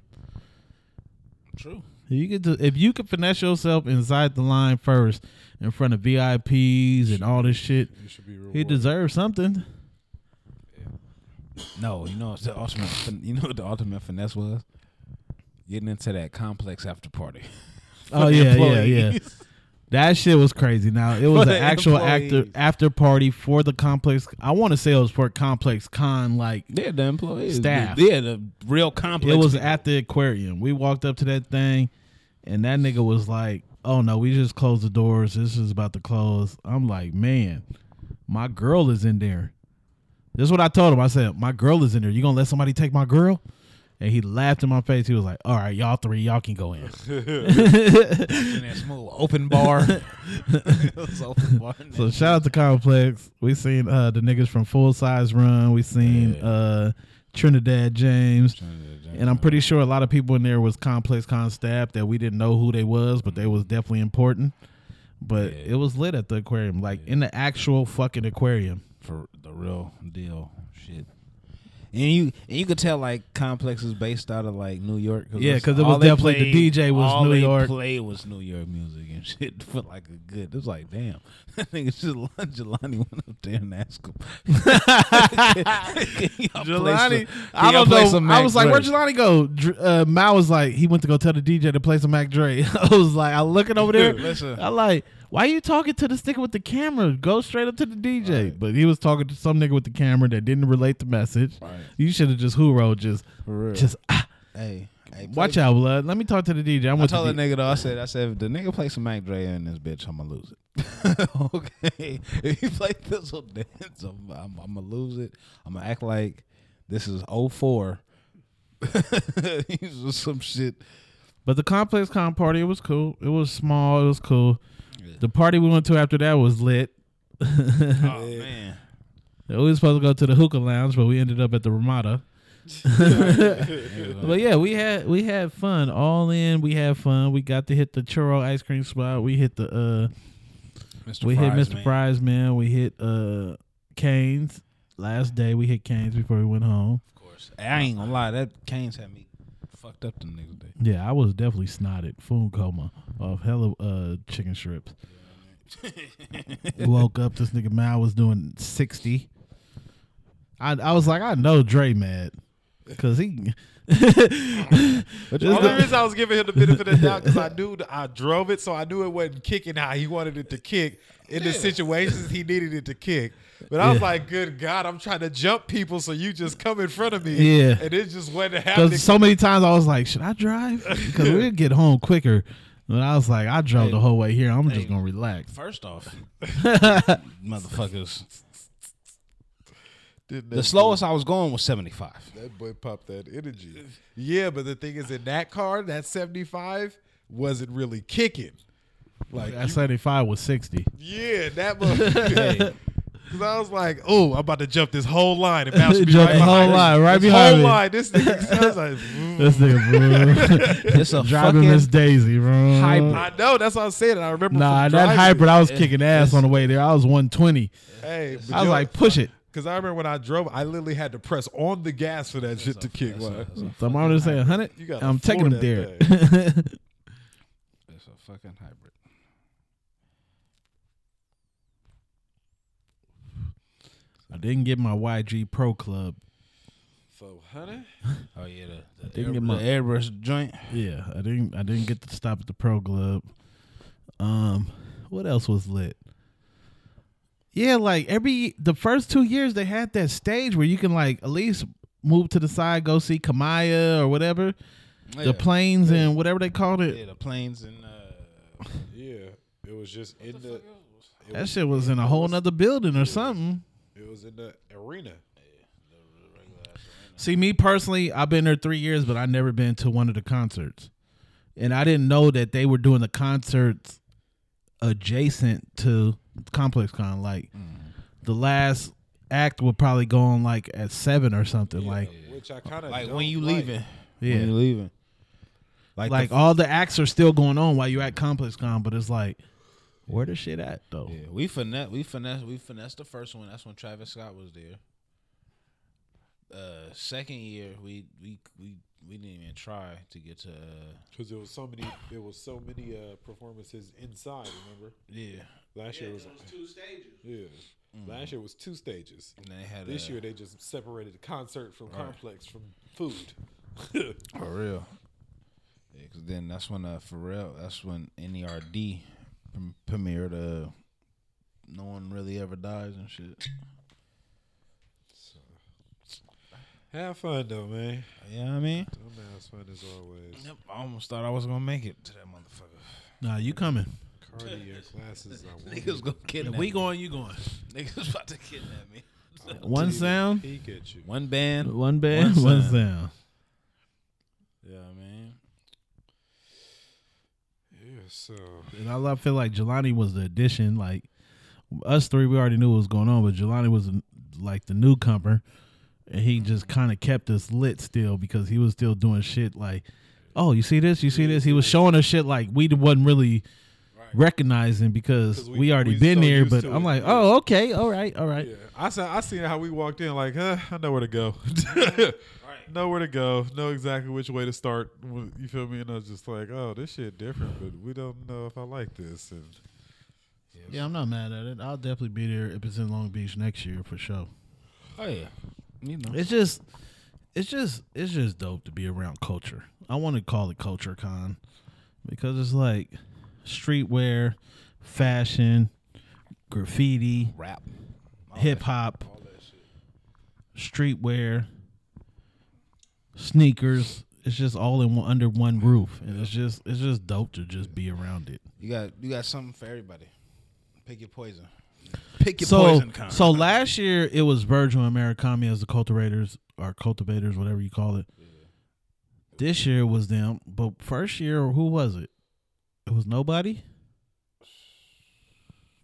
[SPEAKER 7] True.
[SPEAKER 5] If you could, do- if you could finesse yourself inside the line first, in front of VIPs and all this shit, he deserves something.
[SPEAKER 7] No, you know it's the ultimate. fin- You know what the ultimate finesse was getting into that complex after party.
[SPEAKER 5] Oh
[SPEAKER 7] the
[SPEAKER 5] yeah, yeah, yeah.
[SPEAKER 7] (laughs) employees.
[SPEAKER 5] That shit was crazy. Now it was
[SPEAKER 7] For
[SPEAKER 5] an
[SPEAKER 7] the
[SPEAKER 5] actual actor
[SPEAKER 7] employees.
[SPEAKER 5] after party for the complex. I want to say it was for complex con. Like
[SPEAKER 7] They're the employees.
[SPEAKER 5] Staff.
[SPEAKER 7] They're the real complex.
[SPEAKER 5] it was
[SPEAKER 7] people.
[SPEAKER 5] at the aquarium. We walked up to that thing, and that nigga was like, "Oh no, we just closed the doors. This is about to close." I'm like, "Man, my girl is in there." This is what I told him. I said, "My girl is in there. You gonna let somebody take my girl?" And he laughed in my face. He was like, "All right, y'all three, y'all can
[SPEAKER 7] (laughs)
[SPEAKER 5] go in."
[SPEAKER 7] in that smooth
[SPEAKER 5] (laughs)
[SPEAKER 7] open bar. (laughs) It was open bar.
[SPEAKER 5] So shout out to Complex. We seen uh the niggas from Full Size Run. We seen uh Trinidad James. And I'm pretty sure a lot of people in there was Complex Con staff that we didn't know who they was, but they was definitely important. But it was lit at the aquarium, like in the actual fucking aquarium.
[SPEAKER 7] for the real deal shit. And you and you could tell like complex is based out of like New York.
[SPEAKER 5] Yeah,
[SPEAKER 7] that's
[SPEAKER 5] 'cause it was
[SPEAKER 7] all they
[SPEAKER 5] definitely- the DJ was
[SPEAKER 7] all
[SPEAKER 5] New
[SPEAKER 7] they
[SPEAKER 5] York.
[SPEAKER 7] Play was New York music and (laughs) shit for like a good. It was like damn, (laughs) that nigga just Jelani went up there and
[SPEAKER 5] (laughs)
[SPEAKER 7] asked him. (laughs) Jelani,
[SPEAKER 5] I don't know. I was like, "Where'd Jelani go?" Dr- Uh, Mal was like, "He went to go tell the DJ to play some Mac Dre." (laughs) I was like, "I looking over there.
[SPEAKER 7] Listen.
[SPEAKER 5] I like, why you talking to the sticker with the camera? Go straight up to the DJ." But he was talking to some nigga with the camera that didn't relate the message. You should have just who rolled just, just ah,
[SPEAKER 7] Hey, hey
[SPEAKER 5] watch out, blood. Let me talk to the DJ. I'm
[SPEAKER 7] I
[SPEAKER 5] with
[SPEAKER 7] told
[SPEAKER 5] the
[SPEAKER 7] that
[SPEAKER 5] D-
[SPEAKER 7] nigga though, I said, I said, if the nigga play some Mac Dre in this bitch, I'ma lose it. (laughs) okay. If you play this one dance, I'm, I'm, I'ma lose it. I'ma act like this is (laughs) 04. These was some shit.
[SPEAKER 5] But the complex con party, it was cool. It was small. It was
[SPEAKER 8] Oh,
[SPEAKER 5] cool. The party we went to after that was lit.
[SPEAKER 7] Man.
[SPEAKER 5] We were supposed to go to the hookah lounge, but we ended up at the Ramada. but yeah, we had we had fun. All in, we had fun. We got to hit the churro ice cream spot. We hit the uh,
[SPEAKER 8] Mr.
[SPEAKER 5] we
[SPEAKER 8] Fry's
[SPEAKER 5] hit Mr.
[SPEAKER 8] Man.
[SPEAKER 5] Fry's man. We hit uh, Canes. Last day we hit Canes before we went home.
[SPEAKER 8] Of course. I ain't gonna lie, that Canes had me fucked up the next day.
[SPEAKER 5] Yeah, I was definitely snotted, food coma of hella uh, chicken strips. Woke up, this nigga man was doing sixty. I I was like, I know Dre mad, cause he.
[SPEAKER 6] The only reason I was giving him the benefit of the doubt because I knew that I drove it, so I knew it wasn't kicking how he wanted it to kick in the situations he needed it to kick. But I was
[SPEAKER 5] Yeah.
[SPEAKER 6] like, "Good God, I'm trying to jump people, so you just come in front of me."
[SPEAKER 5] Yeah.
[SPEAKER 6] and it just wasn't happening.
[SPEAKER 5] Because so many times I was like, should I drive? Because we'd get home quicker. But I was like, I drove the whole way here. I'm just gonna relax.
[SPEAKER 8] First
[SPEAKER 5] (laughs)
[SPEAKER 8] off,
[SPEAKER 5] motherfuckers.
[SPEAKER 6] Didn't
[SPEAKER 8] the
[SPEAKER 6] that
[SPEAKER 8] slowest I was going was 75.
[SPEAKER 6] boy- that boy popped that energy. Yeah, but the thing is, in that car, that 75 wasn't really kicking.
[SPEAKER 5] Like I seventy five was sixty.
[SPEAKER 6] Yeah, that was.
[SPEAKER 5] (laughs)
[SPEAKER 6] Cause I was like, "Oh, I'm about to jump this whole line
[SPEAKER 5] (laughs)
[SPEAKER 6] and bounce me
[SPEAKER 5] Jump
[SPEAKER 6] right
[SPEAKER 5] the whole
[SPEAKER 6] behind this-
[SPEAKER 5] line, right
[SPEAKER 6] this
[SPEAKER 5] behind
[SPEAKER 6] whole
[SPEAKER 5] me.
[SPEAKER 6] line." This nigga sounds like,
[SPEAKER 5] (laughs) This nigga, bro.
[SPEAKER 8] It's a
[SPEAKER 5] driving
[SPEAKER 8] fucking
[SPEAKER 5] Miss Daisy, bro.
[SPEAKER 6] I know. That's what I'm saying. I remember.
[SPEAKER 5] Nah, that
[SPEAKER 6] from driving.
[SPEAKER 5] hybrid, I was kicking ass on the way there. I was one twenty.
[SPEAKER 6] Hey,
[SPEAKER 5] I was like, push it.
[SPEAKER 6] because I remember when I drove, I literally had to press on the gas for that shit to kick. Like,
[SPEAKER 5] So I'm gonna say hundred.
[SPEAKER 6] You gotta
[SPEAKER 5] I'm taking him
[SPEAKER 6] afford
[SPEAKER 5] there.
[SPEAKER 6] that
[SPEAKER 8] It's a fucking hybrid.
[SPEAKER 5] (laughs) I didn't get my YG Pro Club.
[SPEAKER 8] Oh yeah,
[SPEAKER 5] (laughs)
[SPEAKER 8] the, the,
[SPEAKER 5] Didn't
[SPEAKER 8] air,
[SPEAKER 5] get my-
[SPEAKER 8] the airbrush joint.
[SPEAKER 5] Yeah, I didn't. I didn't get to stop at the Pro Club. Um, what else was lit? Yeah, like every the first two years they had that stage where you can like at least move to the side, go see Kamaya or whatever,
[SPEAKER 8] Yeah.
[SPEAKER 5] the planes and whatever they called it.
[SPEAKER 8] Yeah, the planes and uh,
[SPEAKER 6] yeah, it was just in the,
[SPEAKER 5] that shit was in a whole nother building or something.
[SPEAKER 6] it was in the arena.
[SPEAKER 5] See, me personally, I've been there three years, but I never been to one of the concerts, and I didn't know that they were doing the concerts adjacent to Complex Con. Like the last act would probably go on like at seven or something. like
[SPEAKER 6] Which I kind of
[SPEAKER 8] like when you leaving,
[SPEAKER 5] yeah,
[SPEAKER 8] when you leaving.
[SPEAKER 5] like, all the acts are still going on while you're at Complex Con, but it's like where the shit at though?
[SPEAKER 8] Yeah, we finesse, we finesse, we finesse the first one. That's when Travis Scott was there. Uh, second year, we we we we didn't even try to get to. Uh,
[SPEAKER 6] because it was so many, it was so many uh, performances inside. Remember
[SPEAKER 8] yeah,
[SPEAKER 6] last year was, two stages. Yeah, last year was two stages.
[SPEAKER 8] and they had
[SPEAKER 6] This
[SPEAKER 8] uh,
[SPEAKER 6] year they just separated the concert from complex from food.
[SPEAKER 8] For real. Yeah, 'cause then that's when uh, Pharrell, that's when E NERD prem- premiered uh, No One Really Ever Dies and shit.
[SPEAKER 6] Have fun though, man.
[SPEAKER 8] You know what I mean?
[SPEAKER 6] I'm as fun as always.
[SPEAKER 8] Yep, I almost thought I was going to make it to that motherfucker.
[SPEAKER 5] Nah, you coming?
[SPEAKER 6] Cardio classes. I (laughs) want
[SPEAKER 8] Niggas going to kidnap
[SPEAKER 5] We
[SPEAKER 8] me.
[SPEAKER 5] going? You going?
[SPEAKER 8] (laughs) Niggas about to kidnap me.
[SPEAKER 5] One sound,
[SPEAKER 6] peek at you.
[SPEAKER 8] One band.
[SPEAKER 5] one band, (laughs) one
[SPEAKER 8] sound.
[SPEAKER 5] sound.
[SPEAKER 8] Yeah, man.
[SPEAKER 6] Yeah, so
[SPEAKER 5] And I love feel like Jelani was the addition. Like us three, we already knew what was going on, but Jelani was like the newcomer, and he just kind of kept us lit still because he was still doing shit like, oh, you see this, you see this. He was showing us shit like we wasn't really recognizing because
[SPEAKER 6] 'Cause
[SPEAKER 5] we,
[SPEAKER 6] we-
[SPEAKER 5] already
[SPEAKER 6] we
[SPEAKER 5] been
[SPEAKER 6] so
[SPEAKER 5] there.
[SPEAKER 6] used
[SPEAKER 5] But
[SPEAKER 6] to
[SPEAKER 5] I'm
[SPEAKER 6] it,
[SPEAKER 5] like,
[SPEAKER 6] yeah.
[SPEAKER 5] oh, okay, all right, all right.
[SPEAKER 6] yeah, I saw. I seen how we walked in. Like, huh? I know where to go. (laughs) Know where to go. Know exactly which way to start. You feel me? And I was just like, oh, this shit different, but we don't know if I like this. And
[SPEAKER 5] yeah, I'm not mad at it. I'll definitely be there if it's in Long Beach next year for sure.
[SPEAKER 8] Oh, yeah. You know.
[SPEAKER 5] It's just, it's just, it's just dope to be around culture. I want to call it culture con because it's like streetwear, fashion, graffiti,
[SPEAKER 8] Rap.
[SPEAKER 5] hip hop, streetwear, sneakers. It's just all in one, under one roof, and it's just, it's just dope to just be around it.
[SPEAKER 8] You got you got something for everybody. Pick your poison. Pick your
[SPEAKER 5] so,
[SPEAKER 8] poison. Con.
[SPEAKER 5] so last year it was Virgil and Murakami as the cultivators or cultivators, whatever you call it. This year was them, but first year who was it? It was nobody.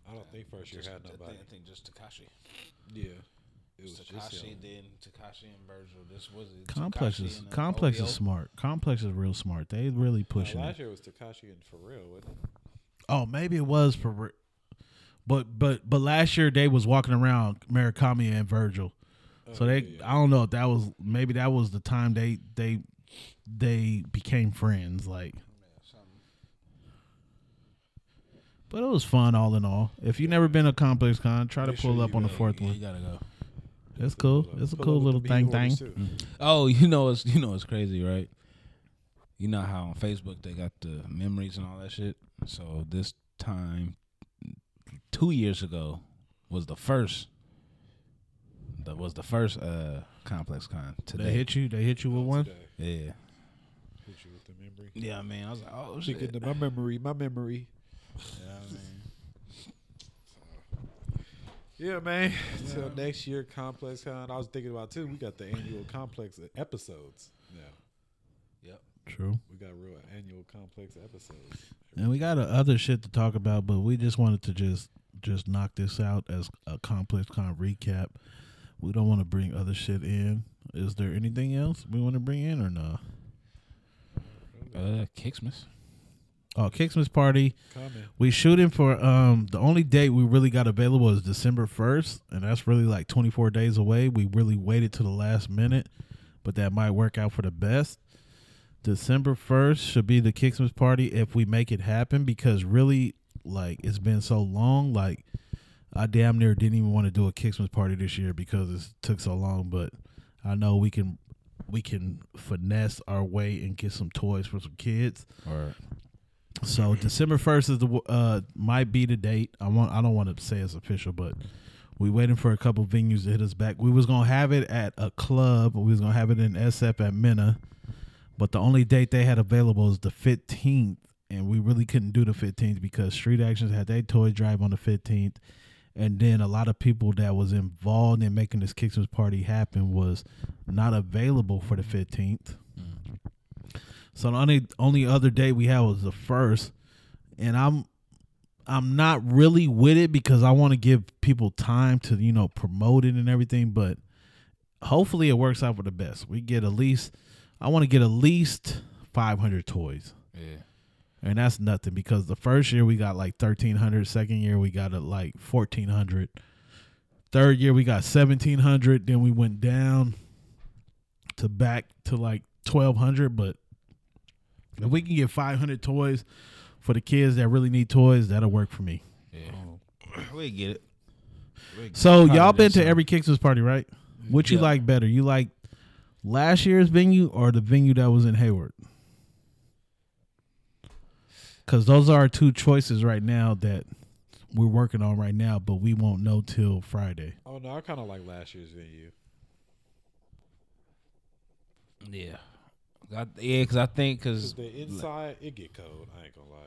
[SPEAKER 6] I don't think first year had
[SPEAKER 8] I
[SPEAKER 6] nobody.
[SPEAKER 8] think, I think just Takashi.
[SPEAKER 6] Yeah,
[SPEAKER 9] It was just
[SPEAKER 8] Takashi
[SPEAKER 9] him.
[SPEAKER 8] then Takashi and Virgil. This was it.
[SPEAKER 5] Complex
[SPEAKER 8] Tekashi
[SPEAKER 5] is
[SPEAKER 8] and, uh,
[SPEAKER 5] complex is
[SPEAKER 8] OVO.
[SPEAKER 5] smart. Complex is real smart. They really pushing
[SPEAKER 9] Now,
[SPEAKER 5] it.
[SPEAKER 9] last year it was Takashi and Pharrell, wasn't
[SPEAKER 5] Oh, maybe it was for, re- but but but last year they was walking around Murakami and Virgil,
[SPEAKER 8] Oh,
[SPEAKER 5] so they I don't know if that was maybe that was the time they they they became friends
[SPEAKER 8] Oh,
[SPEAKER 5] like. But it was fun all in all. If you never been a complex con, try to pull up on the fourth
[SPEAKER 8] Yeah,
[SPEAKER 5] one.
[SPEAKER 8] You gotta go.
[SPEAKER 5] It's cool. It's a cool little thing thing.
[SPEAKER 8] Oh, (laughs) you know it's you know it's crazy, right? You know how on Facebook they got the memories and all that shit. So this time, two years ago, was the first. That was the first uh complex con today.
[SPEAKER 5] They hit you. They hit you with one.
[SPEAKER 8] Yeah,
[SPEAKER 9] it? Hit you with the memory.
[SPEAKER 8] yeah. I mean, I was like, oh
[SPEAKER 9] She
[SPEAKER 8] shit.
[SPEAKER 9] getting to my memory, my memory. Yeah, man. Till next year, Complex Con. I was thinking about too. We got the annual Complex episodes. Yeah,
[SPEAKER 5] True.
[SPEAKER 9] we got real annual Complex episodes.
[SPEAKER 5] And we got uh, other shit to talk about, but we just wanted to just just knock this out as a complex kind of recap. We don't want to bring other shit in. Is there anything else we want to bring in or no?
[SPEAKER 8] Uh, Kixmas.
[SPEAKER 5] Oh, Kicksmas party.
[SPEAKER 9] Coming.
[SPEAKER 5] We shooting for um the only date we really got available is December first, and that's really like twenty four days away. We really waited to the last minute, but that might work out for the best. December first should be the Kicksmas party if we make it happen because really like it's been so long, like I damn near didn't even want to do a Kicksmas party this year because it took so long, but I know we can we can finesse our way and get some toys for some kids. So December first is the w- uh might be the date. I want I don't want to say it's official, but we waiting for a couple venues to hit us back. We was gonna have it at a club. We was gonna have it in SF at Minna, but the only date they had available is the fifteenth, and we really couldn't do the fifteenth because Street Actions had their toy drive on the fifteenth, and then a lot of people that was involved in making this Kickstarter party happen was not available for the fifteenth. So the only only other day we had was the first, and I'm I'm not really with it because I want to give people time to you know promote it and everything. But hopefully it works out for the best. We get at least I want to get at least 500 toys.
[SPEAKER 8] Yeah.
[SPEAKER 5] And that's nothing because the first year we got like 1300, second year we got it like 1400. Third year we got 1700, then we went down to back to like 1200, but if we can get 500 toys for the kids that really need toys, that'll work for me. Oh.
[SPEAKER 8] (clears throat) We get it.
[SPEAKER 5] So y'all been to every Kickstarter party, right? What you like better? You like last year's venue or the venue that was in Hayward? Because those are our two choices right now that we're working on right now, but we won't know till Friday.
[SPEAKER 9] Oh no, I kind of like last year's venue.
[SPEAKER 8] Yeah. I, yeah, because I think because
[SPEAKER 9] The inside it get cold. I ain't gonna lie.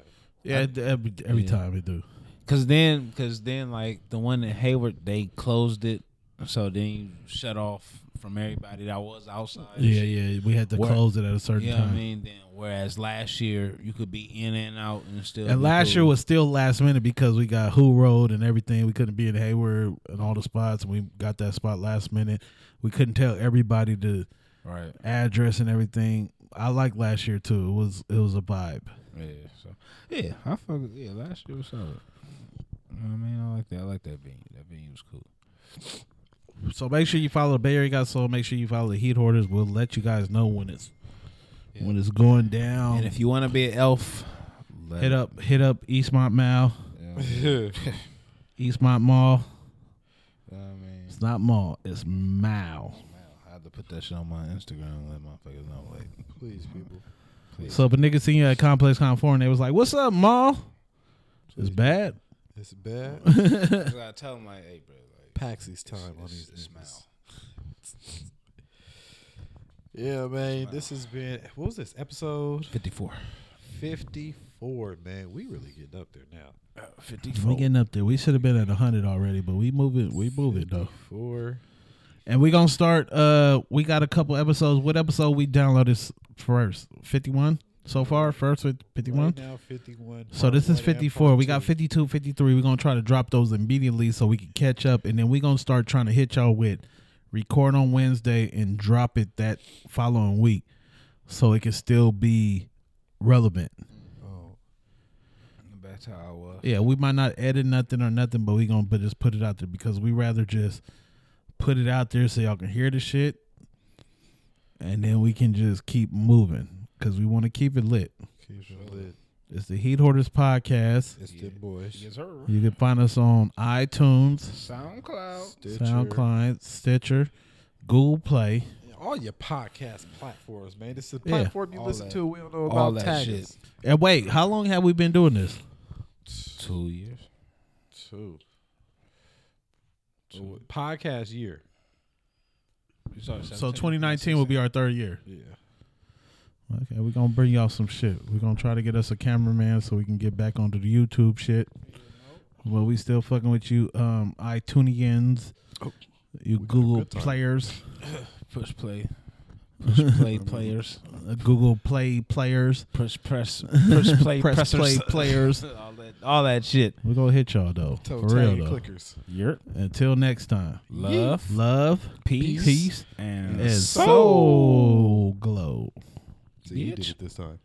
[SPEAKER 5] Yeah, every, every time we do.
[SPEAKER 8] Cause then, cause then, like the one in Hayward, they closed it, so then you shut off from everybody that was outside.
[SPEAKER 5] Yeah, yeah, we had to
[SPEAKER 8] Where-
[SPEAKER 5] close it at a certain
[SPEAKER 8] You know
[SPEAKER 5] time.
[SPEAKER 8] what I mean? Then, whereas last year you could be in and out and still.
[SPEAKER 5] And
[SPEAKER 8] be
[SPEAKER 5] last year
[SPEAKER 8] cool.
[SPEAKER 5] was still last minute because we got Who Road and everything. We couldn't be in Hayward and all the spots. And we got that spot last minute. We couldn't tell everybody the
[SPEAKER 8] right.
[SPEAKER 5] address and everything. I like last year too. It was it was a vibe.
[SPEAKER 8] Yeah. So yeah, I fuck. with- Yeah, last year was solid. You know what I mean? I like that. I like that venue. That venue was cool.
[SPEAKER 5] So make sure you follow the Bay Area Got Soul. Make sure you follow the Heat Hoarders. We'll let you guys know when it's when it's going down.
[SPEAKER 8] And if you want to be an elf, let
[SPEAKER 5] hit up hit up Eastmont Mall,
[SPEAKER 9] Yeah.
[SPEAKER 5] Eastmont Mall.
[SPEAKER 8] You know what I mean,
[SPEAKER 5] It's not mall. It's mall.
[SPEAKER 8] I had to put that shit on my Instagram and let motherfuckers know. Like,
[SPEAKER 9] Please, people.
[SPEAKER 5] So if a nigga seen you at Complex Con Four and they was like, "What's up, mall?" It's bad.
[SPEAKER 9] It's bad.
[SPEAKER 8] I gotta tell them like, hey, bro, like,
[SPEAKER 9] Paxy's time on these
[SPEAKER 8] it's
[SPEAKER 9] niggas. Yeah, man. This has been what was this episode
[SPEAKER 8] 54.
[SPEAKER 9] fifty four? Man, we really getting up there now.
[SPEAKER 5] We getting up there. We should have been at hundred already, but we moving. We moving though.
[SPEAKER 9] Four.
[SPEAKER 5] And we gonna start. Uh, we got a couple episodes. What episode we downloaded s- first? Fifty one. so far? First with 51?
[SPEAKER 6] Right now, 51,
[SPEAKER 5] So this
[SPEAKER 6] part
[SPEAKER 5] is
[SPEAKER 6] one and
[SPEAKER 5] 54.
[SPEAKER 6] part
[SPEAKER 5] We got 52, 53. We're going to try to drop those immediately so we can catch up. And then we're going to start trying to hit y'all with record on Wednesday and drop it that following week so it can still be relevant.
[SPEAKER 7] That's how I was.
[SPEAKER 5] Yeah, we might not edit nothing or nothing, but we gonna but just put it out there because we rather just put it out there so y'all can hear the shit, and then we can just keep moving because we want to keep it lit.
[SPEAKER 6] Keep it lit.
[SPEAKER 5] It's the Heat Hoarders podcast.
[SPEAKER 6] It's the boys. Yes,
[SPEAKER 7] sir.
[SPEAKER 5] You can find us on iTunes,
[SPEAKER 7] SoundCloud.
[SPEAKER 6] Stitcher.
[SPEAKER 5] SoundCloud, Stitcher, Google Play.
[SPEAKER 6] All your podcast platforms, man. This is the
[SPEAKER 5] Yeah.
[SPEAKER 6] platform you listen to. We don't know
[SPEAKER 7] all
[SPEAKER 6] about
[SPEAKER 7] that
[SPEAKER 6] taxes.
[SPEAKER 5] And wait, how long have we been doing this?
[SPEAKER 7] Two years.
[SPEAKER 6] Two. Two. Podcast year.
[SPEAKER 5] So 2019 will be our third year.
[SPEAKER 6] Yeah.
[SPEAKER 5] Okay, we're gonna bring y'all some shit. We're gonna try to get us a cameraman so we can get back onto the YouTube shit. But we still fucking with you, um, iTunians, you Google players,
[SPEAKER 7] Push play. Push play players.
[SPEAKER 5] uh, Google Play players,
[SPEAKER 7] Push press. Push play
[SPEAKER 5] press
[SPEAKER 7] pressers.
[SPEAKER 5] play
[SPEAKER 7] (laughs)
[SPEAKER 5] players.
[SPEAKER 7] all that. All that shit.
[SPEAKER 5] We're gonna hit y'all though,
[SPEAKER 6] Toe
[SPEAKER 5] for real
[SPEAKER 6] tag
[SPEAKER 5] though.
[SPEAKER 6] clickers.
[SPEAKER 7] Yurt.
[SPEAKER 5] Until next time,
[SPEAKER 7] Love.
[SPEAKER 5] love,
[SPEAKER 7] Peace.
[SPEAKER 5] peace,
[SPEAKER 7] And
[SPEAKER 5] and soul glow.
[SPEAKER 6] See, you
[SPEAKER 7] Bitch.
[SPEAKER 6] did it this time.